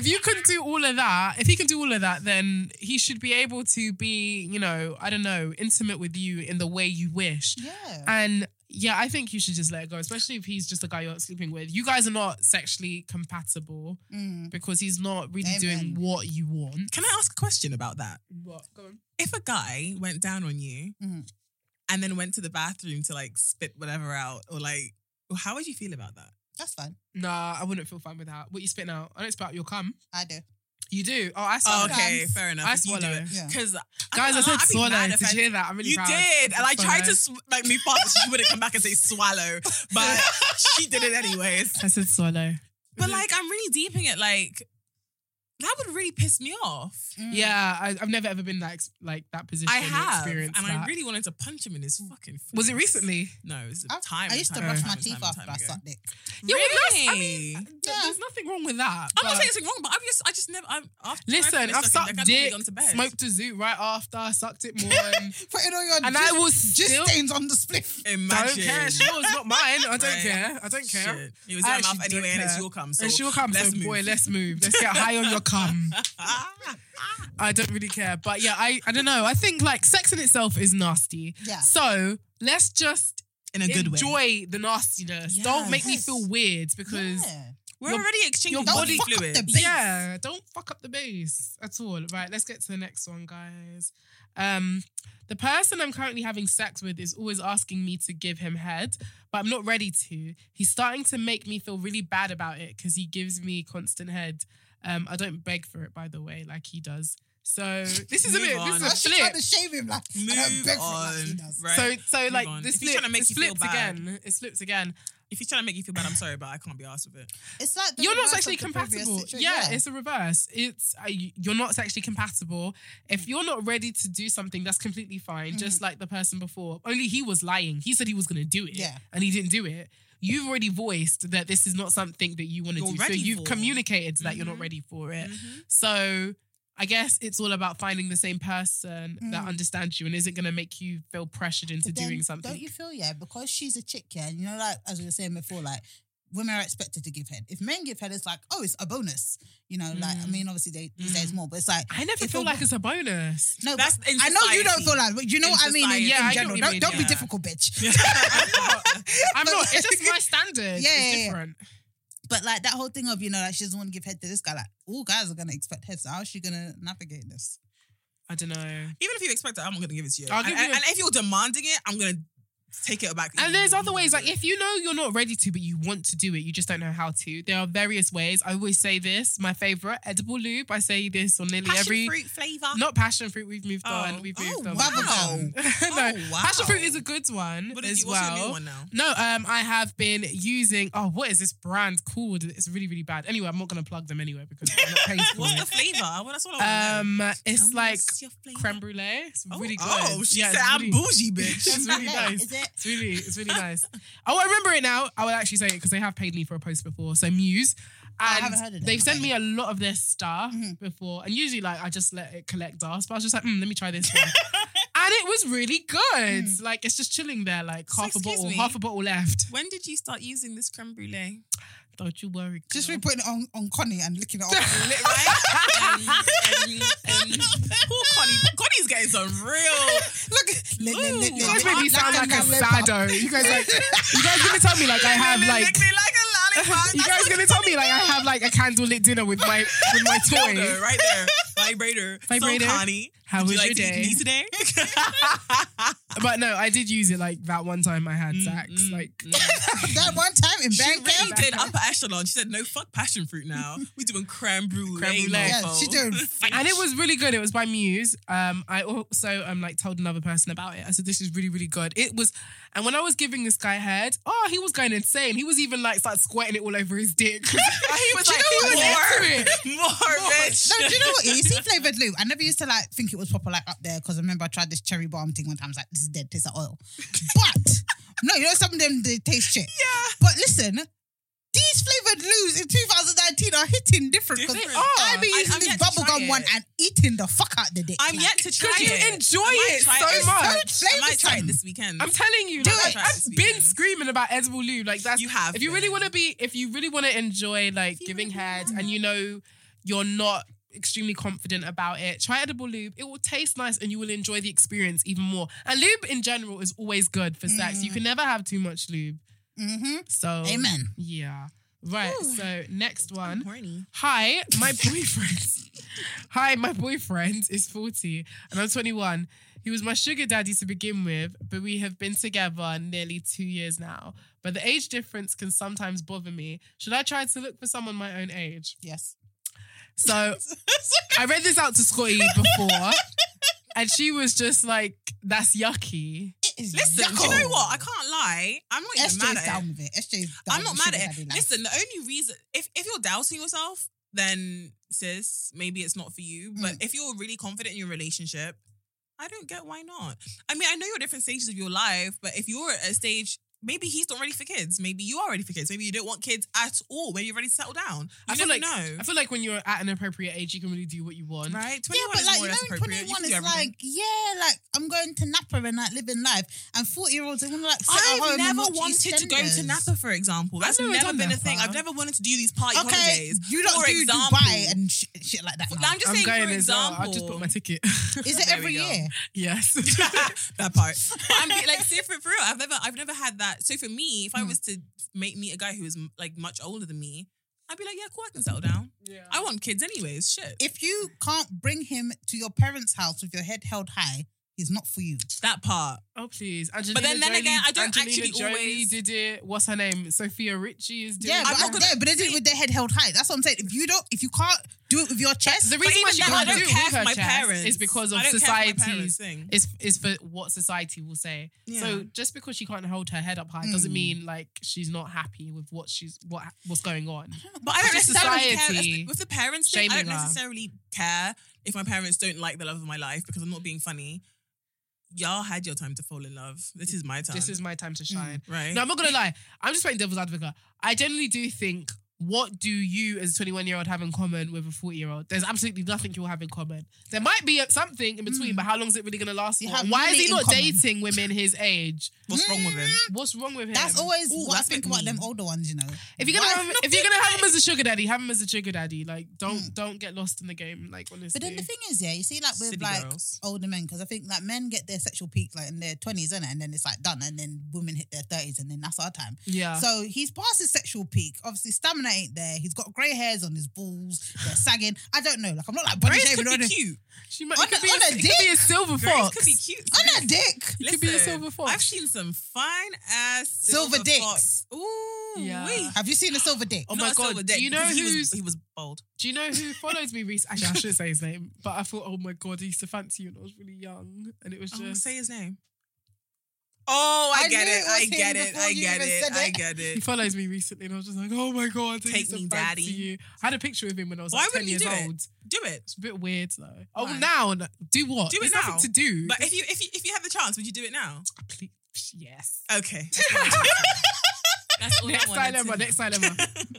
[SPEAKER 2] if you can do all of that, if he can do all of that, then he should be able to be, you know, I don't know, intimate with you in the way you wish.
[SPEAKER 1] Yeah.
[SPEAKER 2] And yeah, I think you should just let it go, especially if he's just a guy you're sleeping with. You guys are not sexually compatible
[SPEAKER 1] Mm,
[SPEAKER 2] because he's not really doing
[SPEAKER 1] Amen.
[SPEAKER 2] what you want.
[SPEAKER 3] Can I ask a question about that?
[SPEAKER 2] What? Go on.
[SPEAKER 3] If a guy went down on you
[SPEAKER 1] Mhm.
[SPEAKER 3] and then went to the bathroom to like spit whatever out or like, how would you feel about that?
[SPEAKER 1] That's fine.
[SPEAKER 2] Nah, I wouldn't feel fine with that. What you spitting out? I don't spit out your cum.
[SPEAKER 1] I do.
[SPEAKER 2] You do. Oh, I
[SPEAKER 3] Oh,
[SPEAKER 2] swallow.
[SPEAKER 3] okay, fair enough.
[SPEAKER 2] I
[SPEAKER 3] If you do
[SPEAKER 2] swallow.
[SPEAKER 3] it.
[SPEAKER 1] Yeah.
[SPEAKER 3] Cause
[SPEAKER 2] Guys, I
[SPEAKER 3] I'm
[SPEAKER 2] said
[SPEAKER 3] not- I'd be
[SPEAKER 2] swallow.
[SPEAKER 3] mad
[SPEAKER 2] Did
[SPEAKER 3] if
[SPEAKER 2] you
[SPEAKER 3] I-
[SPEAKER 2] hear that? I'm really
[SPEAKER 3] you
[SPEAKER 2] proud.
[SPEAKER 3] did, and I tried to
[SPEAKER 2] Swallow.
[SPEAKER 3] sw- make me fart. so She wouldn't come back and say swallow, (laughs) but she did it anyways. Mm-hmm.
[SPEAKER 2] I said swallow.
[SPEAKER 3] But like, I'm really deeping it. Like, that would really piss me off.
[SPEAKER 2] Yeah, I, I've never ever been that ex- like that position.
[SPEAKER 3] I
[SPEAKER 2] or
[SPEAKER 3] have, and
[SPEAKER 2] experienced
[SPEAKER 3] I
[SPEAKER 2] that.
[SPEAKER 3] really wanted to punch him in his fucking. Face.
[SPEAKER 2] was it recently.
[SPEAKER 3] No, it was a
[SPEAKER 1] I,
[SPEAKER 3] time.
[SPEAKER 1] I used to
[SPEAKER 3] time,
[SPEAKER 1] brush
[SPEAKER 3] time,
[SPEAKER 1] my
[SPEAKER 3] time,
[SPEAKER 1] teeth
[SPEAKER 3] time,
[SPEAKER 1] after
[SPEAKER 3] time
[SPEAKER 1] I
[SPEAKER 3] ago.
[SPEAKER 1] sucked dick.
[SPEAKER 2] Yeah, well, that's- I
[SPEAKER 3] Really?
[SPEAKER 2] mean, th-
[SPEAKER 1] Yeah.
[SPEAKER 2] there's nothing wrong with that.
[SPEAKER 3] I'm not
[SPEAKER 2] but-
[SPEAKER 3] saying it's wrong, but I've just, I just never. I'm, after I
[SPEAKER 2] Listen,
[SPEAKER 3] finished
[SPEAKER 2] I've
[SPEAKER 3] sucking
[SPEAKER 2] sucked
[SPEAKER 3] dick, I've nearly
[SPEAKER 2] dick,
[SPEAKER 3] gone to bed.
[SPEAKER 2] smoked a zoo right after, sucked it more,
[SPEAKER 3] (laughs)
[SPEAKER 2] and,
[SPEAKER 1] Put it on your
[SPEAKER 2] and
[SPEAKER 1] just,
[SPEAKER 2] I will
[SPEAKER 1] just
[SPEAKER 2] still.
[SPEAKER 1] stains on the
[SPEAKER 2] (laughs)
[SPEAKER 1] spliff.
[SPEAKER 3] Imagine.
[SPEAKER 2] Don't care. It's (laughs) yours, not mine. I don't
[SPEAKER 3] (laughs) Right.
[SPEAKER 2] care. I don't care.
[SPEAKER 3] Shit. It was
[SPEAKER 2] I
[SPEAKER 3] in my
[SPEAKER 2] actually
[SPEAKER 3] mouth
[SPEAKER 2] don't
[SPEAKER 3] anyway, and it's
[SPEAKER 2] care.
[SPEAKER 3] your cum. So
[SPEAKER 2] And she'll come.
[SPEAKER 3] let's
[SPEAKER 2] so
[SPEAKER 3] move.
[SPEAKER 2] boy, let's move. Let's get high on your
[SPEAKER 3] (laughs)
[SPEAKER 2] cum. I don't really care, but yeah, I I don't know. I think like sex in itself is nasty.
[SPEAKER 1] Yeah.
[SPEAKER 2] So let's just
[SPEAKER 3] in a good
[SPEAKER 2] enjoy
[SPEAKER 3] way.
[SPEAKER 2] the nastiness. Don't make me
[SPEAKER 1] Yes.
[SPEAKER 2] feel weird because yeah.
[SPEAKER 1] Yeah.
[SPEAKER 3] We're
[SPEAKER 2] your-
[SPEAKER 3] already
[SPEAKER 2] your
[SPEAKER 3] exchanging
[SPEAKER 2] body-
[SPEAKER 3] body
[SPEAKER 2] Don't fuck
[SPEAKER 3] fluid.
[SPEAKER 1] up the base.
[SPEAKER 2] don't fuck up the base at all. Right, let's get to the next one, guys. Um, the person I'm currently having sex with is always asking me to give him head, but I'm not ready to. He's starting to make me feel really bad about it because he gives me constant head. Um, I don't beg for it, by the way, like he does. So this is a
[SPEAKER 3] Move
[SPEAKER 2] bit.
[SPEAKER 3] on.
[SPEAKER 1] Why
[SPEAKER 2] This
[SPEAKER 1] she
[SPEAKER 2] is a
[SPEAKER 1] trying to
[SPEAKER 2] flip.
[SPEAKER 1] shave him like I don't
[SPEAKER 3] Move
[SPEAKER 1] beg for it like
[SPEAKER 3] on.
[SPEAKER 1] he does.
[SPEAKER 3] Right.
[SPEAKER 2] So so
[SPEAKER 3] Move
[SPEAKER 2] like
[SPEAKER 3] on.
[SPEAKER 2] this
[SPEAKER 3] If he's trying to make you feel
[SPEAKER 2] flipped
[SPEAKER 3] bad.
[SPEAKER 2] again. It slipped again.
[SPEAKER 3] if he's trying to make you feel bad, I'm sorry, but I can't be asked with it.
[SPEAKER 1] It's like the
[SPEAKER 2] you're not
[SPEAKER 1] reverse of
[SPEAKER 2] sexually
[SPEAKER 1] the previous
[SPEAKER 2] compatible.
[SPEAKER 1] situation.
[SPEAKER 2] Yeah, it's a reverse. It's uh, you- you're not sexually compatible. If you're not ready to do something, that's completely
[SPEAKER 1] Mm-hmm.
[SPEAKER 2] fine. Just like the person before. Only he was lying. He said he was going to do it,
[SPEAKER 1] Yeah.
[SPEAKER 2] and he didn't do it. You've already voiced that this is not something that you want to
[SPEAKER 3] You're
[SPEAKER 2] do. So
[SPEAKER 3] ready
[SPEAKER 2] you've
[SPEAKER 3] for.
[SPEAKER 2] communicated that you're not
[SPEAKER 1] Mm-hmm.
[SPEAKER 2] ready for it. So I guess it's all about finding the same person that understands you and isn't going to make you feel pressured into
[SPEAKER 1] Mm. But then,
[SPEAKER 2] doing something.
[SPEAKER 1] Don't you feel yeah? Because she's a chick, yeah. And you know, like as we were saying before, like women are expected to give head. If men give head, it's like oh, it's a bonus. You know, like I mean, obviously they, these days more, but it's like
[SPEAKER 2] Mm. I never
[SPEAKER 1] if
[SPEAKER 2] feel
[SPEAKER 1] a-
[SPEAKER 2] like it's a
[SPEAKER 1] (laughs)
[SPEAKER 2] bonus.
[SPEAKER 1] No,
[SPEAKER 3] That's
[SPEAKER 1] but
[SPEAKER 3] in
[SPEAKER 1] I know you don't
[SPEAKER 3] society.
[SPEAKER 1] feel like, but you know
[SPEAKER 3] In
[SPEAKER 1] what I mean. In,
[SPEAKER 3] society.
[SPEAKER 2] Yeah,
[SPEAKER 1] in
[SPEAKER 2] I get
[SPEAKER 1] general,
[SPEAKER 2] what you
[SPEAKER 1] don't,
[SPEAKER 2] mean,
[SPEAKER 1] don't be
[SPEAKER 2] yeah.
[SPEAKER 1] difficult,
[SPEAKER 2] (laughs)
[SPEAKER 1] bitch.
[SPEAKER 2] I'm
[SPEAKER 1] But
[SPEAKER 2] not.
[SPEAKER 1] like-
[SPEAKER 2] It's just my
[SPEAKER 1] (laughs)
[SPEAKER 2] standard.
[SPEAKER 1] Yeah, yeah,
[SPEAKER 2] it's
[SPEAKER 1] yeah.
[SPEAKER 2] different.
[SPEAKER 1] But like that whole thing of you know, like she doesn't want to give head to this guy. Like all guys are gonna expect head. So how's she gonna navigate this?
[SPEAKER 2] I don't know.
[SPEAKER 3] Even if you expect it, I'm not going to give it to you.
[SPEAKER 2] I'll
[SPEAKER 3] and,
[SPEAKER 2] give
[SPEAKER 3] and-
[SPEAKER 2] you a-
[SPEAKER 3] and if you're demanding it, I'm going to take it back.
[SPEAKER 2] And there's other ways, like if you know you're not ready to, but you want to do it, you just don't know how to. There are various ways. I always say this, my favorite, edible lube. I say this on nearly
[SPEAKER 3] passion
[SPEAKER 2] every.
[SPEAKER 3] fruit flavor.
[SPEAKER 2] Not passion fruit. We've moved
[SPEAKER 3] Oh.
[SPEAKER 2] on. We've
[SPEAKER 3] Oh,
[SPEAKER 2] moved on.
[SPEAKER 3] wow.
[SPEAKER 2] (laughs) no,
[SPEAKER 3] Oh, wow.
[SPEAKER 2] passion fruit is a good one
[SPEAKER 3] What
[SPEAKER 2] as
[SPEAKER 3] is you, what's
[SPEAKER 2] well.
[SPEAKER 3] your new one now?
[SPEAKER 2] No, um, I have been using. Oh, what is this brand called? It's really, really bad. Anyway, I'm not gonna plug them anyway because
[SPEAKER 3] (laughs)
[SPEAKER 2] I'm not paying for
[SPEAKER 3] What's the
[SPEAKER 2] it.
[SPEAKER 3] flavor? Well, that's what I want
[SPEAKER 2] Um,
[SPEAKER 3] Tell
[SPEAKER 2] it's
[SPEAKER 3] me
[SPEAKER 2] like
[SPEAKER 3] what's your flavour.
[SPEAKER 2] creme brulee. It's really good.
[SPEAKER 3] Oh, she
[SPEAKER 2] Yeah,
[SPEAKER 3] said
[SPEAKER 2] it's
[SPEAKER 3] I'm
[SPEAKER 2] really- (laughs)
[SPEAKER 3] bougie, bitch.
[SPEAKER 2] It's really nice.
[SPEAKER 1] Is it?
[SPEAKER 2] It's really, it's really nice. Oh, I remember it now. I will actually say it because they have paid me for a post before. So Muse, and
[SPEAKER 1] haven't heard of them.
[SPEAKER 2] they've sent
[SPEAKER 1] Okay.
[SPEAKER 2] me a lot of their stuff before, and usually like I just let it collect dust, but I was just like, mm, let me try this one, and it was really good. Like it's just chilling there, like
[SPEAKER 3] So
[SPEAKER 2] half a
[SPEAKER 3] excuse
[SPEAKER 2] bottle,
[SPEAKER 3] me.
[SPEAKER 2] half a bottle left.
[SPEAKER 3] When did you start using this creme
[SPEAKER 2] (laughs)
[SPEAKER 3] brulee?
[SPEAKER 2] Don't you worry.
[SPEAKER 1] Just
[SPEAKER 2] girl.
[SPEAKER 1] be putting it on, on Connie and licking it
[SPEAKER 2] (laughs)
[SPEAKER 1] off.
[SPEAKER 3] Lit, right?
[SPEAKER 1] (laughs)
[SPEAKER 3] Um, um, um, Poor Connie. Connie's getting some
[SPEAKER 2] (laughs)
[SPEAKER 3] real.
[SPEAKER 1] Look, li- li- li- li-
[SPEAKER 2] You guys
[SPEAKER 1] li-
[SPEAKER 2] make me
[SPEAKER 1] li-
[SPEAKER 2] sound
[SPEAKER 1] li-
[SPEAKER 2] like a
[SPEAKER 1] li- li-
[SPEAKER 2] sado. You guys like, you guys gonna tell me like I have like.
[SPEAKER 3] Lick me like a
[SPEAKER 2] (laughs)
[SPEAKER 3] lollipop.
[SPEAKER 2] You guys
[SPEAKER 3] That's
[SPEAKER 2] gonna
[SPEAKER 3] what
[SPEAKER 2] tell me like I have like a candlelit dinner with (laughs) my with my
[SPEAKER 3] Dildo
[SPEAKER 2] toy?
[SPEAKER 3] right there. Vibrator.
[SPEAKER 2] (laughs) Vibrator.
[SPEAKER 3] So, Connie,
[SPEAKER 2] How
[SPEAKER 3] would
[SPEAKER 2] was
[SPEAKER 3] you
[SPEAKER 2] your
[SPEAKER 3] like to eat
[SPEAKER 2] day?
[SPEAKER 3] me
[SPEAKER 2] (laughs)
[SPEAKER 3] today?
[SPEAKER 2] But no, I did use it like that one time I had sex. like
[SPEAKER 1] That one time in
[SPEAKER 3] she
[SPEAKER 1] bank
[SPEAKER 3] really
[SPEAKER 1] camp. (laughs)
[SPEAKER 3] did upper echelon. She said, no, fuck passion fruit now. We're doing creme brulee.
[SPEAKER 2] Creme brulee.
[SPEAKER 3] mofo."
[SPEAKER 1] Yeah, she
[SPEAKER 3] (laughs)
[SPEAKER 1] doing.
[SPEAKER 2] and it was really good. It was by Muse. Um, I also um like told another person about it. I said this is really really good. It was, and when I was giving this guy head, oh he was going insane. He was even like started squirting it all over his dick. (laughs) he was
[SPEAKER 3] like,
[SPEAKER 2] "More."
[SPEAKER 3] (laughs) More, bitch.
[SPEAKER 1] No, do you know what? You see flavored lube. I never used to like think it was proper like up there because I remember I tried this cherry bomb thing one time. I was like, this is dead, tastes like
[SPEAKER 3] (laughs)
[SPEAKER 1] oil. But no, you know some of them they taste shit. Yeah. But listen, these flavored lubes in 2019 are hitting different. 'cause
[SPEAKER 3] Different.
[SPEAKER 1] I've been
[SPEAKER 3] I-
[SPEAKER 1] using
[SPEAKER 3] I'm
[SPEAKER 1] this
[SPEAKER 3] yet to try
[SPEAKER 1] bubblegum one
[SPEAKER 3] it.
[SPEAKER 1] and eating the fuck out the dick.
[SPEAKER 3] (laughs) I'm
[SPEAKER 1] Like,
[SPEAKER 3] yet to try
[SPEAKER 2] Because you
[SPEAKER 3] it.
[SPEAKER 2] enjoy
[SPEAKER 3] I might
[SPEAKER 2] it
[SPEAKER 3] try
[SPEAKER 2] so
[SPEAKER 3] it.
[SPEAKER 2] much.
[SPEAKER 1] So
[SPEAKER 3] I might try it
[SPEAKER 1] flavoursome.
[SPEAKER 3] this weekend.
[SPEAKER 2] I'm telling you,
[SPEAKER 3] Do
[SPEAKER 2] like,
[SPEAKER 3] it.
[SPEAKER 2] I've
[SPEAKER 3] Try it.
[SPEAKER 2] been screaming about edible lube. Like that's
[SPEAKER 3] You have
[SPEAKER 2] If you really
[SPEAKER 3] been.
[SPEAKER 2] want to be, if you really want to enjoy like giving head, and you know you're not extremely confident about it, try edible lube. It will taste nice, and you will enjoy the experience even more. And lube in general is always good for sex. You can never have too much lube.
[SPEAKER 1] Mhm.
[SPEAKER 2] So
[SPEAKER 1] Amen.
[SPEAKER 2] Yeah. Right. So next one.
[SPEAKER 3] horny.
[SPEAKER 2] Hi, my boyfriend. (laughs) Hi, my boyfriend is 40 and I'm 21. He was my sugar daddy to begin with, but we have been together nearly two years now. But the age difference can sometimes bother me. Should I try to look for someone my own age?
[SPEAKER 3] (laughs)
[SPEAKER 1] Yes.
[SPEAKER 2] So I read this out to Scotty before, and she was just like, that's yucky.
[SPEAKER 3] Listen, do you know what? I can't lie. I'm not even
[SPEAKER 1] SJ's
[SPEAKER 3] mad at
[SPEAKER 1] down
[SPEAKER 3] it.
[SPEAKER 1] with it. SJ's down
[SPEAKER 3] I'm not
[SPEAKER 1] with
[SPEAKER 3] mad at
[SPEAKER 1] sugar
[SPEAKER 3] it.
[SPEAKER 1] daddy life.
[SPEAKER 3] Listen, the only reason if if you're doubting yourself, then sis, maybe it's not for you. But
[SPEAKER 1] Mm.
[SPEAKER 3] if you're really confident in your relationship, I don't get why not. I mean, I know you're at different stages of your life, but if you're at a stage, maybe he's not ready for kids. Maybe you are ready for kids. Maybe you don't want kids at all. Maybe you're ready to settle down. You
[SPEAKER 2] I feel
[SPEAKER 3] never
[SPEAKER 2] like
[SPEAKER 3] know.
[SPEAKER 2] I feel like when you're at an appropriate age, you can really do what you want.
[SPEAKER 3] Right?
[SPEAKER 1] Yeah,
[SPEAKER 3] 21
[SPEAKER 1] but
[SPEAKER 3] is
[SPEAKER 1] like you
[SPEAKER 3] more or
[SPEAKER 1] know,
[SPEAKER 3] less
[SPEAKER 1] in
[SPEAKER 3] appropriate. You
[SPEAKER 1] 21
[SPEAKER 3] can
[SPEAKER 1] it's
[SPEAKER 3] do everything.
[SPEAKER 1] like, yeah, like I'm going to Napa and like living life, and 40 year olds they want to like sit at home
[SPEAKER 3] I've
[SPEAKER 1] and
[SPEAKER 3] never
[SPEAKER 1] watch
[SPEAKER 3] wanted to go to
[SPEAKER 1] EastEnders.
[SPEAKER 3] Napa, for example. That's
[SPEAKER 2] never
[SPEAKER 3] never,
[SPEAKER 2] done
[SPEAKER 3] been a
[SPEAKER 2] Napa.
[SPEAKER 3] thing. I've never wanted to do these party
[SPEAKER 1] Okay,
[SPEAKER 3] holidays.
[SPEAKER 1] you don't
[SPEAKER 3] for
[SPEAKER 1] do
[SPEAKER 3] example,
[SPEAKER 1] Dubai and sh- shit like that.
[SPEAKER 3] For-
[SPEAKER 1] now.
[SPEAKER 3] I'm just
[SPEAKER 2] I'm
[SPEAKER 3] saying,
[SPEAKER 2] going
[SPEAKER 3] for
[SPEAKER 2] as well.
[SPEAKER 3] example,
[SPEAKER 2] I just booked my ticket.
[SPEAKER 1] Is it
[SPEAKER 2] (laughs)
[SPEAKER 3] There we
[SPEAKER 1] every
[SPEAKER 3] go.
[SPEAKER 1] year?
[SPEAKER 2] yes.
[SPEAKER 3] (laughs) that part. But I'm be- like, see, for, for real, I've never, I've never had that. So for me, if I was to make meet a guy who is m- like much older than me, I'd be like, yeah, cool, I can settle down.
[SPEAKER 2] Yeah.
[SPEAKER 3] I want kids anyways. Shit,
[SPEAKER 1] If you can't bring him to your parents' house with your head held high, he's not for you.
[SPEAKER 3] that part.
[SPEAKER 2] Oh please, Angelina
[SPEAKER 3] then- then
[SPEAKER 2] Jolie,
[SPEAKER 3] again, I don't
[SPEAKER 2] Angelina
[SPEAKER 3] actually
[SPEAKER 2] Jolie
[SPEAKER 3] always-
[SPEAKER 2] did it. What's her name? Sophia Ritchie is doing.
[SPEAKER 1] Yeah,
[SPEAKER 2] it.
[SPEAKER 1] but,
[SPEAKER 3] I'm not gonna-
[SPEAKER 1] yeah, but they do it with their head held high. That's what I'm saying. If you don't, if you can't do it with your chest,
[SPEAKER 2] the reason why
[SPEAKER 3] even
[SPEAKER 2] she
[SPEAKER 3] then, I
[SPEAKER 2] can't do
[SPEAKER 3] don't
[SPEAKER 2] it
[SPEAKER 3] care
[SPEAKER 2] with
[SPEAKER 3] for
[SPEAKER 2] her
[SPEAKER 3] my
[SPEAKER 2] chest
[SPEAKER 3] parents.
[SPEAKER 2] is because of
[SPEAKER 3] I don't care for my parents
[SPEAKER 2] society's
[SPEAKER 3] thing.
[SPEAKER 2] It's it's for what society will say. So
[SPEAKER 3] Yeah. Mm.
[SPEAKER 2] just because she can't hold her head up high doesn't mean like she's not happy with what she's what what's going on.
[SPEAKER 3] But I don't
[SPEAKER 2] It's just
[SPEAKER 3] necessarily
[SPEAKER 2] society
[SPEAKER 3] care with the parents thing. I don't
[SPEAKER 2] shaming her.
[SPEAKER 3] necessarily care if my parents don't like the love of my life because I'm not being funny. Y'all had your time to fall in love. This is my time.
[SPEAKER 2] This is my time
[SPEAKER 1] Mm,
[SPEAKER 2] to shine.
[SPEAKER 3] right.
[SPEAKER 2] No, I'm not gonna lie. I'm just playing devil's advocate. I generally do think. What do you, as a 21 year old, have in common with a 40 year old? There's absolutely nothing you'll have in common. There might be something in between, but how long is it really going to last?
[SPEAKER 1] Mm. You
[SPEAKER 2] for?
[SPEAKER 1] have
[SPEAKER 2] Why is
[SPEAKER 1] nothing
[SPEAKER 2] he
[SPEAKER 1] in
[SPEAKER 2] not
[SPEAKER 1] common.
[SPEAKER 2] dating women his age? Mm.
[SPEAKER 3] What's wrong with him?
[SPEAKER 2] What's wrong with him?
[SPEAKER 1] that's always
[SPEAKER 2] Ooh,
[SPEAKER 1] what I
[SPEAKER 2] that's a
[SPEAKER 1] think
[SPEAKER 2] bit
[SPEAKER 1] about them
[SPEAKER 2] mean.
[SPEAKER 1] older ones. You know,
[SPEAKER 2] If you're gonna
[SPEAKER 1] Why-
[SPEAKER 2] have, if you're gonna have him as a a sugar daddy. Have him as a sugar daddy. Like, don't don't get lost in the game. Like, honestly.
[SPEAKER 1] Mm. But then the thing is, yeah, you see, like with
[SPEAKER 3] City
[SPEAKER 1] like
[SPEAKER 3] girls.
[SPEAKER 1] older men, because I think like men get their sexual peak like in their twenties, and and then it's like done, and then women hit their thirties, and then that's our time.
[SPEAKER 2] Yeah.
[SPEAKER 1] So he's past his sexual peak. Obviously, stamina ain't there. He's got grey hairs on his balls.
[SPEAKER 3] (laughs)
[SPEAKER 1] They're sagging. I don't know. Like I'm not like body
[SPEAKER 3] Grace
[SPEAKER 1] shaving
[SPEAKER 3] could
[SPEAKER 1] on
[SPEAKER 3] be
[SPEAKER 1] a,
[SPEAKER 3] cute.
[SPEAKER 2] she might
[SPEAKER 1] on
[SPEAKER 2] it could
[SPEAKER 1] a-
[SPEAKER 2] be,
[SPEAKER 1] on a
[SPEAKER 2] a, it could be a
[SPEAKER 1] dick.
[SPEAKER 2] silver
[SPEAKER 3] Grace
[SPEAKER 2] fox.
[SPEAKER 3] could be cute.
[SPEAKER 1] on a dick.
[SPEAKER 2] It could be a
[SPEAKER 3] (laughs) Listen,
[SPEAKER 2] silver fox.
[SPEAKER 3] I've seen some fine ass
[SPEAKER 1] Silver
[SPEAKER 3] silver,
[SPEAKER 1] dicks.
[SPEAKER 3] fox. Ooh,
[SPEAKER 2] Yeah.
[SPEAKER 3] wee.
[SPEAKER 1] Have you seen a silver dick?
[SPEAKER 2] Oh my
[SPEAKER 3] Not a
[SPEAKER 2] God,
[SPEAKER 3] silver
[SPEAKER 2] do
[SPEAKER 3] dick,
[SPEAKER 2] you know
[SPEAKER 3] because he
[SPEAKER 2] who's-
[SPEAKER 3] was, he was bold?
[SPEAKER 2] Do you know who follows me recently? Actually, I shouldn't say his name, but I thought, oh my god, he used to fancy you when I was really young, and it was
[SPEAKER 3] Oh,
[SPEAKER 2] just
[SPEAKER 3] say his name. Oh, I,
[SPEAKER 1] I
[SPEAKER 3] get
[SPEAKER 1] knew
[SPEAKER 3] it.
[SPEAKER 1] it was
[SPEAKER 3] I
[SPEAKER 1] him
[SPEAKER 3] get it.
[SPEAKER 1] before
[SPEAKER 3] I
[SPEAKER 1] you
[SPEAKER 3] get
[SPEAKER 1] even
[SPEAKER 3] it.
[SPEAKER 1] said
[SPEAKER 3] I
[SPEAKER 1] it.
[SPEAKER 3] get
[SPEAKER 2] he
[SPEAKER 3] it.
[SPEAKER 2] follows me recently, and I was just like, oh my god, he
[SPEAKER 3] Take
[SPEAKER 2] used to fancy
[SPEAKER 3] me, daddy.
[SPEAKER 2] You. I had a picture of him when I was
[SPEAKER 3] Why
[SPEAKER 2] like ten
[SPEAKER 3] wouldn't you
[SPEAKER 2] years
[SPEAKER 3] do it?
[SPEAKER 2] old.
[SPEAKER 3] (laughs) Do it.
[SPEAKER 2] It's a bit weird though. Oh,
[SPEAKER 3] Why?
[SPEAKER 2] now no- do what?
[SPEAKER 3] Do it
[SPEAKER 2] There's
[SPEAKER 3] now.
[SPEAKER 2] nothing to do.
[SPEAKER 3] But if you if you if you had the chance, would you do it now?
[SPEAKER 2] Please- yes.
[SPEAKER 3] Okay.
[SPEAKER 2] (laughs)
[SPEAKER 3] That's all I
[SPEAKER 2] Next
[SPEAKER 3] wanted
[SPEAKER 2] dilemma.
[SPEAKER 3] to-
[SPEAKER 2] Next
[SPEAKER 3] (laughs)
[SPEAKER 2] dilemma.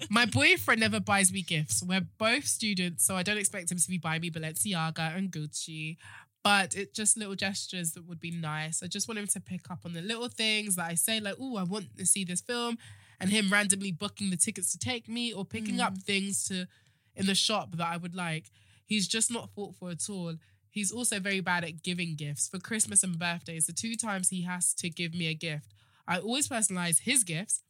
[SPEAKER 2] My boyfriend never buys me gifts. We're both students, so I don't expect him to be buying me Balenciaga and Gucci. But it just little gestures that would be nice. I just want him to pick up on the little things that I say, like, "Oh, I want to see this film," and him randomly booking the tickets to take me or picking up things to in the shop that I would like. He's just not thoughtful at all. He's also very bad at giving gifts for Christmas and birthdays. The two times he has to give me a gift, I always personalize his gifts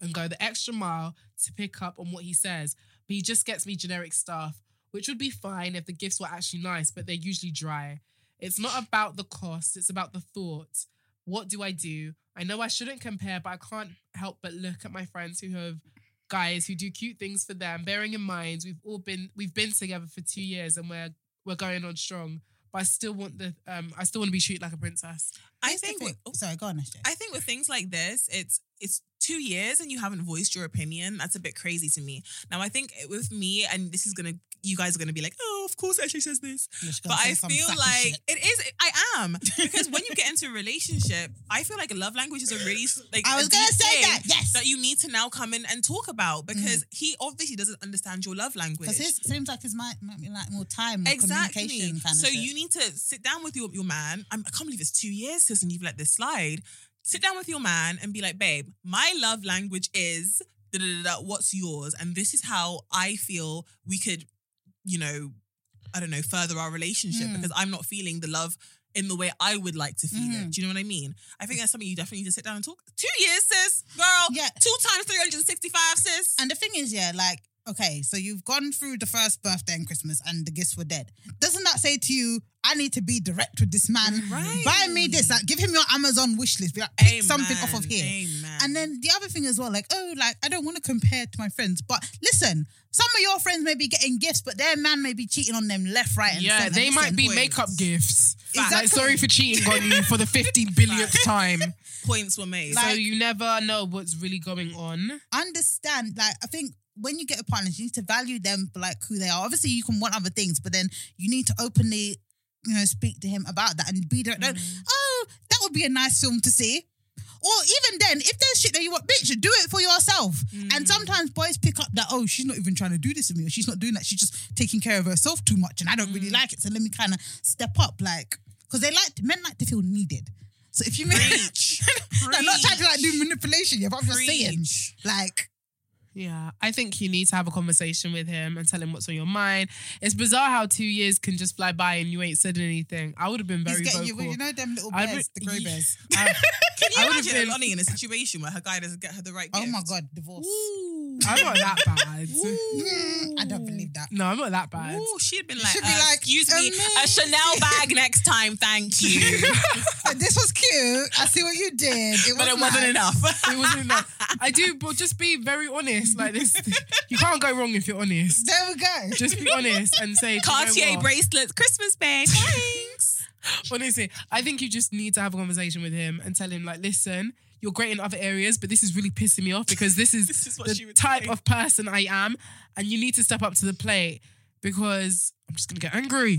[SPEAKER 2] and go the extra mile to pick up on what he says. But he just gets me generic stuff, which would be fine if the gifts were actually nice, but they're usually dry. It's not about the cost, it's about the thought. What do I do? I know I shouldn't compare, but I can't help but look at my friends who have guys who do cute things for them. Bearing in mind, we've all been we've been together for two years and we're we're going on strong. But I still want the um I still want to be treated like a princess.
[SPEAKER 3] I
[SPEAKER 1] Here's the
[SPEAKER 3] think.
[SPEAKER 1] thing.
[SPEAKER 3] with- oh,
[SPEAKER 1] Sorry, go on, Ashley.
[SPEAKER 3] I think with things like this, it's it's two years and you haven't voiced your opinion. That's a bit crazy to me. Now I think with me, and this is gonna, you guys are gonna be like, oh, of course Ashley says this,
[SPEAKER 1] She's
[SPEAKER 3] but
[SPEAKER 1] gonna say
[SPEAKER 3] I
[SPEAKER 1] some
[SPEAKER 3] feel
[SPEAKER 1] sappy
[SPEAKER 3] like
[SPEAKER 1] shit.
[SPEAKER 3] it is. I
[SPEAKER 1] (laughs)
[SPEAKER 3] am because when you get into a relationship, I feel like love language is a really like
[SPEAKER 1] I
[SPEAKER 3] a
[SPEAKER 1] was gonna
[SPEAKER 3] deep
[SPEAKER 1] say
[SPEAKER 3] thing
[SPEAKER 1] that. Yes. Mm-hmm.
[SPEAKER 3] that you need to now come in and talk about because he obviously doesn't understand your love language.
[SPEAKER 1] Because it seems like it's might, might be like more time, more
[SPEAKER 3] Exactly.
[SPEAKER 1] communication kind
[SPEAKER 3] so
[SPEAKER 1] of shit.
[SPEAKER 3] you need to sit down with your, your man. I'm, I can't believe it's two years since you've let this slide. Sit down with your man and be like, babe, my love language is da, da, da, da, what's yours? And this is how I feel we could, you know, I don't know, further our relationship
[SPEAKER 1] Hmm.
[SPEAKER 3] because I'm not feeling the love in the way I would like to feel
[SPEAKER 1] Mm-hmm.
[SPEAKER 3] it. Do you know what I mean? I think that's something you definitely need to sit down and talk. Two years, sis, girl.
[SPEAKER 1] Yeah.
[SPEAKER 3] Two times 365, sis.
[SPEAKER 1] And the thing is, yeah, like, okay, so you've gone through the first birthday and Christmas and the gifts were dead. Doesn't that say to you, I need to be direct with this man?
[SPEAKER 3] Right.
[SPEAKER 1] Buy me this. Like, give him your Amazon wish list. Be like, pick
[SPEAKER 3] Amen.
[SPEAKER 1] something off of here.
[SPEAKER 3] Amen.
[SPEAKER 1] And then the other thing as well, like, oh, like, I don't want to compare to my friends. But listen, some of your friends may be getting gifts, but their man may be cheating on them left, right, and
[SPEAKER 2] Yeah,
[SPEAKER 1] centre.
[SPEAKER 2] they
[SPEAKER 1] Listen,
[SPEAKER 2] might be
[SPEAKER 1] boy.
[SPEAKER 2] makeup gifts. Like,
[SPEAKER 1] Exactly.
[SPEAKER 2] sorry for cheating on you for
[SPEAKER 1] (laughs)
[SPEAKER 2] the 15 billionth time.
[SPEAKER 3] points were made.
[SPEAKER 2] so you never know what's really going on.
[SPEAKER 1] understand like i think when you get a partner you need to value them for like who they are obviously you can want other things but then you need to openly you know speak to him about that and be there don't, oh that would be a nice film to see or even then if there's shit that you want bitch do it for yourself and sometimes boys pick up that oh she's not even trying to do this with me or she's not doing that she's just taking care of herself too much and i don't really like it so let me kind of step up like because they like men like to feel needed so if you make I'm not trying to (laughs) like do manipulation yeah but i'm just saying like
[SPEAKER 2] Yeah, I think you need to have a conversation with him and tell him what's on your mind. It's bizarre how two years can just fly by and you ain't said anything. I would have been very
[SPEAKER 1] He's getting
[SPEAKER 2] vocal.
[SPEAKER 1] you, you know them little
[SPEAKER 2] I'd
[SPEAKER 1] bears,
[SPEAKER 2] be-
[SPEAKER 1] the grey
[SPEAKER 2] Yeah.
[SPEAKER 1] bears. (laughs)
[SPEAKER 2] I,
[SPEAKER 3] Can you
[SPEAKER 2] I would have
[SPEAKER 3] imagine
[SPEAKER 2] been.
[SPEAKER 3] Lonnie in a situation where her guy doesn't get her the right
[SPEAKER 1] Oh
[SPEAKER 3] gift?
[SPEAKER 1] my god, divorce.
[SPEAKER 2] (laughs) I'm not that
[SPEAKER 1] (laughs)
[SPEAKER 2] bad.
[SPEAKER 1] Mm, I don't believe that.
[SPEAKER 2] No, I'm not that bad.
[SPEAKER 3] Ooh, she'd have been like,
[SPEAKER 1] should be
[SPEAKER 3] uh,
[SPEAKER 1] like,
[SPEAKER 3] excuse me, a
[SPEAKER 1] amazing.
[SPEAKER 3] Chanel bag (laughs) next time, thank you.
[SPEAKER 1] But this was cute. I see what you did. It
[SPEAKER 3] but
[SPEAKER 1] was
[SPEAKER 3] it wasn't
[SPEAKER 1] nice.
[SPEAKER 3] enough.
[SPEAKER 2] (laughs) It wasn't that. I do, but just be very honest. Like this, (laughs) you can't go wrong if you're honest.
[SPEAKER 1] There we go.
[SPEAKER 2] Just be honest and say "Do you know
[SPEAKER 3] Cartier
[SPEAKER 2] what?
[SPEAKER 3] bracelets, Christmas bag, thanks.
[SPEAKER 2] Honestly, I think you just need to have a conversation with him and tell him, like, listen, you're great in other areas, but this is really pissing me off because this is,
[SPEAKER 3] (laughs) This is what she
[SPEAKER 2] the
[SPEAKER 3] would
[SPEAKER 2] type
[SPEAKER 3] say.
[SPEAKER 2] of person I am, and you need to step up to the plate because I'm just gonna get
[SPEAKER 3] (laughs)
[SPEAKER 2] angry.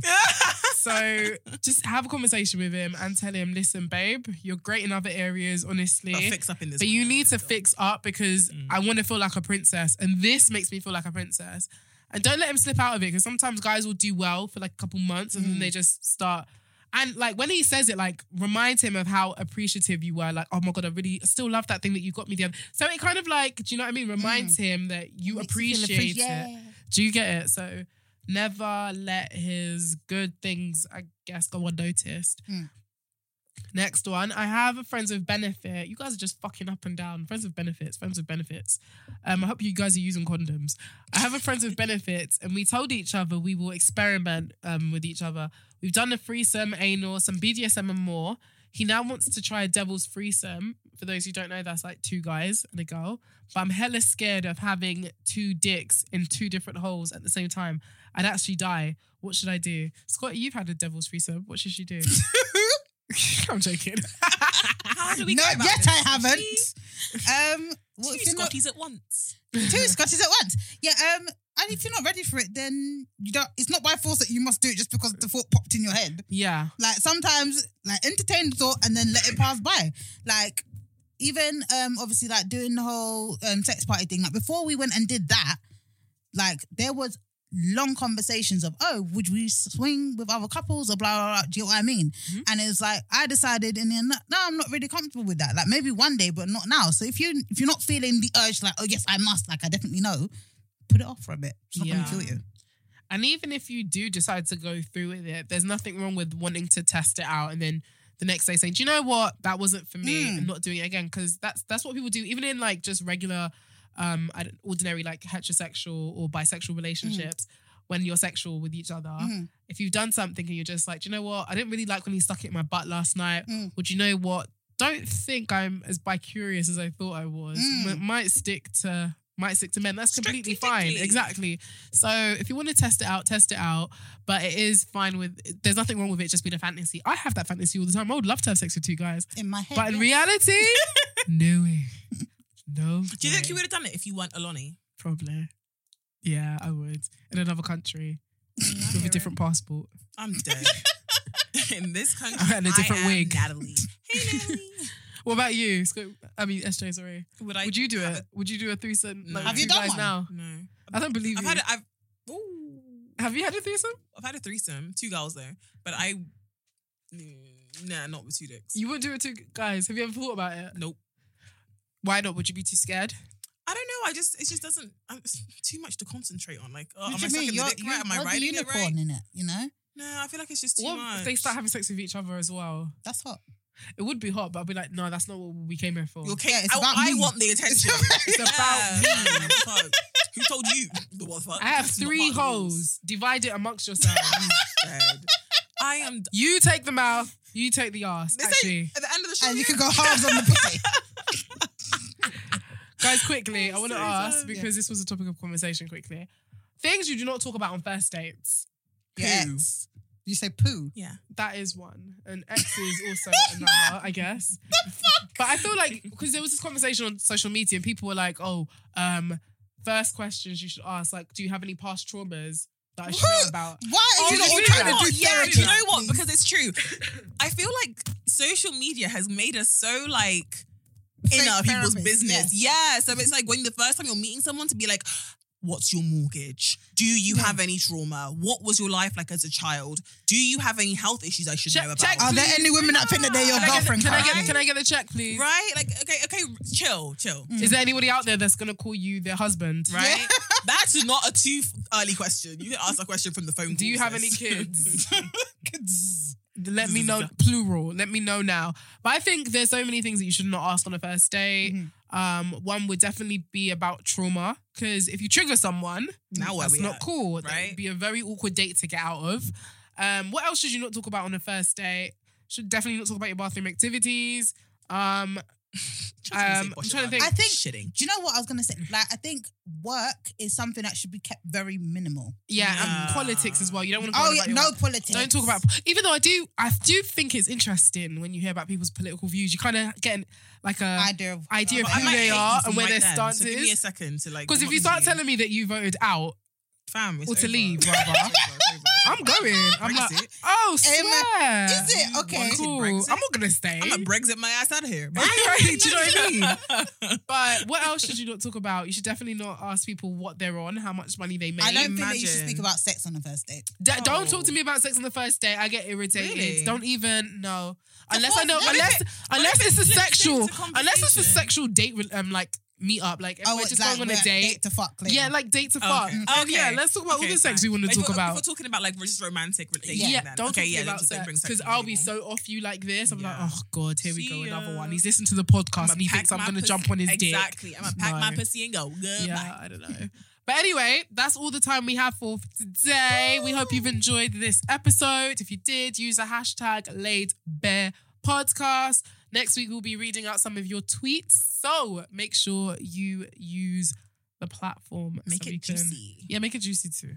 [SPEAKER 2] so just have a conversation with him and tell him, listen, babe, you're great in other areas, honestly.
[SPEAKER 3] But fix up in this
[SPEAKER 2] But
[SPEAKER 3] one
[SPEAKER 2] you
[SPEAKER 3] area
[SPEAKER 2] need to
[SPEAKER 3] still.
[SPEAKER 2] fix up because
[SPEAKER 1] Mm.
[SPEAKER 2] I want to feel like a princess, and this makes me feel like a princess.
[SPEAKER 1] Mm.
[SPEAKER 2] And don't let him slip out of it because sometimes guys will do well for like a couple months and then they just start And like when he says it, like reminds him of how appreciative you were. Like, oh my god, I really still love that thing that you got me the other. So it kind of like, do you know what I mean? Reminds him that you
[SPEAKER 1] Mm. Makes you feel
[SPEAKER 2] appreciate
[SPEAKER 1] appreci-
[SPEAKER 2] it.
[SPEAKER 1] yeah.
[SPEAKER 2] Do you get it? So never let his good things, I guess, go unnoticed.
[SPEAKER 1] Mm.
[SPEAKER 2] Next one, I have a friends with benefit. You guys are just fucking up and down. Friends with benefits, friends with benefits. Um, I hope you guys are using condoms. I have a friends with benefits, and we told each other we will experiment um with each other. We've done a threesome, anal, some BDSM, and more. He now wants to try a devil's threesome. For those who don't know, that's like two guys and a girl. But I'm hella scared of having two dicks in two different holes at the same time. I'd actually die. What should I do? Scott, you've had a devil's threesome. What should she do? (laughs) I'm joking.
[SPEAKER 3] How do we
[SPEAKER 1] no,
[SPEAKER 3] go about
[SPEAKER 1] yet
[SPEAKER 3] this?
[SPEAKER 1] I haven't. Um, well,
[SPEAKER 3] Two
[SPEAKER 1] if you're not-
[SPEAKER 3] Scotties at once.
[SPEAKER 1] two Scotties at once. Yeah. Um, and if you're not ready for it, then you don't. It's not by force that you must do it just because the thought popped in your head.
[SPEAKER 2] yeah.
[SPEAKER 1] Like sometimes, like entertain the thought and then let it pass by. Like even um, obviously, like doing the whole um sex party thing. Like before we went and did that, like there was long conversations of oh would we swing with other couples or blah blah blah do you know what i mean and it was like i decided and then no i'm not really comfortable with that like maybe one day but not now so if you if you're not feeling the urge like oh yes i must like i definitely know put it off for a bit it's not
[SPEAKER 2] Yeah.
[SPEAKER 1] gonna kill you
[SPEAKER 2] And even if you do decide to go through with it, there's nothing wrong with wanting to test it out and then the next day saying, "Do you know what? That wasn't for me.
[SPEAKER 1] Mm.
[SPEAKER 2] and not doing it again." Because that's that's what people do, even in like just regular, um, I don't- ordinary like heterosexual or bisexual relationships. When you're sexual with each other,
[SPEAKER 3] Mm.
[SPEAKER 1] Mhm.
[SPEAKER 2] if you've done something and you're just like, "Do you know what? I didn't really like when he stuck it in my butt last night.
[SPEAKER 1] Mm.
[SPEAKER 2] Would you know what? Don't think I'm as bicurious as I thought I was.
[SPEAKER 1] Mm.
[SPEAKER 2] M- might stick to." Might stick to men. That's completely
[SPEAKER 3] Strictly
[SPEAKER 2] fine.
[SPEAKER 3] dickly.
[SPEAKER 2] Exactly. So if you want to test it out, test it out. But it is fine with. There's nothing wrong with it just being a fantasy. I have that fantasy all the time. I would love to have sex with two guys,
[SPEAKER 1] in my head
[SPEAKER 2] but in
[SPEAKER 1] yeah.
[SPEAKER 2] reality,
[SPEAKER 3] (laughs)
[SPEAKER 2] no way, no.
[SPEAKER 3] Do you think
[SPEAKER 2] way.
[SPEAKER 3] you would have done it if you weren't Aloni?
[SPEAKER 2] Probably. Yeah, I would in another country
[SPEAKER 3] Mm,
[SPEAKER 2] with a different passport.
[SPEAKER 3] I'm (laughs) dead. In this country,
[SPEAKER 2] And a different
[SPEAKER 3] I am
[SPEAKER 2] wig.
[SPEAKER 3] (laughs) Natalie. Hey, Natalie. (laughs)
[SPEAKER 2] What about you? Sco- I mean, SJ, sorry.
[SPEAKER 3] Would I?
[SPEAKER 2] would you do
[SPEAKER 3] have
[SPEAKER 2] it? Would you do a threesome?
[SPEAKER 3] No.
[SPEAKER 2] Like,
[SPEAKER 3] Have
[SPEAKER 2] with
[SPEAKER 1] you
[SPEAKER 2] two
[SPEAKER 1] done
[SPEAKER 2] guys
[SPEAKER 1] one?
[SPEAKER 2] now?
[SPEAKER 3] A, no.
[SPEAKER 2] I don't believe
[SPEAKER 3] I've
[SPEAKER 2] you.
[SPEAKER 3] had. A, I've. Ooh.
[SPEAKER 2] Have you had a threesome?
[SPEAKER 3] I've had a threesome. Two girls though, but I. Mm, Nah, not with two dicks.
[SPEAKER 2] You wouldn't do it to guys. Have you ever thought about it?
[SPEAKER 3] Nope.
[SPEAKER 2] Why not? Would you be too scared?
[SPEAKER 3] I don't know. I just it just doesn't. I'm, it's too much to concentrate on. Like, oh, am
[SPEAKER 1] What
[SPEAKER 3] I
[SPEAKER 1] do you mean?
[SPEAKER 3] sucking the
[SPEAKER 1] You're,
[SPEAKER 3] dick right? Am I
[SPEAKER 1] you're the
[SPEAKER 3] riding it
[SPEAKER 1] unicorn
[SPEAKER 3] right?
[SPEAKER 1] in it, you know?
[SPEAKER 3] No, I feel like it's just too
[SPEAKER 2] What
[SPEAKER 3] much.
[SPEAKER 2] if they
[SPEAKER 3] (laughs)
[SPEAKER 2] start having sex with each other as well?
[SPEAKER 1] That's hot.
[SPEAKER 2] Oh. It would be hot, but I'd be like, no, that's not what we came here for.
[SPEAKER 3] You're okay.
[SPEAKER 1] Yeah, it's
[SPEAKER 3] I,
[SPEAKER 1] about
[SPEAKER 3] I
[SPEAKER 1] me.
[SPEAKER 3] want
[SPEAKER 1] (laughs)
[SPEAKER 3] the attention.
[SPEAKER 2] It's about
[SPEAKER 3] Yeah. Fuck. Who told
[SPEAKER 1] (laughs)
[SPEAKER 3] you? What the fuck?
[SPEAKER 2] I have
[SPEAKER 3] It's not
[SPEAKER 2] three
[SPEAKER 3] my rules.
[SPEAKER 2] holes. Divide it amongst yourselves.
[SPEAKER 3] (laughs) Dead. I am.
[SPEAKER 2] you take the mouth, you take the ass.
[SPEAKER 3] This
[SPEAKER 2] Actually,
[SPEAKER 3] ain't at the end of the show.
[SPEAKER 1] And you
[SPEAKER 3] yeah?
[SPEAKER 1] can go halves
[SPEAKER 2] (laughs)
[SPEAKER 1] on the pussy.
[SPEAKER 2] guys, quickly, I want to
[SPEAKER 3] so
[SPEAKER 2] ask
[SPEAKER 3] dumb.
[SPEAKER 2] because this was a topic of conversation quickly. Things you do not talk about on first dates.
[SPEAKER 1] Your
[SPEAKER 2] Poo.
[SPEAKER 1] ex. You say poo.
[SPEAKER 3] Yeah.
[SPEAKER 2] That is one. And X
[SPEAKER 3] (laughs)
[SPEAKER 2] is also another, I guess. But I feel like because there was this conversation on social media and people were like, oh, um, first questions you should ask, like, do you have any past traumas that I should know about?
[SPEAKER 1] Why are
[SPEAKER 2] Oh,
[SPEAKER 1] you
[SPEAKER 2] no,
[SPEAKER 1] not all
[SPEAKER 2] you
[SPEAKER 1] trying
[SPEAKER 2] know
[SPEAKER 1] to
[SPEAKER 2] what?
[SPEAKER 1] do
[SPEAKER 2] Yeah,
[SPEAKER 1] therapy?
[SPEAKER 3] Do you know what? Because it's true. I feel like social media has made us so like in
[SPEAKER 1] Fake
[SPEAKER 3] our people's
[SPEAKER 1] therapists,
[SPEAKER 3] business. Yeah. So it's like when the first time you're meeting someone to be like, what's your mortgage? Do you have any trauma? What was your life like as a child? Do you have any health issues I should
[SPEAKER 2] Check-
[SPEAKER 3] know about?
[SPEAKER 2] check,
[SPEAKER 1] Are there
[SPEAKER 2] please.
[SPEAKER 1] any women that think that they're your
[SPEAKER 2] Can I get the-
[SPEAKER 1] girlfriend?
[SPEAKER 2] Can I get
[SPEAKER 1] currently?
[SPEAKER 2] can I get a check, please?
[SPEAKER 3] Right? Like, okay, okay, chill, chill.
[SPEAKER 1] Mm.
[SPEAKER 2] Is there anybody out there that's gonna call you their husband?
[SPEAKER 3] Right?
[SPEAKER 1] (laughs)
[SPEAKER 3] That's not a too early question. You can ask that question from the phone.
[SPEAKER 2] Do you
[SPEAKER 3] call
[SPEAKER 2] have any
[SPEAKER 3] sis. (laughs)
[SPEAKER 2] kids? Let me know plural. Let me know now. But I think there's so many things that you should not ask on a first date.
[SPEAKER 3] Mm-hmm.
[SPEAKER 2] Um, one would definitely be about trauma because if you trigger someone,
[SPEAKER 3] Now where
[SPEAKER 2] that's
[SPEAKER 3] we
[SPEAKER 2] not
[SPEAKER 3] at,
[SPEAKER 2] cool. That would
[SPEAKER 3] right?
[SPEAKER 2] be a very awkward date to get out of. Um, what else should you not talk about on a first date? Should definitely not talk about your bathroom activities.
[SPEAKER 3] (laughs)
[SPEAKER 2] Um, Um, I'm trying to think.
[SPEAKER 1] I think-
[SPEAKER 3] shitting.
[SPEAKER 1] Do you know what I was gonna say? Like, I think work is something that should be kept very minimal.
[SPEAKER 2] yeah, and
[SPEAKER 3] Nah.
[SPEAKER 2] politics as well. You don't want to.
[SPEAKER 1] Oh yeah, no politics.
[SPEAKER 2] Don't talk about. Even though I do, I do think it's interesting when you hear about people's political views. You kind of get an- like a
[SPEAKER 1] idea of
[SPEAKER 2] idea of
[SPEAKER 3] But
[SPEAKER 2] who
[SPEAKER 3] I might
[SPEAKER 2] they
[SPEAKER 3] hate
[SPEAKER 2] are
[SPEAKER 3] you
[SPEAKER 2] and
[SPEAKER 3] from
[SPEAKER 2] where
[SPEAKER 3] right
[SPEAKER 2] their
[SPEAKER 3] then,
[SPEAKER 2] stance
[SPEAKER 3] so Give me a
[SPEAKER 2] is.
[SPEAKER 3] second to like.
[SPEAKER 2] Because if
[SPEAKER 3] come
[SPEAKER 2] you
[SPEAKER 3] up
[SPEAKER 2] start
[SPEAKER 3] to
[SPEAKER 2] telling me that you voted out,
[SPEAKER 3] fam, it's
[SPEAKER 2] or to
[SPEAKER 3] over.
[SPEAKER 2] leave,
[SPEAKER 3] (laughs) It's
[SPEAKER 2] rather.
[SPEAKER 3] over, it's over, it's
[SPEAKER 2] I'm going. I'm like,
[SPEAKER 3] Brexit.
[SPEAKER 2] oh, swear.
[SPEAKER 1] is it? Okay.
[SPEAKER 2] Cool. I'm
[SPEAKER 3] Brexit.
[SPEAKER 2] not gonna stay.
[SPEAKER 3] I'm gonna Brexit my ass out of here.
[SPEAKER 2] (laughs) Right, do you know what I mean? But what else should you not talk about? You should definitely not ask people what they're on, how much money they make.
[SPEAKER 1] I don't think that you should
[SPEAKER 2] Imagine.
[SPEAKER 1] speak about sex on the first date.
[SPEAKER 2] D- Don't talk to me about sex on the first date. I get irritated.
[SPEAKER 3] Oh. Really?
[SPEAKER 2] Don't even no. Unless I
[SPEAKER 3] what?
[SPEAKER 2] know.
[SPEAKER 3] What if
[SPEAKER 2] Unless
[SPEAKER 3] it- what
[SPEAKER 2] unless
[SPEAKER 3] if it
[SPEAKER 2] it's a
[SPEAKER 3] slips
[SPEAKER 2] sexual.
[SPEAKER 3] into
[SPEAKER 2] Unless it's a
[SPEAKER 3] conversation?
[SPEAKER 2] sexual date. re- Um, like meet up. Like if
[SPEAKER 1] Oh,
[SPEAKER 2] we're
[SPEAKER 1] it's
[SPEAKER 2] just
[SPEAKER 1] like
[SPEAKER 2] going on a
[SPEAKER 1] we're-
[SPEAKER 2] date.
[SPEAKER 1] to fuck. Later.
[SPEAKER 2] Yeah, like date to fuck.
[SPEAKER 3] Okay.
[SPEAKER 2] Then, Yeah,
[SPEAKER 3] Okay.
[SPEAKER 2] let's talk about all
[SPEAKER 3] Okay,
[SPEAKER 2] the sex we
[SPEAKER 3] fine.
[SPEAKER 2] want to
[SPEAKER 3] But if
[SPEAKER 2] talk
[SPEAKER 3] we're- if
[SPEAKER 2] about.
[SPEAKER 3] We're talking about like just romantic relations.
[SPEAKER 2] Yeah,
[SPEAKER 3] then.
[SPEAKER 2] don't talk
[SPEAKER 3] okay,
[SPEAKER 2] to
[SPEAKER 3] yeah,
[SPEAKER 2] me about
[SPEAKER 3] just don't bring
[SPEAKER 2] sex
[SPEAKER 3] sex
[SPEAKER 2] because
[SPEAKER 3] into
[SPEAKER 2] I'll be
[SPEAKER 3] people.
[SPEAKER 2] so off you like this. I'm
[SPEAKER 3] Yeah.
[SPEAKER 2] like, oh god, here we
[SPEAKER 3] See
[SPEAKER 2] go, another
[SPEAKER 3] ya.
[SPEAKER 2] one. He's listened to the podcast
[SPEAKER 3] I'ma
[SPEAKER 2] and he
[SPEAKER 3] pack
[SPEAKER 2] thinks I'm
[SPEAKER 3] my
[SPEAKER 2] gonna
[SPEAKER 3] pussy-
[SPEAKER 2] jump on his
[SPEAKER 3] exactly.
[SPEAKER 2] dick.
[SPEAKER 3] I'm gonna pack my
[SPEAKER 2] No.
[SPEAKER 3] pussy and go. Goodbye.
[SPEAKER 2] Yeah, I don't know. But anyway, that's all the time we have for today. We hope you've enjoyed this episode. If you did, use the hashtag laid bear podcast. Next week we'll be reading out some of your tweets. So make sure you use the platform.
[SPEAKER 3] Make
[SPEAKER 2] so
[SPEAKER 3] it
[SPEAKER 2] we can-
[SPEAKER 3] juicy.
[SPEAKER 2] Yeah, make it juicy too.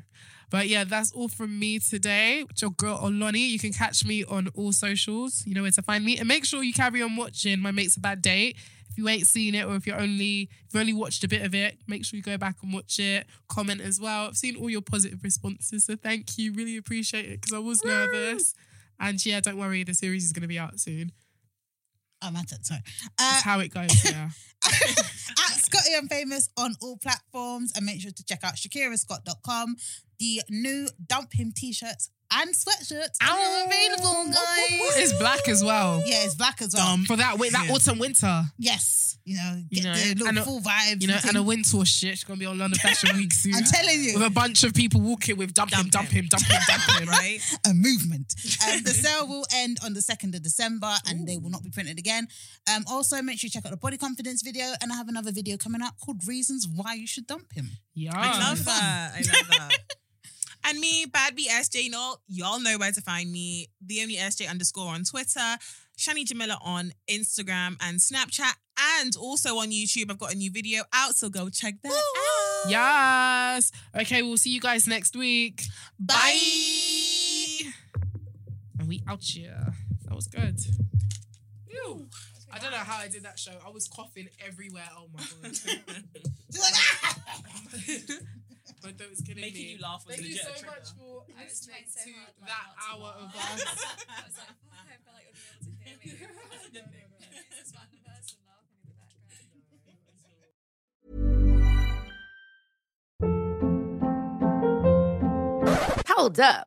[SPEAKER 2] But yeah, that's all from me today. It's your girl Oloni. You can catch me on all socials. You know where to find me. And make sure you carry on watching My Mate's a Bad Date. If you ain't seen it or if you're only if you only watched a bit of it, make sure you go back and watch it. Comment as well. I've seen all your positive responses, so thank you. Really appreciate it because I was nervous. And yeah, don't worry, the series is gonna be out soon.
[SPEAKER 1] I'm at it. Oh, Sorry.
[SPEAKER 2] That's
[SPEAKER 1] Uh,
[SPEAKER 2] how it goes.
[SPEAKER 3] (laughs)
[SPEAKER 2] Yeah.
[SPEAKER 1] (laughs) at Scotty and Famous on all platforms. And make sure to check out ShakiraScott.com. The new Dump Him t shirts and sweatshirts are available, guys.
[SPEAKER 2] it's black as well.
[SPEAKER 1] Yeah, it's black as well.
[SPEAKER 2] Um, for that wait, that
[SPEAKER 3] Yeah.
[SPEAKER 2] autumn winter.
[SPEAKER 1] Yes. You know, get
[SPEAKER 2] You know,
[SPEAKER 1] the
[SPEAKER 2] and
[SPEAKER 1] little
[SPEAKER 2] a-
[SPEAKER 1] full vibes.
[SPEAKER 2] You know,
[SPEAKER 1] and
[SPEAKER 2] Anna
[SPEAKER 1] thing.
[SPEAKER 2] Wintour shit. She's gonna be on London Fashion Week soon.
[SPEAKER 1] I'm telling you.
[SPEAKER 2] With a bunch of people walking with dump him, dump
[SPEAKER 3] Dump
[SPEAKER 2] him,
[SPEAKER 3] him.
[SPEAKER 2] dump him, dump him.
[SPEAKER 3] Right?
[SPEAKER 1] a movement. Um,
[SPEAKER 2] (laughs)
[SPEAKER 1] the sale will end on the 2nd of December and they will not be printed again. Um, also, make sure you check out the body confidence video. And I have another video coming out called Reasons Why You Should Dump Him.
[SPEAKER 2] Yeah.
[SPEAKER 3] I love that. I love that.
[SPEAKER 2] (laughs)
[SPEAKER 3] and me, Bad B SJ Noel, y'all know where to find me. The only SJ underscore on Twitter, Shani Jamila on Instagram and Snapchat, and also on YouTube. I've got a new video out, so go check that out.
[SPEAKER 2] Yes. Okay, we'll see you guys next week. Bye. And we out here. That was good. Ew. I don't know how I did that show. I was coughing everywhere. Oh my god. (laughs)
[SPEAKER 1] She's like, "Ah!"
[SPEAKER 2] My throat was killing
[SPEAKER 3] Making
[SPEAKER 2] me.
[SPEAKER 3] you laugh was
[SPEAKER 2] Thank you
[SPEAKER 3] legit
[SPEAKER 2] so
[SPEAKER 3] a trigger.
[SPEAKER 2] much for listening
[SPEAKER 7] trying so
[SPEAKER 2] to
[SPEAKER 7] hard, like,
[SPEAKER 2] that
[SPEAKER 7] not to
[SPEAKER 2] hour of
[SPEAKER 7] laugh. I
[SPEAKER 2] us.
[SPEAKER 7] was like, fuck, I felt like I would be able to hear me. This random person laughing in the background.
[SPEAKER 8] Hold up.